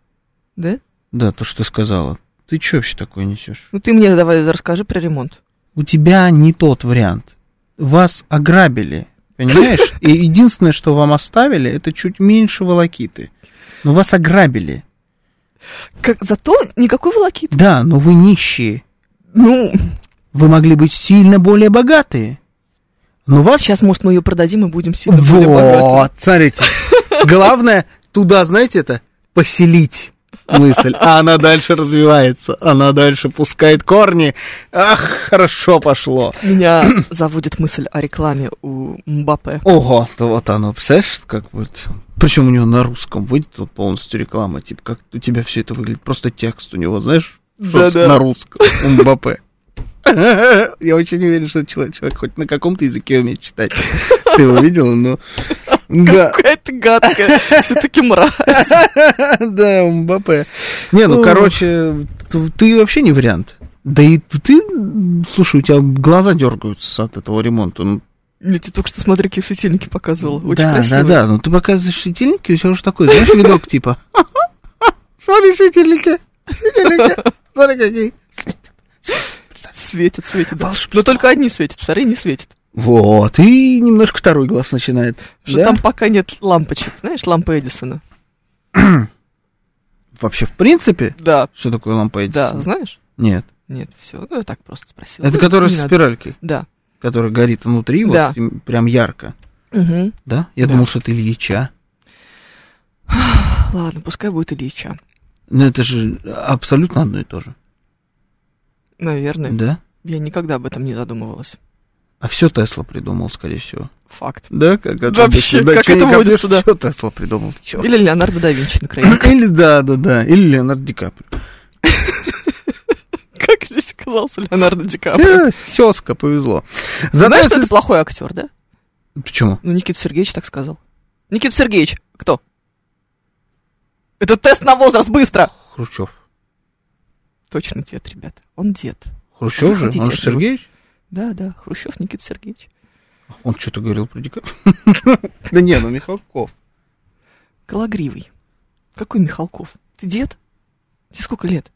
Speaker 3: Да?
Speaker 4: Да, то, что ты сказала. Ты что вообще такое несешь?
Speaker 3: Ну, ты мне давай расскажи про ремонт.
Speaker 4: У тебя не тот вариант. Вас ограбили,
Speaker 3: <laughs>
Speaker 4: понимаешь? И единственное, что вам оставили, это чуть меньше волокиты. Но вас ограбили.
Speaker 3: Как, зато никакой волокиты.
Speaker 4: Да, но вы нищие.
Speaker 3: Ну,
Speaker 4: Вы могли быть сильно более богатые. Но вас...
Speaker 3: сейчас, может, мы ее продадим и будем сильно более богаты.
Speaker 4: Вот, смотрите. Главное, туда, знаете, это поселить мысль. А она дальше развивается. Она дальше пускает корни. Ах, хорошо пошло.
Speaker 3: Меня <coughs> заводит мысль о рекламе у Мбаппе.
Speaker 4: Ого, то вот оно, представляешь, как будет. Причем у него на русском выйдет вот полностью реклама. Типа, как у тебя все это выглядит. Просто текст у него, знаешь,
Speaker 3: Да-да.
Speaker 4: собственно, на русском. У Мбаппе. <laughs> Я очень уверен, что человек, человек хоть на каком-то языке умеет читать. Ты его видела, но... Да,
Speaker 3: Какая-то гадкая, все-таки мразь.
Speaker 4: да, Мбаппе. Не, ну,
Speaker 3: Ух.
Speaker 4: короче, т- ты вообще не вариант. Да и ты, слушай, у тебя глаза дергаются от этого ремонта. Ну,
Speaker 3: Я тебе только что, смотри, какие светильники показывала. Очень
Speaker 4: да,
Speaker 3: красиво.
Speaker 4: да, да. Ну ты показываешь светильники, у тебя уже такой, знаешь, видок типа. <laughs> Смотри, светильники. Светильники. Смотри, какие.
Speaker 3: Светит, светит. да.
Speaker 4: Волшебство.
Speaker 3: Но только одни светят, вторые не светят.
Speaker 4: Вот, и немножко второй глаз начинает.
Speaker 3: Что
Speaker 4: да?
Speaker 3: там пока нет лампочек, знаешь, лампы Эдисона.
Speaker 4: Вообще, в принципе,
Speaker 3: Да,
Speaker 4: что такое лампа
Speaker 3: да,
Speaker 4: Эдисона?
Speaker 3: знаешь?
Speaker 4: Нет.
Speaker 3: Нет, все, ну я так просто спросила.
Speaker 4: Это
Speaker 3: Ну,
Speaker 4: которая
Speaker 3: не
Speaker 4: со
Speaker 3: надо.
Speaker 4: спиралькой,
Speaker 3: Да.
Speaker 4: которая горит внутри,
Speaker 3: Да.
Speaker 4: вот и прям ярко.
Speaker 3: Мгм.
Speaker 4: Да? Я
Speaker 3: Да.
Speaker 4: думал, что это Ильича.
Speaker 3: Ладно, пускай будет Ильича.
Speaker 4: Но Ну, это же абсолютно одно и то же.
Speaker 3: Наверное.
Speaker 4: Да?
Speaker 3: Я никогда об этом не задумывалась.
Speaker 4: А все Тесла придумал, скорее всего.
Speaker 3: Факт.
Speaker 4: Да, как это
Speaker 3: Вообще, как это водится, да.
Speaker 4: Все Тесла придумал. чёрт.
Speaker 3: Или Леонардо да Винчи,
Speaker 4: <laughs> <coughs>
Speaker 3: наконец.
Speaker 4: Или да, да, да. Или Леонард Ди Каприо.
Speaker 3: Как здесь оказался Леонардо Ди Каприо?
Speaker 4: Э, Тезка, повезло. За
Speaker 3: А Знаешь, что
Speaker 4: Теслу-
Speaker 3: это плохой актер, да?
Speaker 4: Почему?
Speaker 3: Ну, Никита Сергеевич так сказал. Никита Сергеевич, кто? Это тест на возраст, быстро!
Speaker 4: Хрущев.
Speaker 3: Точно дед, ребята. Он дед.
Speaker 4: Хрущев же?
Speaker 3: Хотите,
Speaker 4: Он
Speaker 3: я
Speaker 4: же
Speaker 3: живу.
Speaker 4: Сергеевич?
Speaker 3: Да, да, Хрущев Никита Сергеевич.
Speaker 4: Он что-то говорил про Ди Каприо. <laughs> Да не, ну Михалков.
Speaker 3: Кологривый. Какой Михалков? Ты дед? Тебе сколько лет?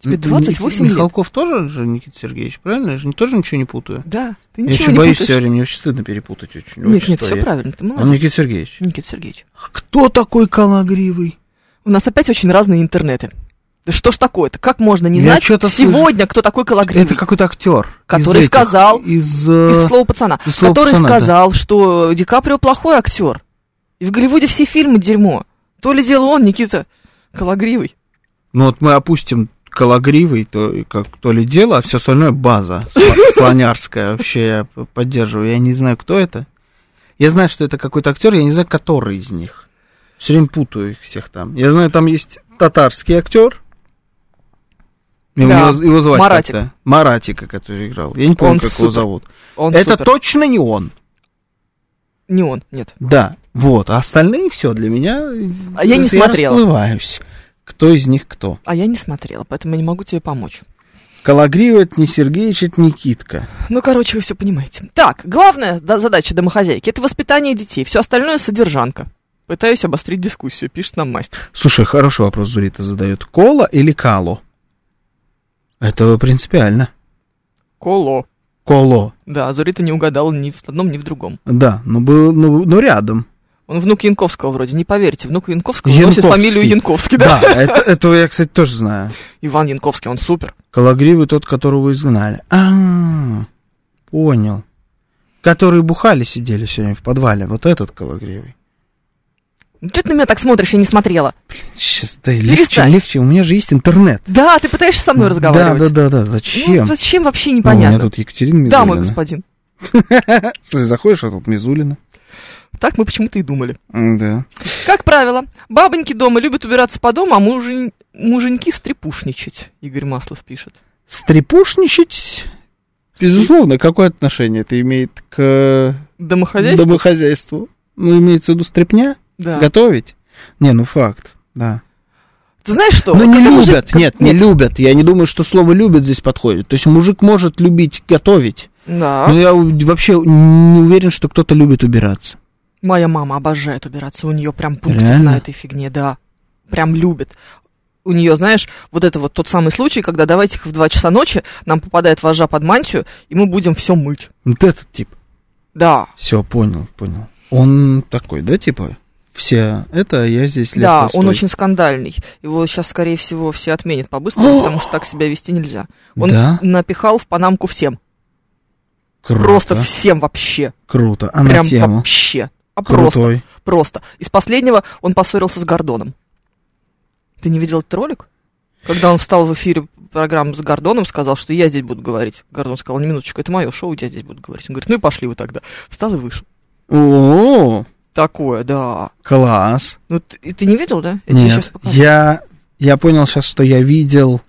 Speaker 3: Тебе
Speaker 4: Ну, ты
Speaker 3: 28
Speaker 4: Ник-
Speaker 3: лет.
Speaker 4: Михалков тоже же Никита Сергеевич, правильно? Я же тоже ничего не путаю.
Speaker 3: Да, ты
Speaker 4: Я
Speaker 3: ничего
Speaker 4: еще
Speaker 3: не
Speaker 4: боюсь все
Speaker 3: путаешь.
Speaker 4: время, мне очень стыдно перепутать очень.
Speaker 3: Нет, нет,
Speaker 4: отчество.
Speaker 3: все
Speaker 4: Я-
Speaker 3: правильно, ты
Speaker 4: Он
Speaker 3: молодец.
Speaker 4: Никита Сергеевич.
Speaker 3: Никита Сергеевич.
Speaker 4: А Кто такой Калагривый?
Speaker 3: У нас опять очень разные интернеты. Да что ж такое-то? Как можно не
Speaker 4: Я
Speaker 3: знать
Speaker 4: чё-то слышу.
Speaker 3: сегодня, кто такой Кологривый?
Speaker 4: Это какой-то актер.
Speaker 3: Который сказал
Speaker 4: Из,
Speaker 3: Из
Speaker 4: э,
Speaker 3: слова пацана.
Speaker 4: из «Слова
Speaker 3: который
Speaker 4: пацана», да.
Speaker 3: сказал, что Ди Каприо плохой актер. И в Голливуде все фильмы дерьмо. То ли дело он, Никита Кологривый.
Speaker 4: Ну вот мы опустим Калагривый, то, и как, то ли дело, а все остальное база
Speaker 3: <laughs>
Speaker 4: сла- слонярская. Вообще я п- поддерживаю. Я не знаю, кто это. Я знаю, что это какой-то актер, я не знаю, который из них. Все время путаю их всех там. Я знаю, там есть татарский актер. И у
Speaker 3: Да,
Speaker 4: него- его звать
Speaker 3: Маратик.
Speaker 4: как-то. Маратика, который играл. Я не помню,
Speaker 3: Он
Speaker 4: как
Speaker 3: супер.
Speaker 4: его зовут.
Speaker 3: Он
Speaker 4: это
Speaker 3: супер.
Speaker 4: точно не он.
Speaker 3: Не он, нет.
Speaker 4: Да, вот. А остальные все для меня...
Speaker 3: А я не смотрела.
Speaker 4: расплываюсь. Кто из них кто.
Speaker 3: А я не смотрела, поэтому я не могу тебе помочь.
Speaker 4: Калагриев это не Сергеевич, это Никитка.
Speaker 3: Ну, короче, вы все понимаете. Так, главная да- задача домохозяйки – это воспитание детей. Все остальное – содержанка. Пытаюсь обострить дискуссию, пишет нам мастер.
Speaker 4: Слушай, хороший вопрос Зурита задает. Кола или Кало? Это принципиально.
Speaker 3: Коло.
Speaker 4: Коло.
Speaker 3: Да, Зурита не угадала ни в одном, ни в другом.
Speaker 4: Да, но был, но, но рядом.
Speaker 3: Он внук Янковского вроде, не поверите, внук Янковского носит
Speaker 4: Янковский.
Speaker 3: фамилию Янковский, да?
Speaker 4: Да, это- этого я, кстати, тоже знаю.
Speaker 3: Иван Янковский, он супер.
Speaker 4: Калагривый тот, которого изгнали. А, понял. Которые бухали, сидели все время в подвале. Вот этот Калагривый.
Speaker 3: Ну, что ты на меня так смотришь, я не смотрела.
Speaker 4: Сейчас, да, легче,
Speaker 3: Перестань.
Speaker 4: легче. У меня же есть интернет.
Speaker 3: Да, ты пытаешься со мной разговаривать.
Speaker 4: Да, да, да, да.
Speaker 3: Ну,
Speaker 4: Зачем?
Speaker 3: зачем
Speaker 4: Ну,
Speaker 3: вообще
Speaker 4: у меня
Speaker 3: непонятно.
Speaker 4: тут Екатерина
Speaker 3: да, мой
Speaker 4: Мизулина.
Speaker 3: господин.
Speaker 4: Слушай, заходишь, а тут Мизулина.
Speaker 3: Так мы почему-то и думали.
Speaker 4: Да.
Speaker 3: Как правило, бабоньки дома любят убираться по дому, а мужень- муженьки стрепушничать, Игорь Маслов пишет.
Speaker 4: Стрепушничать, безусловно, какое отношение это имеет к
Speaker 3: Домохозяйство?
Speaker 4: домохозяйству? Ну, имеется в виду стрепня?
Speaker 3: Да.
Speaker 4: Готовить? Не, ну факт, да.
Speaker 3: Ты знаешь что?
Speaker 4: Но
Speaker 3: вот
Speaker 4: Ну, не
Speaker 3: когда
Speaker 4: любят,
Speaker 3: Ну, мужик-
Speaker 4: нет, не любят. Я не думаю, что слово «любят» здесь подходит. То есть мужик может любить готовить,
Speaker 3: Да,
Speaker 4: но Ну, я у- вообще не уверен, что кто-то любит убираться.
Speaker 3: моя мама обожает убираться, у нее прям пунктик
Speaker 4: Реально?
Speaker 3: на этой фигне, да. Прям любит. У нее, знаешь, вот это вот тот самый случай, когда давайте-ка в 2 часа ночи нам попадает вожа под мантию, и мы будем все мыть.
Speaker 4: Вот этот тип.
Speaker 3: Да,
Speaker 4: Все, понял, понял. Он такой, да, типа? Все это, а я здесь Лев
Speaker 3: Да,
Speaker 4: Толстой.
Speaker 3: он очень скандальный. Его сейчас, скорее всего, все отменят по-быстрому, потому что так себя вести нельзя. Он
Speaker 4: Да?
Speaker 3: напихал в панамку всем.
Speaker 4: Круто,
Speaker 3: Просто всем вообще.
Speaker 4: круто. А на
Speaker 3: Прям
Speaker 4: тему?
Speaker 3: вообще. А просто,
Speaker 4: Крутой.
Speaker 3: просто. Из последнего он поссорился с Гордоном. Ты не видел этот ролик? Когда он встал в эфире программы с Гордоном, сказал, что я здесь буду говорить. Гордон сказал, не минуточку, это мое шоу, я здесь буду говорить. Он говорит, ну и пошли вы тогда. Встал и вышел.
Speaker 4: О,
Speaker 3: Такое, да.
Speaker 4: класс.
Speaker 3: Ну, ты, и ты не видел, да? Я тебе щас
Speaker 4: Нет,
Speaker 3: покажу.
Speaker 4: я, я понял сейчас, что я видел,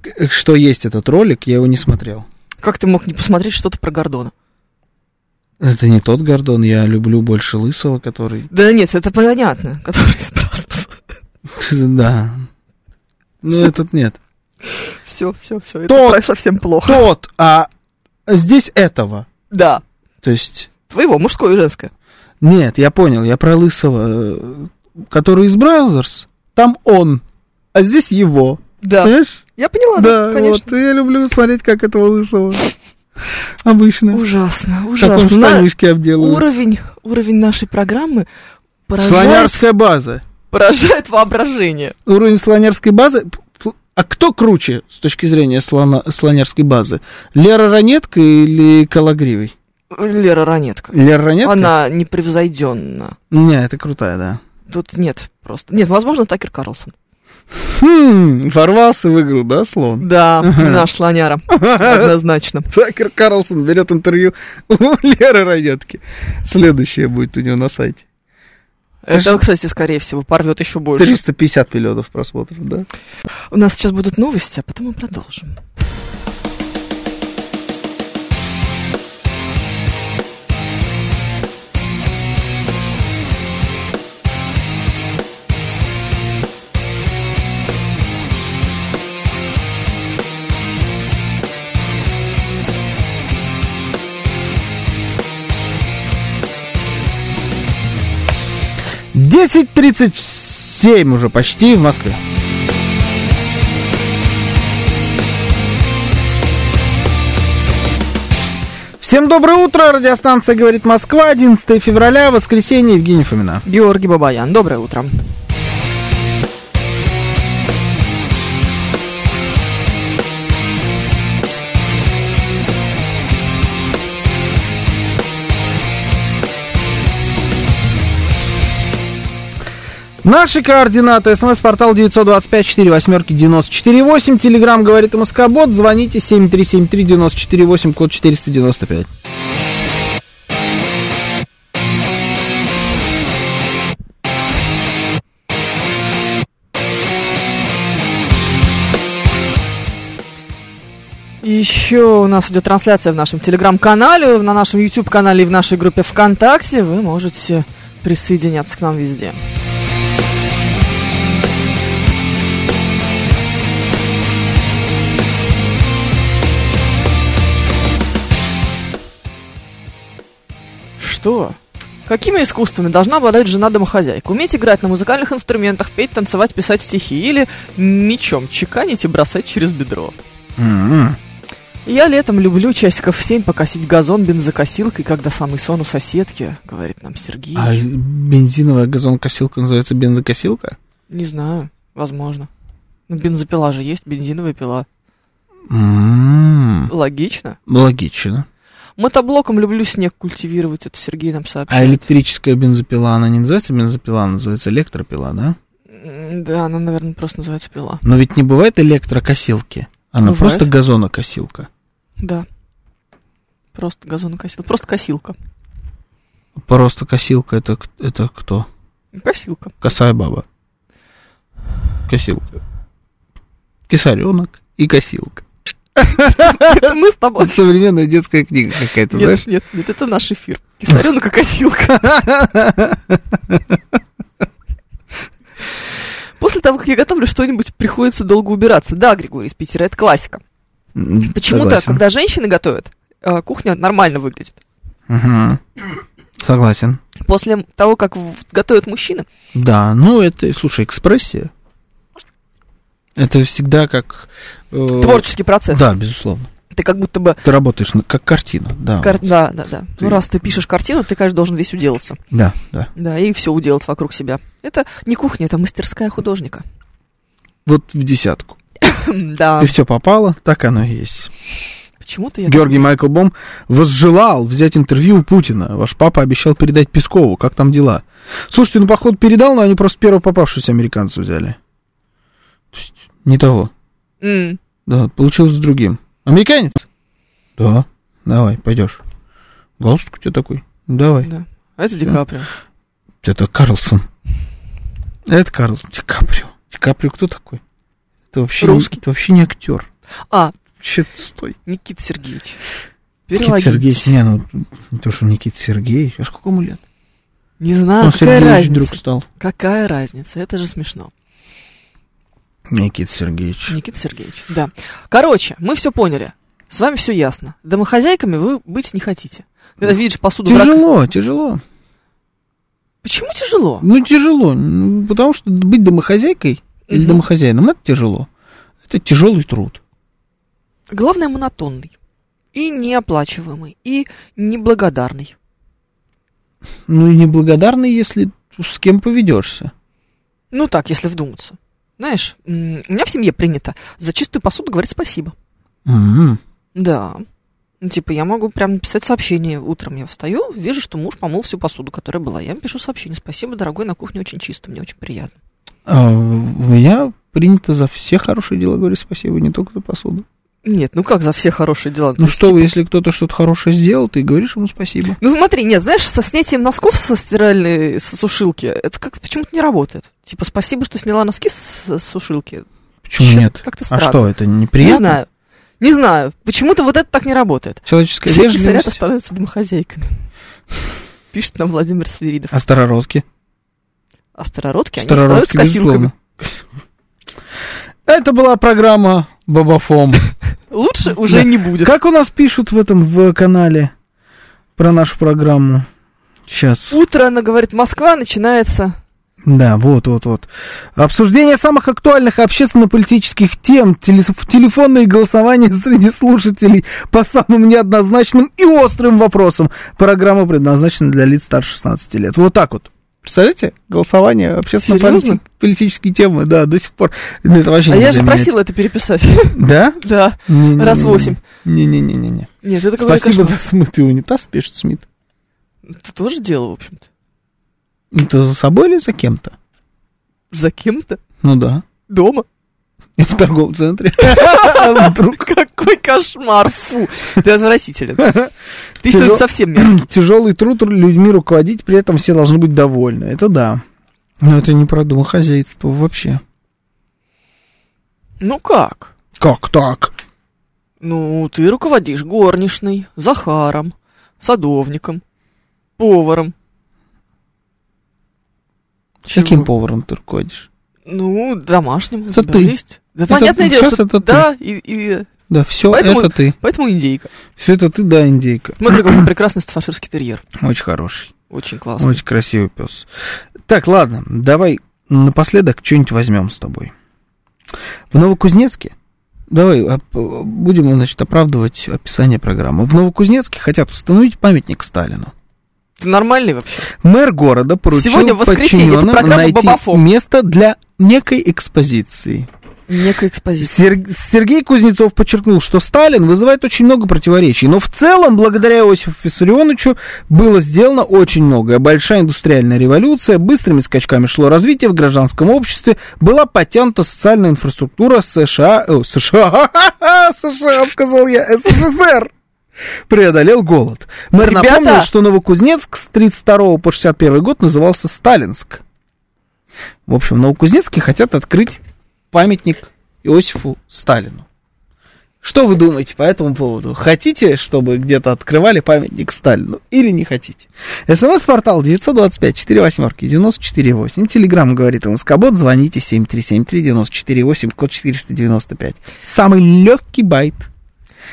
Speaker 4: к- что есть этот ролик, я его не смотрел.
Speaker 3: Как ты мог не посмотреть что-то про Гордона?
Speaker 4: Это не тот Гордон, я люблю больше Лысого, который... <laughs>
Speaker 3: Да нет, это понятно, <laughs> который из Бразерс.
Speaker 4: Да. Ну,
Speaker 3: Сука.
Speaker 4: этот нет.
Speaker 3: Все, все, все.
Speaker 4: Тот-
Speaker 3: Это про- совсем плохо.
Speaker 4: Тот, а здесь этого.
Speaker 3: Да.
Speaker 4: То есть,
Speaker 3: Твоего, мужское и женское.
Speaker 4: нет, я понял, я про Лысого, э, который из Браузерс, там он, а здесь его.
Speaker 3: Да.
Speaker 4: Понимаешь?
Speaker 3: Я поняла, да,
Speaker 4: Хм? да,
Speaker 3: конечно.
Speaker 4: вот, я люблю смотреть, как этого Лысого обычно.
Speaker 3: Ужасно,
Speaker 4: В таком
Speaker 3: ужасно. На-
Speaker 4: штанишке обделывают.
Speaker 3: Уровень, уровень нашей программы поражает,
Speaker 4: Слонярская база.
Speaker 3: поражает воображение.
Speaker 4: уровень слонярской базы. Пл- А кто круче с точки зрения слона, слонярской базы? Лера Ранетка или Калагривый?
Speaker 3: Лера Ранетка.
Speaker 4: Лера Ранетка?
Speaker 3: Она непревзойденна.
Speaker 4: Не, это крутая, да.
Speaker 3: Тут нет просто. Нет, возможно, Такер Карлсон.
Speaker 4: Хм, ворвался в игру, да, слон?
Speaker 3: Да, наш
Speaker 4: <laughs>
Speaker 3: слоняра. Однозначно.
Speaker 4: Такер Карлсон берет интервью <laughs> у Леры Ранетки. Следующее будет у него на сайте.
Speaker 3: Это, Э, кстати, скорее всего, порвет еще больше.
Speaker 4: 350 миллионов просмотров, да?
Speaker 3: У нас сейчас будут новости, а потом мы продолжим.
Speaker 4: Десять тридцать семь уже почти в Москве. Всем доброе утро, радиостанция «Говорит Москва», 11 февраля, воскресенье, Евгений Фомина.
Speaker 3: Георгий Бабаян, доброе утро.
Speaker 4: Наши координаты, смс-портал 925-48-94-8, телеграмм «Говорит Москобот», звоните 7373-94-8, код 495.
Speaker 3: Еще у нас идет трансляция в нашем телеграм-канале, на нашем YouTube-канале и в нашей группе ВКонтакте. Вы можете присоединяться к нам везде. Что? Какими искусствами должна обладать жена-домохозяйка? Уметь играть на музыкальных инструментах, петь, танцевать, писать стихи или мечом чеканить и бросать через бедро? Я летом люблю часиков в семь покосить газон бензокосилкой, когда самый сон у соседки, говорит нам Сергей.
Speaker 4: А бензиновая газонкосилка называется бензокосилка?
Speaker 3: Не знаю, возможно. Ну, бензопила же есть, бензиновая пила. М-м.
Speaker 4: М,
Speaker 3: Логично.
Speaker 4: Логично.
Speaker 3: Мотоблоком люблю снег культивировать, это Сергей нам
Speaker 4: А
Speaker 3: сообщает.
Speaker 4: электрическая бензопила, она не называется бензопила, она называется электропила, да?
Speaker 3: М, Да, она, наверное, просто называется пила.
Speaker 4: Но ведь не бывает электрокосилки. Она
Speaker 3: Бывает.
Speaker 4: просто газонокосилка.
Speaker 3: Да. Просто газонокосилка. Просто косилка.
Speaker 4: Просто косилка это, к- это кто?
Speaker 3: Косилка. <laughs>
Speaker 4: Косая баба. Косилка. Кисаренок и косилка.
Speaker 3: Это мы с тобой.
Speaker 4: Современная детская книга какая-то,
Speaker 3: Нет, нет, нет, это наш эфир. Кисаренок и косилка.
Speaker 4: знаешь?
Speaker 3: После того, как я готовлю что-нибудь, приходится долго убираться. Да, Григорий из Питера, это классика.
Speaker 4: М,
Speaker 3: Почему-то,
Speaker 4: согласен.
Speaker 3: когда женщины готовят, э, кухня нормально выглядит.
Speaker 4: Мгм. Согласен.
Speaker 3: После того, как в- готовят мужчины,
Speaker 4: Да, ну это, слушай, экспрессия. Это всегда как... э,
Speaker 3: творческий процесс.
Speaker 4: Да, безусловно.
Speaker 3: Ты как будто бы...
Speaker 4: Ты работаешь на- как картина, да.
Speaker 3: кар- Да, да, да.
Speaker 4: А. Ты-
Speaker 3: Ну, раз ты пишешь картину, ты, конечно, должен весь уделаться.
Speaker 4: Да, да.
Speaker 3: Да, и все уделать вокруг себя. Это не кухня, это мастерская художника.
Speaker 4: <laughs> Вот в десятку.
Speaker 3: да,
Speaker 4: Ты все попало, так оно и есть.
Speaker 3: почему-то А. я...
Speaker 4: Георгий Майкл Бом возжелал взять интервью у Путина. Ваш папа обещал передать Пескову. Как там дела? Слушайте, ну, походу, передал, но они просто первого попавшегося американца взяли. То есть, не того.
Speaker 3: М,
Speaker 4: Да, получилось с другим. Американец? Да. Давай, пойдешь. Галстук у тебя такой? Давай.
Speaker 3: да. А Это Ди Каприо.
Speaker 4: Это Карлсон. Это Карлсон. Ди Каприо. Ди Каприо кто такой? Это вообще, не-
Speaker 3: Русский.
Speaker 4: это вообще не актер.
Speaker 3: А,
Speaker 4: Вообще стой.
Speaker 3: Никита Сергеевич.
Speaker 4: Никита
Speaker 3: Перелогитесь.
Speaker 4: Сергеевич. Не, ну не то, что Никита Сергеевич. А сколько ему лет?
Speaker 3: Не знаю,
Speaker 4: Он
Speaker 3: А, какая
Speaker 4: Сергеевич
Speaker 3: разница.
Speaker 4: вдруг стал.
Speaker 3: Какая разница? Это же смешно.
Speaker 4: Никита Сергеевич.
Speaker 3: Никита Сергеевич, да. Короче, мы все поняли. С вами все ясно. Домохозяйками вы быть не хотите. Когда видишь посуду в раковине-
Speaker 4: Тяжело, тяжело.
Speaker 3: Почему тяжело?
Speaker 4: Ну, тяжело. Ну, Потому что быть домохозяйкой или
Speaker 3: Мгм.
Speaker 4: домохозяином, это тяжело. Это тяжелый труд.
Speaker 3: Главное, монотонный. И неоплачиваемый, и неблагодарный.
Speaker 4: Ну, и неблагодарный, если с кем поведешься.
Speaker 3: Ну так, если вдуматься. Знаешь, м, у меня в семье принято за чистую посуду говорить спасибо.
Speaker 4: Мгм.
Speaker 3: Да. Ну, типа, я могу прям написать сообщение. Утром я встаю, вижу, что муж помыл всю посуду, которая была. Я ему пишу сообщение. Спасибо, дорогой, на кухне очень чисто, мне очень приятно.
Speaker 4: А, у меня принято за все хорошие дела говорить спасибо, не только за посуду.
Speaker 3: Нет, ну как за все хорошие дела? То
Speaker 4: Ну
Speaker 3: есть,
Speaker 4: что
Speaker 3: типа,
Speaker 4: вы, если кто-то что-то хорошее сделал, ты говоришь ему спасибо.
Speaker 3: Ну смотри, нет, знаешь, со снятием носков со стиральной со сушилки, это как почему-то не работает. Типа, спасибо, что сняла носки с, с сушилки.
Speaker 4: Почему
Speaker 3: Чё-то
Speaker 4: нет? А
Speaker 3: Как-то странно.
Speaker 4: что, это
Speaker 3: Не
Speaker 4: неприятно?
Speaker 3: знаю. Не знаю. Почему-то вот это так не работает.
Speaker 4: Человеческая
Speaker 3: Комиссариаты
Speaker 4: вежливость.
Speaker 3: становятся домохозяйками. Пишет нам Владимир Свиридов.
Speaker 4: А старородки?
Speaker 3: А старородки, они становятся
Speaker 4: Старородки,
Speaker 3: косилками.
Speaker 4: безусловно. Это была программа <laughs> Бабафом.
Speaker 3: Лучше уже
Speaker 4: Да.
Speaker 3: не будет.
Speaker 4: Как у нас пишут в этом в канале про нашу программу? Сейчас.
Speaker 3: Утро, она говорит, Москва начинается.
Speaker 4: Да, вот, вот, вот. Обсуждение самых актуальных общественно-политических тем, телес- телефонные голосования <laughs> среди слушателей по самым неоднозначным и острым вопросам. Программа предназначена для лиц старше 16 лет. Вот так вот. Представляете? Голосование
Speaker 3: Серьезно?
Speaker 4: общественно-политические темы, да, до сих пор. Ну, Это вообще
Speaker 3: а я же
Speaker 4: нельзя
Speaker 3: просила это переписать. <laughs>
Speaker 4: менять. Да?
Speaker 3: Да,
Speaker 4: Не-не-не-не.
Speaker 3: раз восемь.
Speaker 4: Не-не-не-не-не.
Speaker 3: Нет, это какой-то
Speaker 4: Спасибо
Speaker 3: кошмар.
Speaker 4: за смытый унитаз, пишет Смит.
Speaker 3: Это тоже дело, в общем-то.
Speaker 4: Это за собой или за кем-то?
Speaker 3: За кем-то?
Speaker 4: Ну да.
Speaker 3: Дома? <laughs>
Speaker 4: Я в торговом центре. Вдруг.
Speaker 3: Какой кошмар, фу. Ты
Speaker 4: <laughs>
Speaker 3: отвратителен. Ты сегодня
Speaker 4: Тяжел-
Speaker 3: совсем мерзкий. <clears throat>
Speaker 4: Тяжелый труд людьми руководить, при этом все должны быть довольны. Это да. Но это не про домохозяйство вообще.
Speaker 3: Ну как?
Speaker 4: Как так?
Speaker 3: Ну, ты руководишь горничной, Захаром, садовником, поваром.
Speaker 4: С каким
Speaker 3: Чего?
Speaker 4: поваром ты руководишь?
Speaker 3: Ну, домашним у
Speaker 4: Это
Speaker 3: тебя
Speaker 4: ты.
Speaker 3: есть. Да,
Speaker 4: Это
Speaker 3: понятное
Speaker 4: ты.
Speaker 3: дело,
Speaker 4: Сейчас
Speaker 3: что...
Speaker 4: это ты.
Speaker 3: да, и, и
Speaker 4: Да, все
Speaker 3: Поэтому-
Speaker 4: это ты.
Speaker 3: поэтому индейка.
Speaker 4: Все это ты, да, индейка. <clears throat>
Speaker 3: Смотри, какой прекрасный стафаширский терьер.
Speaker 4: Очень хороший.
Speaker 3: Очень классно.
Speaker 4: Очень красивый пес. Так, ладно, давай напоследок что-нибудь возьмем с тобой. В Новокузнецке Давай оп- будем, значит, оправдывать описание программы. В Новокузнецке хотят установить памятник Сталину.
Speaker 3: Ты нормальный вообще?
Speaker 4: Мэр города поручил
Speaker 3: Сегодня воскресенье, это
Speaker 4: подчиненным
Speaker 3: программа
Speaker 4: найти
Speaker 3: «Бабафом».
Speaker 4: место для некой экспозиции.
Speaker 3: Некая экспозиция.
Speaker 4: Сер- Сергей Кузнецов подчеркнул, что Сталин вызывает очень много противоречий, но в целом, благодаря Иосифу Виссарионовичу, было сделано очень многое. Большая индустриальная революция, быстрыми скачками шло развитие в гражданском обществе, была подтянута социальная инфраструктура США... э, США... <laughs> США, сказал я, СССР! преодолел голод. Мэр
Speaker 3: Ребята!
Speaker 4: напомнил, что Новокузнецк с 32 по 61 год назывался Сталинск. В общем, в Новокузнецке хотят открыть памятник Иосифу Сталину. Что вы думаете по этому поводу? Хотите, чтобы где-то открывали памятник Сталину или не хотите? СМС-портал 925-48-94-8. Телеграмм говорит МСК-бот. Звоните 7373-94-8, код 495. Самый легкий байт.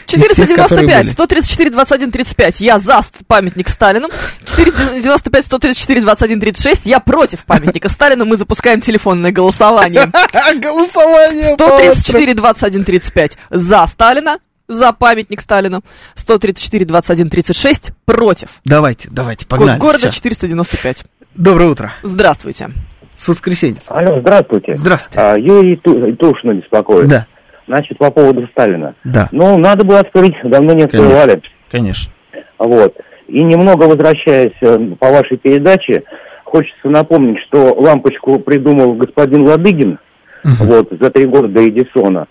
Speaker 4: которые
Speaker 3: 495,
Speaker 4: были.
Speaker 3: 134, 21, 35. Я за ст- памятник Сталину. 495, 134, 21, 36. Я против памятника Сталину. Мы запускаем
Speaker 4: <laughs>
Speaker 3: телефонное голосование.
Speaker 4: Голосование
Speaker 3: 134, 21, 35. За Сталина. За памятник Сталину. 134, 21, 36. Против.
Speaker 4: Давайте, давайте,
Speaker 3: Код
Speaker 4: погнали.
Speaker 3: города
Speaker 4: Щас.
Speaker 3: 495.
Speaker 4: Доброе утро.
Speaker 3: Здравствуйте.
Speaker 4: С воскресенья.
Speaker 6: Алло, здравствуйте.
Speaker 4: Здравствуйте.
Speaker 6: А, Юрий Ту- Тушина беспокоит.
Speaker 4: Да,
Speaker 6: Значит, по поводу Сталина.
Speaker 4: да,
Speaker 6: Ну, надо было открыть, давно не
Speaker 4: Конечно.
Speaker 6: открывали.
Speaker 4: конечно.
Speaker 6: Вот. И немного возвращаясь э, по вашей передаче, хочется напомнить, что лампочку придумал господин Ладыгин вот, за три года до Эдисона.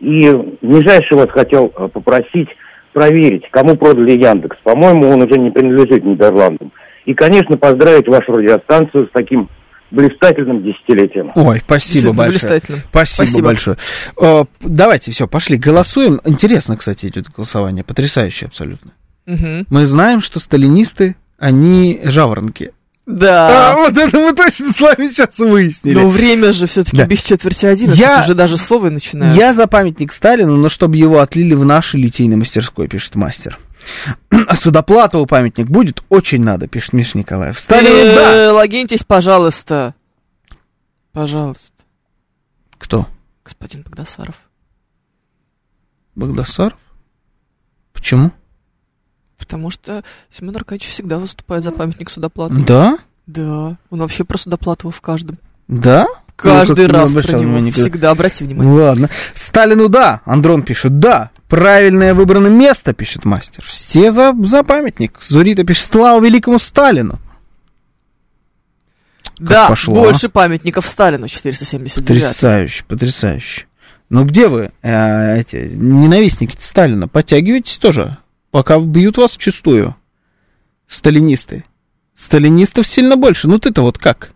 Speaker 6: И нижайше вас хотел э, попросить проверить, кому продали Яндекс. По-моему, он уже не принадлежит Нидерландам. И, конечно, поздравить вашу радиостанцию с таким блистательным десятилетием.
Speaker 4: Ой, спасибо
Speaker 3: Действительно
Speaker 4: большое.
Speaker 3: блистательно.
Speaker 4: Спасибо,
Speaker 3: Спасибо.
Speaker 4: большое. Э, Давайте, все, пошли, голосуем. Интересно, кстати, идет голосование, потрясающе абсолютно.
Speaker 3: Мгм.
Speaker 4: Мы знаем, что сталинисты, они жаворонки.
Speaker 3: Да.
Speaker 4: А, вот это мы точно с вами сейчас выяснили.
Speaker 3: Но время же все-таки
Speaker 4: Да.
Speaker 3: без четверти одиннадцать,
Speaker 4: Я-
Speaker 3: уже даже слово начинаю.
Speaker 4: Я за памятник Сталину, но чтобы его отлили в нашей литейной мастерской, пишет мастер. А Судоплатову памятник будет? Очень надо, пишет Миша Николаев.
Speaker 3: Э.
Speaker 4: Сталину, да.
Speaker 3: Логиньтесь, пожалуйста. Пожалуйста,
Speaker 4: Кто?
Speaker 3: господин Богдасаров.
Speaker 4: Багдасаров? Почему?
Speaker 3: Потому что Семен Аркадьевич всегда выступает за памятник судоплату.
Speaker 4: Да?
Speaker 3: Да, он вообще про судоплату в каждом.
Speaker 4: Да? как-то не
Speaker 3: Каждый раз про
Speaker 4: Ну, обращал
Speaker 3: него.
Speaker 4: внимания никогда.
Speaker 3: Всегда обрати внимание.
Speaker 4: Ну ладно. Сталину да, Андрон пишет, да. Правильное выбрано место, пишет мастер. Все за, за памятник. Зурита пишет, слава великому Сталину.
Speaker 3: Да,
Speaker 4: пошло,
Speaker 3: больше памятников Сталину 479.
Speaker 4: Потрясающе, потрясающе. Ну где вы, э, эти, ненавистники Сталина? Подтягивайтесь тоже, пока бьют вас чистую. Сталинисты. Сталинистов сильно больше. Ну ты-то вот как?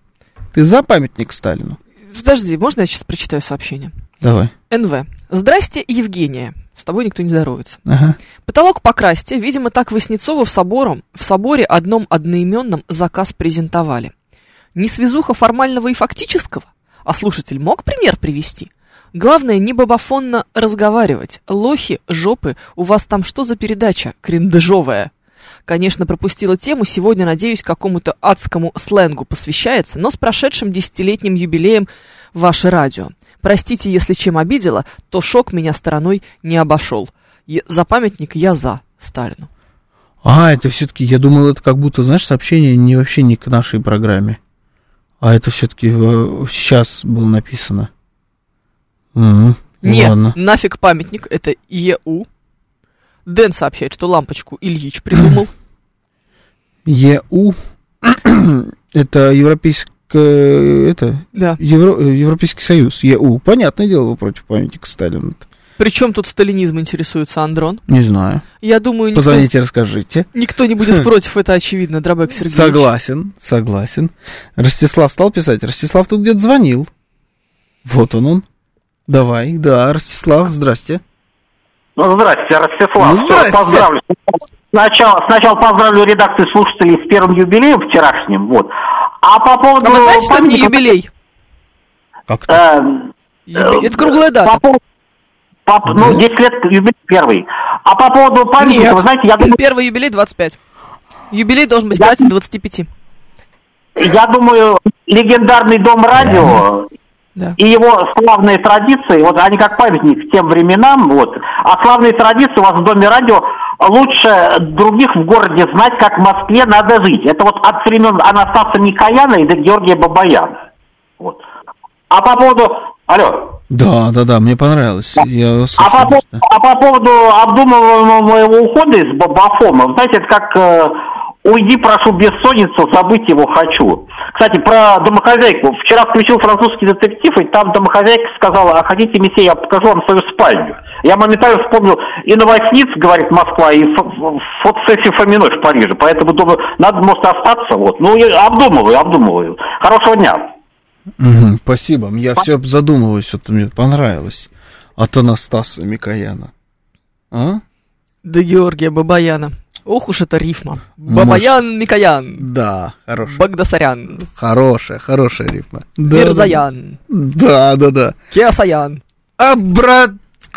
Speaker 4: Ты за памятник Сталину?
Speaker 3: Подожди, можно я сейчас прочитаю сообщение?
Speaker 4: Давай.
Speaker 3: НВ. Здрасте, Евгения. С тобой никто не здоровается.
Speaker 4: Ага.
Speaker 3: Потолок покрасьте. Видимо, так Воснецова в, собором, в соборе одном одноименном заказ презентовали. Не связуха формального и фактического, а слушатель мог пример привести. Главное, не бабафонно разговаривать. Лохи, жопы, у вас там что за передача? Крендежовая. Конечно, пропустила тему, сегодня, надеюсь, какому-то адскому сленгу посвящается, но с прошедшим десятилетним юбилеем ваше радио. Простите, если чем обидела, то шок меня стороной не обошел. Е- за памятник я за Сталину.
Speaker 4: А, это все-таки, я думал, это как будто, знаешь, сообщение не вообще не к нашей программе. А это все-таки сейчас было написано. Мгм. Ну
Speaker 3: Не,
Speaker 4: ладно.
Speaker 3: нафиг памятник, это ЕУ. Дэн сообщает, что лампочку
Speaker 4: <laughs>
Speaker 3: Ильич придумал.
Speaker 4: ЕУ <clears throat> это европейское это
Speaker 3: Да.
Speaker 4: Евро- э, Европейский Союз, ЕУ. Понятное дело, вы против памятника Сталина.
Speaker 3: Причем тут сталинизм интересуется Андрон?
Speaker 4: Не знаю.
Speaker 3: Я думаю, никто,
Speaker 4: Позвоните, расскажите.
Speaker 3: никто
Speaker 4: <laughs>
Speaker 3: не будет против, это очевидно, Дробек Сергеевич.
Speaker 4: Согласен, согласен. Ростислав стал писать. Ростислав тут где-то звонил. Вот он он. Давай, да, Ростислав, здрасте.
Speaker 9: Ну, здрасте, Ростислав.
Speaker 4: Ну,
Speaker 9: Всё,
Speaker 4: здрасте.
Speaker 9: Поздравлю. Сначала, сначала поздравлю редакцию слушателей с первым юбилеем вчерашним. Вот. А по поводу...
Speaker 3: А вы знаете, что это не
Speaker 9: памятников,
Speaker 3: юбилей?
Speaker 9: э,
Speaker 3: Юбилей-
Speaker 9: э,
Speaker 3: Это круглая
Speaker 9: По
Speaker 3: дата.
Speaker 9: поводу- по- ну, 10 лет юбилей первый. А по поводу памятника,
Speaker 3: Нет.
Speaker 9: вы знаете, я думаю,
Speaker 3: <laughs> Первый юбилей 25. Юбилей должен быть кратен 25.
Speaker 9: я думаю, легендарный дом радио
Speaker 3: Да.
Speaker 9: и его славные традиции, вот они как памятник тем временам, вот. А славные традиции у вас в доме радио лучше других в городе знать, как в Москве надо жить. Это вот от времен Анастаса Микояна и до Георгия Бабаяна. Вот. А по поводу... Алло.
Speaker 4: Да, да, да, мне понравилось. Я
Speaker 9: А
Speaker 4: слушаю,
Speaker 9: по, пов-
Speaker 4: да.
Speaker 9: а по поводу обдумываемого моего ухода из Бабафома, знаете, это как э, «Уйди, прошу, бессонницу, забыть его хочу». Кстати, про домохозяйку. Вчера включил французский детектив, и там домохозяйка сказала, а хотите, месье, я покажу вам свою спальню. Я моментально вспомнил и Новосниц, говорит Москва, и фо- фо- фотосессию Фоминой в Париже. Поэтому думаю, надо, может, остаться. Вот. Ну, я обдумываю, обдумываю. Хорошего дня.
Speaker 4: Мгм, спасибо. Я все задумываюсь, это мне понравилось. От Анастаса Микояна. А?
Speaker 3: До Георгия Бабаяна. Ох уж это рифма. Бабаян Микоян.
Speaker 4: Да, хорошая.
Speaker 3: Багдасарян.
Speaker 4: Хорошая, хорошая рифма. Да,
Speaker 3: Мирзаян.
Speaker 4: Да, да, да.
Speaker 3: Киасаян.
Speaker 4: А брат,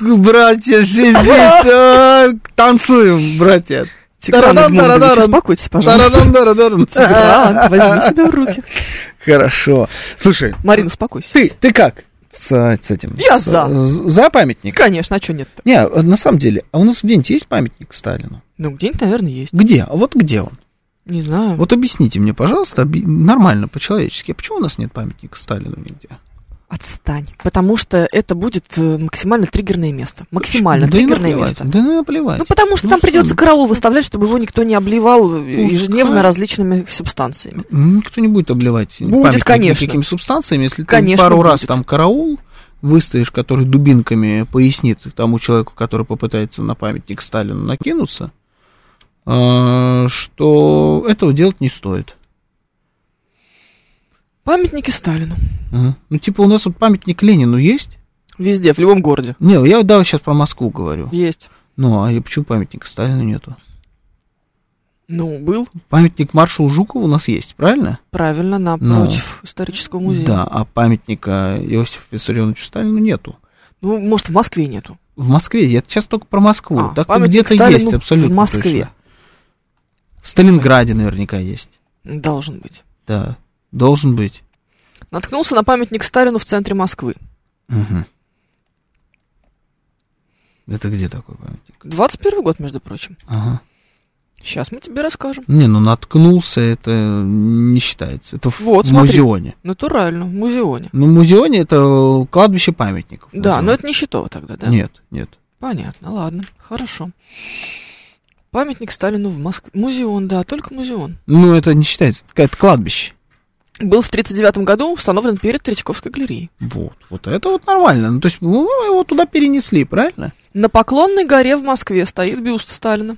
Speaker 4: братья, все здесь. а, танцуем, братья.
Speaker 3: Тигран
Speaker 4: Тарадан,
Speaker 3: Эдмундович,
Speaker 4: тарадан.
Speaker 3: успокойтесь, пожалуйста.
Speaker 4: Тарарам-тарарам.
Speaker 3: <laughs> Тигран, возьми себя в руки.
Speaker 4: <laughs> Хорошо. Слушай,
Speaker 3: Марин, успокойся.
Speaker 4: ты, ты как? С, а, с этим.
Speaker 3: Я
Speaker 4: с,
Speaker 3: за.
Speaker 4: э, з- За памятник.
Speaker 3: Конечно, а что нет-то?
Speaker 4: Не, а на самом деле, а у нас где-нибудь есть памятник Сталину?
Speaker 3: Ну, где-нибудь, наверное, есть.
Speaker 4: Где? А вот где он?
Speaker 3: Не знаю.
Speaker 4: Вот объясните мне, пожалуйста, оби- нормально, по-человечески, а почему у нас нет памятника Сталину нигде?
Speaker 3: Отстань. Потому что это будет э, максимально триггерное место. Максимально
Speaker 4: Да и
Speaker 3: триггерное
Speaker 4: наплевать,
Speaker 3: место.
Speaker 4: Да наплевать.
Speaker 3: Ну, потому что
Speaker 4: Ну,
Speaker 3: там
Speaker 4: всё.
Speaker 3: придется караул выставлять, чтобы его никто не обливал э,
Speaker 4: Пускай.
Speaker 3: ежедневно различными субстанциями.
Speaker 4: Никто не будет обливать
Speaker 3: Будет,
Speaker 4: памятник
Speaker 3: конечно.
Speaker 4: никакими субстанциями, если
Speaker 3: Конечно,
Speaker 4: ты пару раз
Speaker 3: будет.
Speaker 4: там караул выстоишь, который дубинками пояснит тому человеку, который попытается на памятник Сталину накинуться, э, что этого делать не стоит.
Speaker 3: Памятники Сталину.
Speaker 4: Мгм. Ну, типа, у нас вот памятник Ленину есть?
Speaker 3: Везде, в любом городе.
Speaker 4: Не, я да, сейчас про Москву говорю.
Speaker 3: Есть.
Speaker 4: Ну, а и почему памятника Сталину нету?
Speaker 3: Ну, был.
Speaker 4: Памятник маршалу Жукову у нас есть, правильно?
Speaker 3: Правильно, напротив исторического музея.
Speaker 4: Да, а памятника Иосифу Виссарионовичу Сталину нету.
Speaker 3: Ну, может, в Москве нету.
Speaker 4: В Москве, я сейчас только про Москву.
Speaker 3: А,
Speaker 4: так
Speaker 3: памятник
Speaker 4: где-то
Speaker 3: Сталину
Speaker 4: есть, абсолютно
Speaker 3: в Москве.
Speaker 4: точно. В Сталинграде наверняка есть.
Speaker 3: Должен быть.
Speaker 4: Да, должен быть.
Speaker 3: Наткнулся на памятник Сталину в центре Москвы.
Speaker 4: Мгм. Это где такой памятник?
Speaker 3: 21 год, между прочим.
Speaker 4: Ага.
Speaker 3: Сейчас мы тебе расскажем.
Speaker 4: Не, ну наткнулся, это не считается. Это в
Speaker 3: Вот,
Speaker 4: в
Speaker 3: смотри.
Speaker 4: музеоне.
Speaker 3: Натурально, в музеоне.
Speaker 4: Ну, музеоне это кладбище памятников.
Speaker 3: Да,
Speaker 4: Музеон.
Speaker 3: но это не Щитово тогда, да?
Speaker 4: Нет, нет.
Speaker 3: Понятно, ладно, хорошо. Памятник Сталину в Москве. Музеон, да, только музеон.
Speaker 4: Ну, это не считается, это какое-то кладбище.
Speaker 3: Был в 1939 году установлен перед Третьяковской галереей.
Speaker 4: Вот, вот это вот нормально. Ну, то есть, ну, его туда перенесли, правильно?
Speaker 3: На Поклонной горе в Москве стоит бюст Сталина.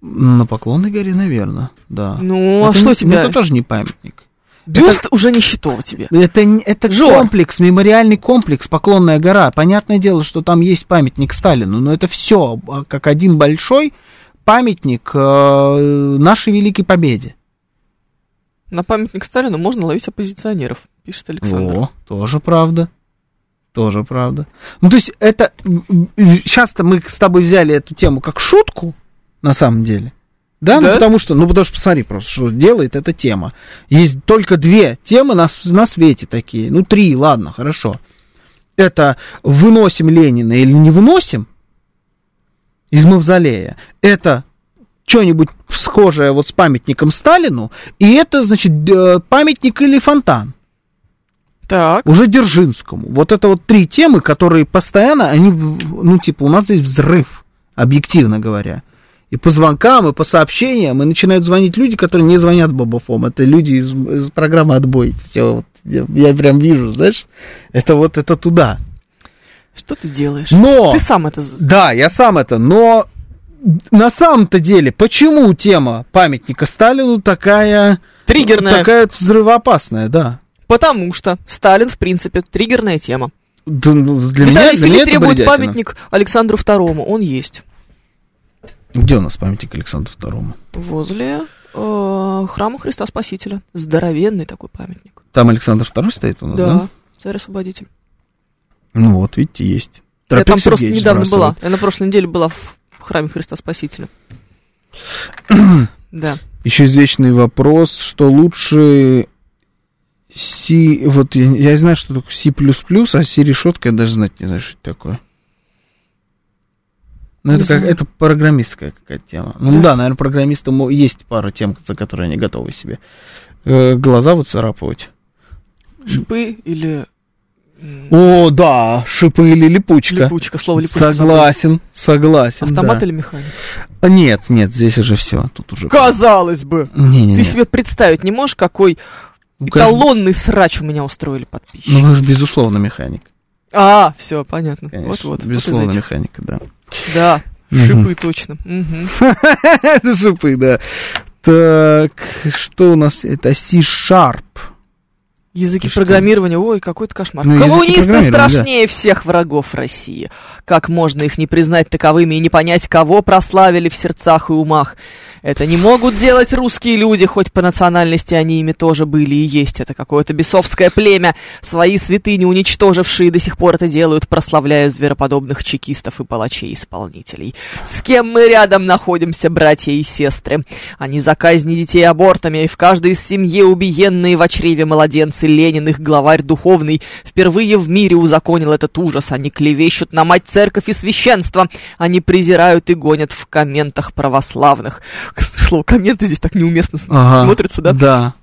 Speaker 4: На Поклонной горе, наверное, да.
Speaker 3: Ну, а
Speaker 4: Это
Speaker 3: что
Speaker 4: не-
Speaker 3: тебя?
Speaker 4: ну, Это тоже не памятник.
Speaker 3: Бюст уже не Щитово тебе.
Speaker 4: Это, не- это
Speaker 3: Жор.
Speaker 4: комплекс, мемориальный комплекс Поклонная гора. Понятное дело, что там есть памятник Сталину, но это все как один большой памятник э, нашей Великой Победе.
Speaker 3: На памятник Сталину можно ловить оппозиционеров, пишет Александр.
Speaker 4: О, тоже правда. Тоже правда. Ну, то есть, это... Часто мы с тобой взяли эту тему как шутку, на самом деле. Да?
Speaker 3: Да.
Speaker 4: Ну, потому что... Ну, потому что посмотри просто, что делает эта тема. Есть только две темы на, с- на свете такие. Ну, три, ладно, хорошо. Это выносим Ленина или не выносим из мавзолея. Это что-нибудь схожее вот с памятником Сталину, и это, значит, д- э, памятник или фонтан
Speaker 3: Так,
Speaker 4: уже Держинскому. Вот это вот три темы, которые постоянно, они, в- ну, типа, у нас здесь взрыв, объективно говоря. И по звонкам, и по сообщениям, и начинают звонить люди, которые не звонят Бабафом. Это люди из, из программы «Отбой». Все, вот, я, я прям вижу, знаешь, это вот, это туда.
Speaker 3: что ты делаешь?
Speaker 4: Но...
Speaker 3: Ты сам это... з-
Speaker 4: Да, я сам это, но на самом-то деле, почему тема памятника Сталину такая...
Speaker 3: Триггерная.
Speaker 4: Такая взрывоопасная, да.
Speaker 3: Потому что Сталин, в принципе, триггерная тема.
Speaker 4: Да, ну, для меня,
Speaker 3: Виталий
Speaker 4: для меня
Speaker 3: Филипп
Speaker 4: это
Speaker 3: требует
Speaker 4: бредятина.
Speaker 3: памятник Александру Второму. Он есть.
Speaker 4: Где у нас памятник Александру Второму?
Speaker 3: Возле э, храма Христа Спасителя. Здоровенный такой памятник.
Speaker 4: Там Александр Второй стоит у нас, Ну да?
Speaker 3: да. царь-освободитель.
Speaker 4: Ну вот, видите, есть.
Speaker 3: Я
Speaker 4: Тропик
Speaker 3: там просто
Speaker 4: Сергеевич
Speaker 3: недавно была.
Speaker 4: сбрасывает.
Speaker 3: Я на прошлой неделе была в храме Христа
Speaker 4: <clears throat>
Speaker 3: Спасителя. Да.
Speaker 4: Еще извечный вопрос, что лучше C... Вот я, я знаю, что такое C++, а C-решетка я даже знать не знаю, что это такое. Ну,
Speaker 3: Не
Speaker 4: это, как,
Speaker 3: знаю.
Speaker 4: это программистская какая-то тема. Ну да,
Speaker 3: Да.
Speaker 4: наверное, программистам мо- есть пара тем, за которые они готовы себе э, глаза выцарапывать.
Speaker 3: Шипы или... м,
Speaker 4: О, да, шипы или липучка.
Speaker 3: Липучка, слово липучка. забыла.
Speaker 4: Согласен, согласен.
Speaker 3: Автомат
Speaker 4: да.
Speaker 3: или механик?
Speaker 4: Нет, нет, здесь уже все. Тут уже.
Speaker 3: Казалось бы.
Speaker 4: Не, не,
Speaker 3: Ты
Speaker 4: не.
Speaker 3: себе представить не можешь, какой
Speaker 4: Ну, кажд-
Speaker 3: эталонный срач у меня устроили
Speaker 4: Ну,
Speaker 3: подписчики.
Speaker 4: вы же, безусловно, механик.
Speaker 3: А, все, понятно.
Speaker 4: Конечно.
Speaker 3: Вот-вот. вот из
Speaker 4: Безусловно,
Speaker 3: этих.
Speaker 4: механика, да. <laughs>
Speaker 3: Да,
Speaker 4: Мгм.
Speaker 3: шипы точно. Мгм.
Speaker 4: Это шипы, да. Так, что у нас? Это C-Sharp.
Speaker 3: Языки
Speaker 4: Ну что?
Speaker 3: программирования, ой, какой-то кошмар.
Speaker 4: Ну, языки
Speaker 3: Коммунисты
Speaker 4: программирования, да.
Speaker 3: страшнее всех врагов России. Как можно их не признать таковыми и не понять, кого прославили в сердцах и умах? Это не могут делать русские люди, хоть по национальности они ими тоже были и есть. Это какое-то бесовское племя, свои святыни уничтожившие до сих пор это делают, прославляя звероподобных чекистов и палачей-исполнителей. С кем мы рядом находимся, братья и сестры? Они за казни детей абортами, и в каждой из семьи убиенные в очреве младенцы Ленин, их главарь духовный, впервые в мире узаконил этот ужас. Они клевещут на мать церковь и священство. Они презирают и гонят в комментах православных. К слову, комменты здесь так неуместно см-
Speaker 4: Ага.
Speaker 3: смотрятся, да?
Speaker 4: Да.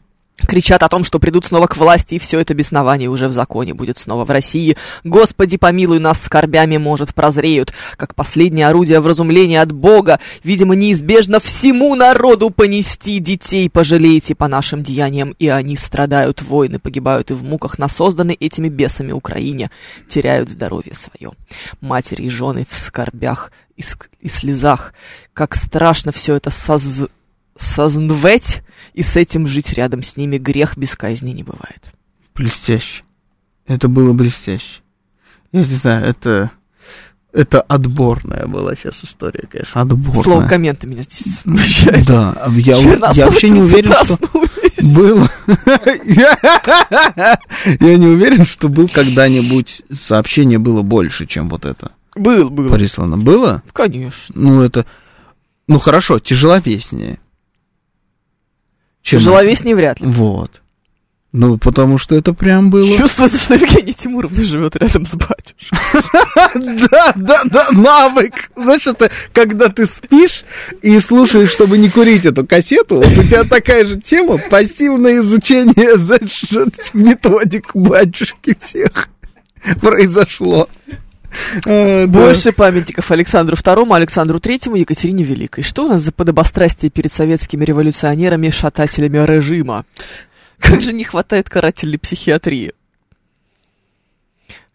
Speaker 3: кричат о том, что придут снова к власти, и все это беснование уже в законе будет снова в России. Господи, помилуй нас, скорбями, может, прозреют, как последнее орудие вразумления от Бога. Видимо, неизбежно всему народу понести детей, пожалейте по нашим деяниям, и они страдают, войны погибают и в муках на созданной этими бесами Украине, теряют здоровье свое. Матери и жены в скорбях и, ск- и слезах. Как страшно все это соз... сознветь, и с этим жить рядом с ними грех без казни не бывает.
Speaker 4: Блестяще. Это было блестяще. Я не знаю, это... Это отборная была сейчас история, конечно, отборная.
Speaker 3: Слово <laughs> комменты меня здесь смущает.
Speaker 4: Да, я,
Speaker 3: Черносотенцы
Speaker 4: я вообще не уверен, что
Speaker 3: проснулись.
Speaker 4: был... Я не уверен, что был когда-нибудь сообщение было больше, чем вот это
Speaker 3: Был, был.
Speaker 4: прислано. Было?
Speaker 3: Конечно.
Speaker 4: Ну, это... Ну, хорошо, тяжеловеснее. Чем это.
Speaker 3: Тяжеловеснее вряд ли.
Speaker 4: Вот. Ну, потому что это прям было...
Speaker 3: Чувствуется, что Евгения Тимуровна живет рядом с батюшкой.
Speaker 4: Да, да, да, навык. Знаешь, это когда ты спишь и слушаешь, чтобы не курить эту кассету, вот у тебя такая же тема, пассивное изучение знаешь, этих методик батюшки всех произошло. Э, да.
Speaker 3: Больше памятников Александру II, Александру III, Екатерине Великой. Что у нас за подобострастие перед советскими революционерами и шатателями режима? Как же не хватает карателей психиатрии.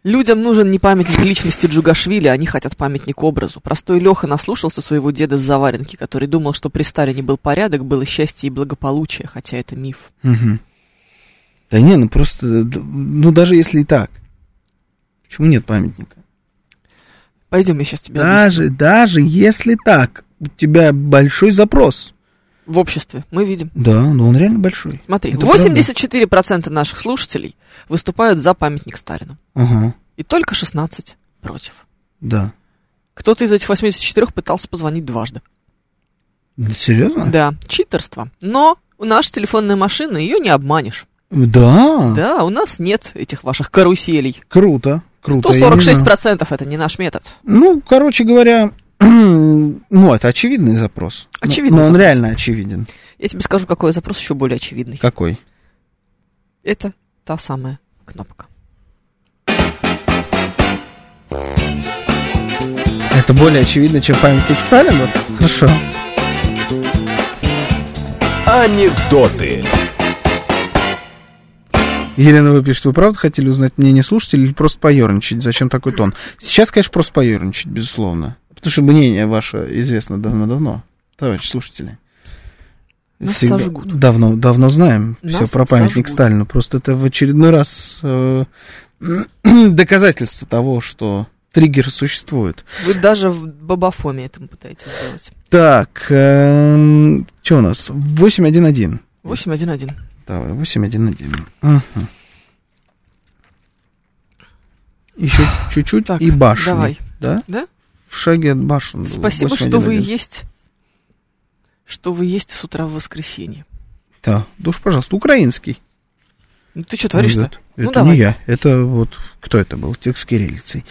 Speaker 3: Людям нужен не памятник личности Джугашвили, они хотят памятник образу. Простой Леха наслушался своего деда с заваренки, который думал, что при Сталине был порядок, было счастье и благополучие, хотя это миф.
Speaker 4: Мгм. Да не, ну просто, д- ну даже если и так. Почему нет памятника?
Speaker 3: Пойдем, я сейчас тебе объясню.
Speaker 4: Даже, даже если так, у тебя большой запрос.
Speaker 3: В обществе мы видим.
Speaker 4: Да, но он реально большой.
Speaker 3: Смотри,
Speaker 4: Это
Speaker 3: 84% наших слушателей выступают за памятник Сталину.
Speaker 4: Ага,
Speaker 3: И только 16 против.
Speaker 4: да.
Speaker 3: Кто-то из этих 84 пытался позвонить дважды.
Speaker 4: Да, Ну, Серьезно?
Speaker 3: Да, читерство. Но у наша телефонная машина, ее не обманешь.
Speaker 4: Да?
Speaker 3: Да, у нас нет этих ваших каруселей.
Speaker 4: Круто, круто. я не знаю.
Speaker 3: 146% это не наш метод.
Speaker 4: Ну, короче говоря, <clears throat> ну, это очевидный запрос. Ну,
Speaker 3: Очевидный
Speaker 4: Но он
Speaker 3: запрос.
Speaker 4: реально очевиден.
Speaker 3: Я тебе скажу, какой запрос еще более очевидный.
Speaker 4: Какой?
Speaker 3: Это та самая кнопка.
Speaker 4: Это более очевидно, чем памятник Сталину? Хорошо.
Speaker 1: Анекдоты.
Speaker 4: Елена вы пишет, вы правда хотели узнать мнение слушателей или просто поерничать? Зачем такой тон? Сейчас, конечно, просто поерничать, безусловно. Потому что мнение ваше известно давно-давно, товарищи слушатели.
Speaker 3: Нас
Speaker 4: Всегда-
Speaker 3: сожгут.
Speaker 4: Давно, давно знаем
Speaker 3: Нас
Speaker 4: все про памятник
Speaker 3: сожгут.
Speaker 4: Сталину. Просто это в очередной раз э, <clears throat> доказательство того, что триггер существует.
Speaker 3: Вы даже в бабафоме этому пытаетесь сделать.
Speaker 4: Так, что у нас? 811.
Speaker 3: 811.
Speaker 4: Давай, 811. Мгм. Еще чуть-чуть
Speaker 3: Так,
Speaker 4: и башня.
Speaker 3: давай.
Speaker 4: Да?
Speaker 3: Да?
Speaker 4: В шаге от башен. было.
Speaker 3: Спасибо, что вы
Speaker 4: 811.
Speaker 3: есть. Что вы есть с утра в воскресенье.
Speaker 4: Да, душ, пожалуйста, украинский.
Speaker 3: Ну ты что творишь-то?
Speaker 4: Идет.
Speaker 3: Ну,
Speaker 4: Это
Speaker 3: давай.
Speaker 4: не я, это вот кто это был, текст с кириллицей.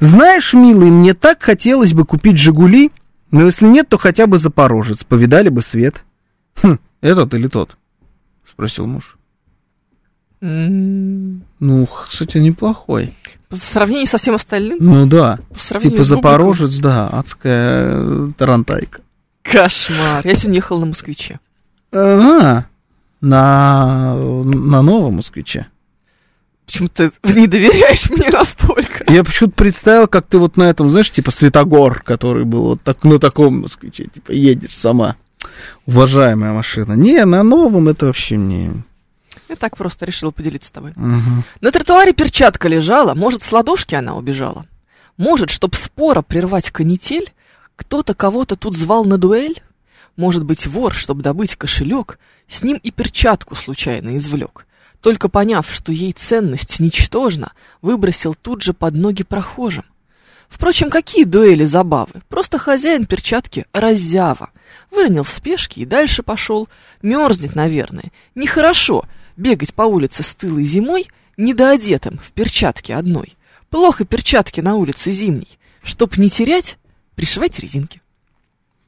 Speaker 4: Знаешь, милый, мне так хотелось бы купить «Жигули», но если нет, то хотя бы «Запорожец», повидали бы свет. Хм, этот или тот? Спросил муж.
Speaker 3: М,
Speaker 4: Ну, х- кстати, неплохой.
Speaker 3: М-м. По сравнению со всем остальным,
Speaker 4: Ну да,
Speaker 3: по сравнению
Speaker 4: типа
Speaker 3: с Бубликовым.
Speaker 4: «Запорожец», да, адская э, тарантайка.
Speaker 3: Кошмар. Я сегодня ехала на москвиче.
Speaker 4: Ага. На, на новом москвиче.
Speaker 3: Почему ты <laughs> не доверяешь мне настолько?
Speaker 4: Я почему-то представил, как ты вот на этом, знаешь, типа Светогор, который был вот так, на таком москвиче, типа едешь сама. Уважаемая машина. Не, на новом это вообще не...
Speaker 3: Я так просто решила поделиться с тобой.
Speaker 4: Мгм.
Speaker 3: На тротуаре перчатка лежала, может, с ладошки она убежала. Может, чтоб спора прервать канитель, кто-то кого-то тут звал на дуэль? Может быть, вор, чтоб добыть кошелек, с ним и перчатку случайно извлек. Только поняв, что ей ценность ничтожна, выбросил тут же под ноги прохожим. Впрочем, какие дуэли забавы? Просто хозяин перчатки разява. Выронил в спешке и дальше пошел. Мерзнет, наверное. Нехорошо бегать по улице с тылой зимой, недоодетым, в перчатке одной. Плохо перчатки на улице зимней. Чтоб не терять, пришивать резинки.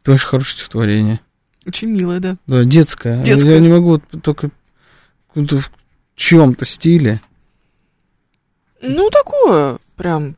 Speaker 4: Это очень хорошее стихотворение.
Speaker 3: Очень мило, да.
Speaker 4: Да, детское.
Speaker 3: Детское.
Speaker 4: Я не могу вот только каком-то в чем-то стиле.
Speaker 3: Ну, такое, прям,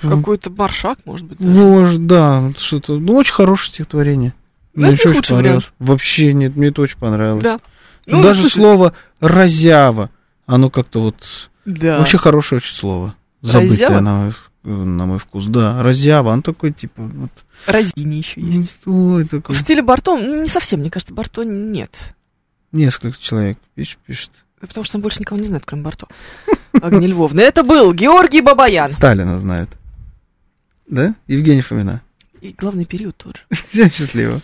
Speaker 3: какой-то маршак, может быть. даже.
Speaker 4: Ну, Может, да, вот что-то. Ну, очень хорошее стихотворение.
Speaker 3: Ну, это не
Speaker 4: очень
Speaker 3: худший
Speaker 4: понравилось. Вообще нет, мне это очень понравилось.
Speaker 3: Да.
Speaker 4: Ну,
Speaker 3: Ну,
Speaker 4: даже
Speaker 3: слушай,
Speaker 4: слово разява, оно как-то вот
Speaker 3: Да.
Speaker 4: вообще хорошее очень слово. Забытое
Speaker 3: Разява?
Speaker 4: на, мой в- на мой вкус. Да, разява, оно такое типа вот.
Speaker 3: Разини еще есть.
Speaker 4: Ой, такое.
Speaker 3: В стиле Барто, ну, не совсем, мне кажется, Барто нет.
Speaker 4: Несколько человек пишет, пишет.
Speaker 3: Потому что он больше никого не знает, кроме Барто. Огни Львовны. Это был Георгий Бабаян.
Speaker 4: Сталина знают.
Speaker 3: Да? Евгений Фомина.
Speaker 4: И главный период тот же.
Speaker 3: Всем счастливо.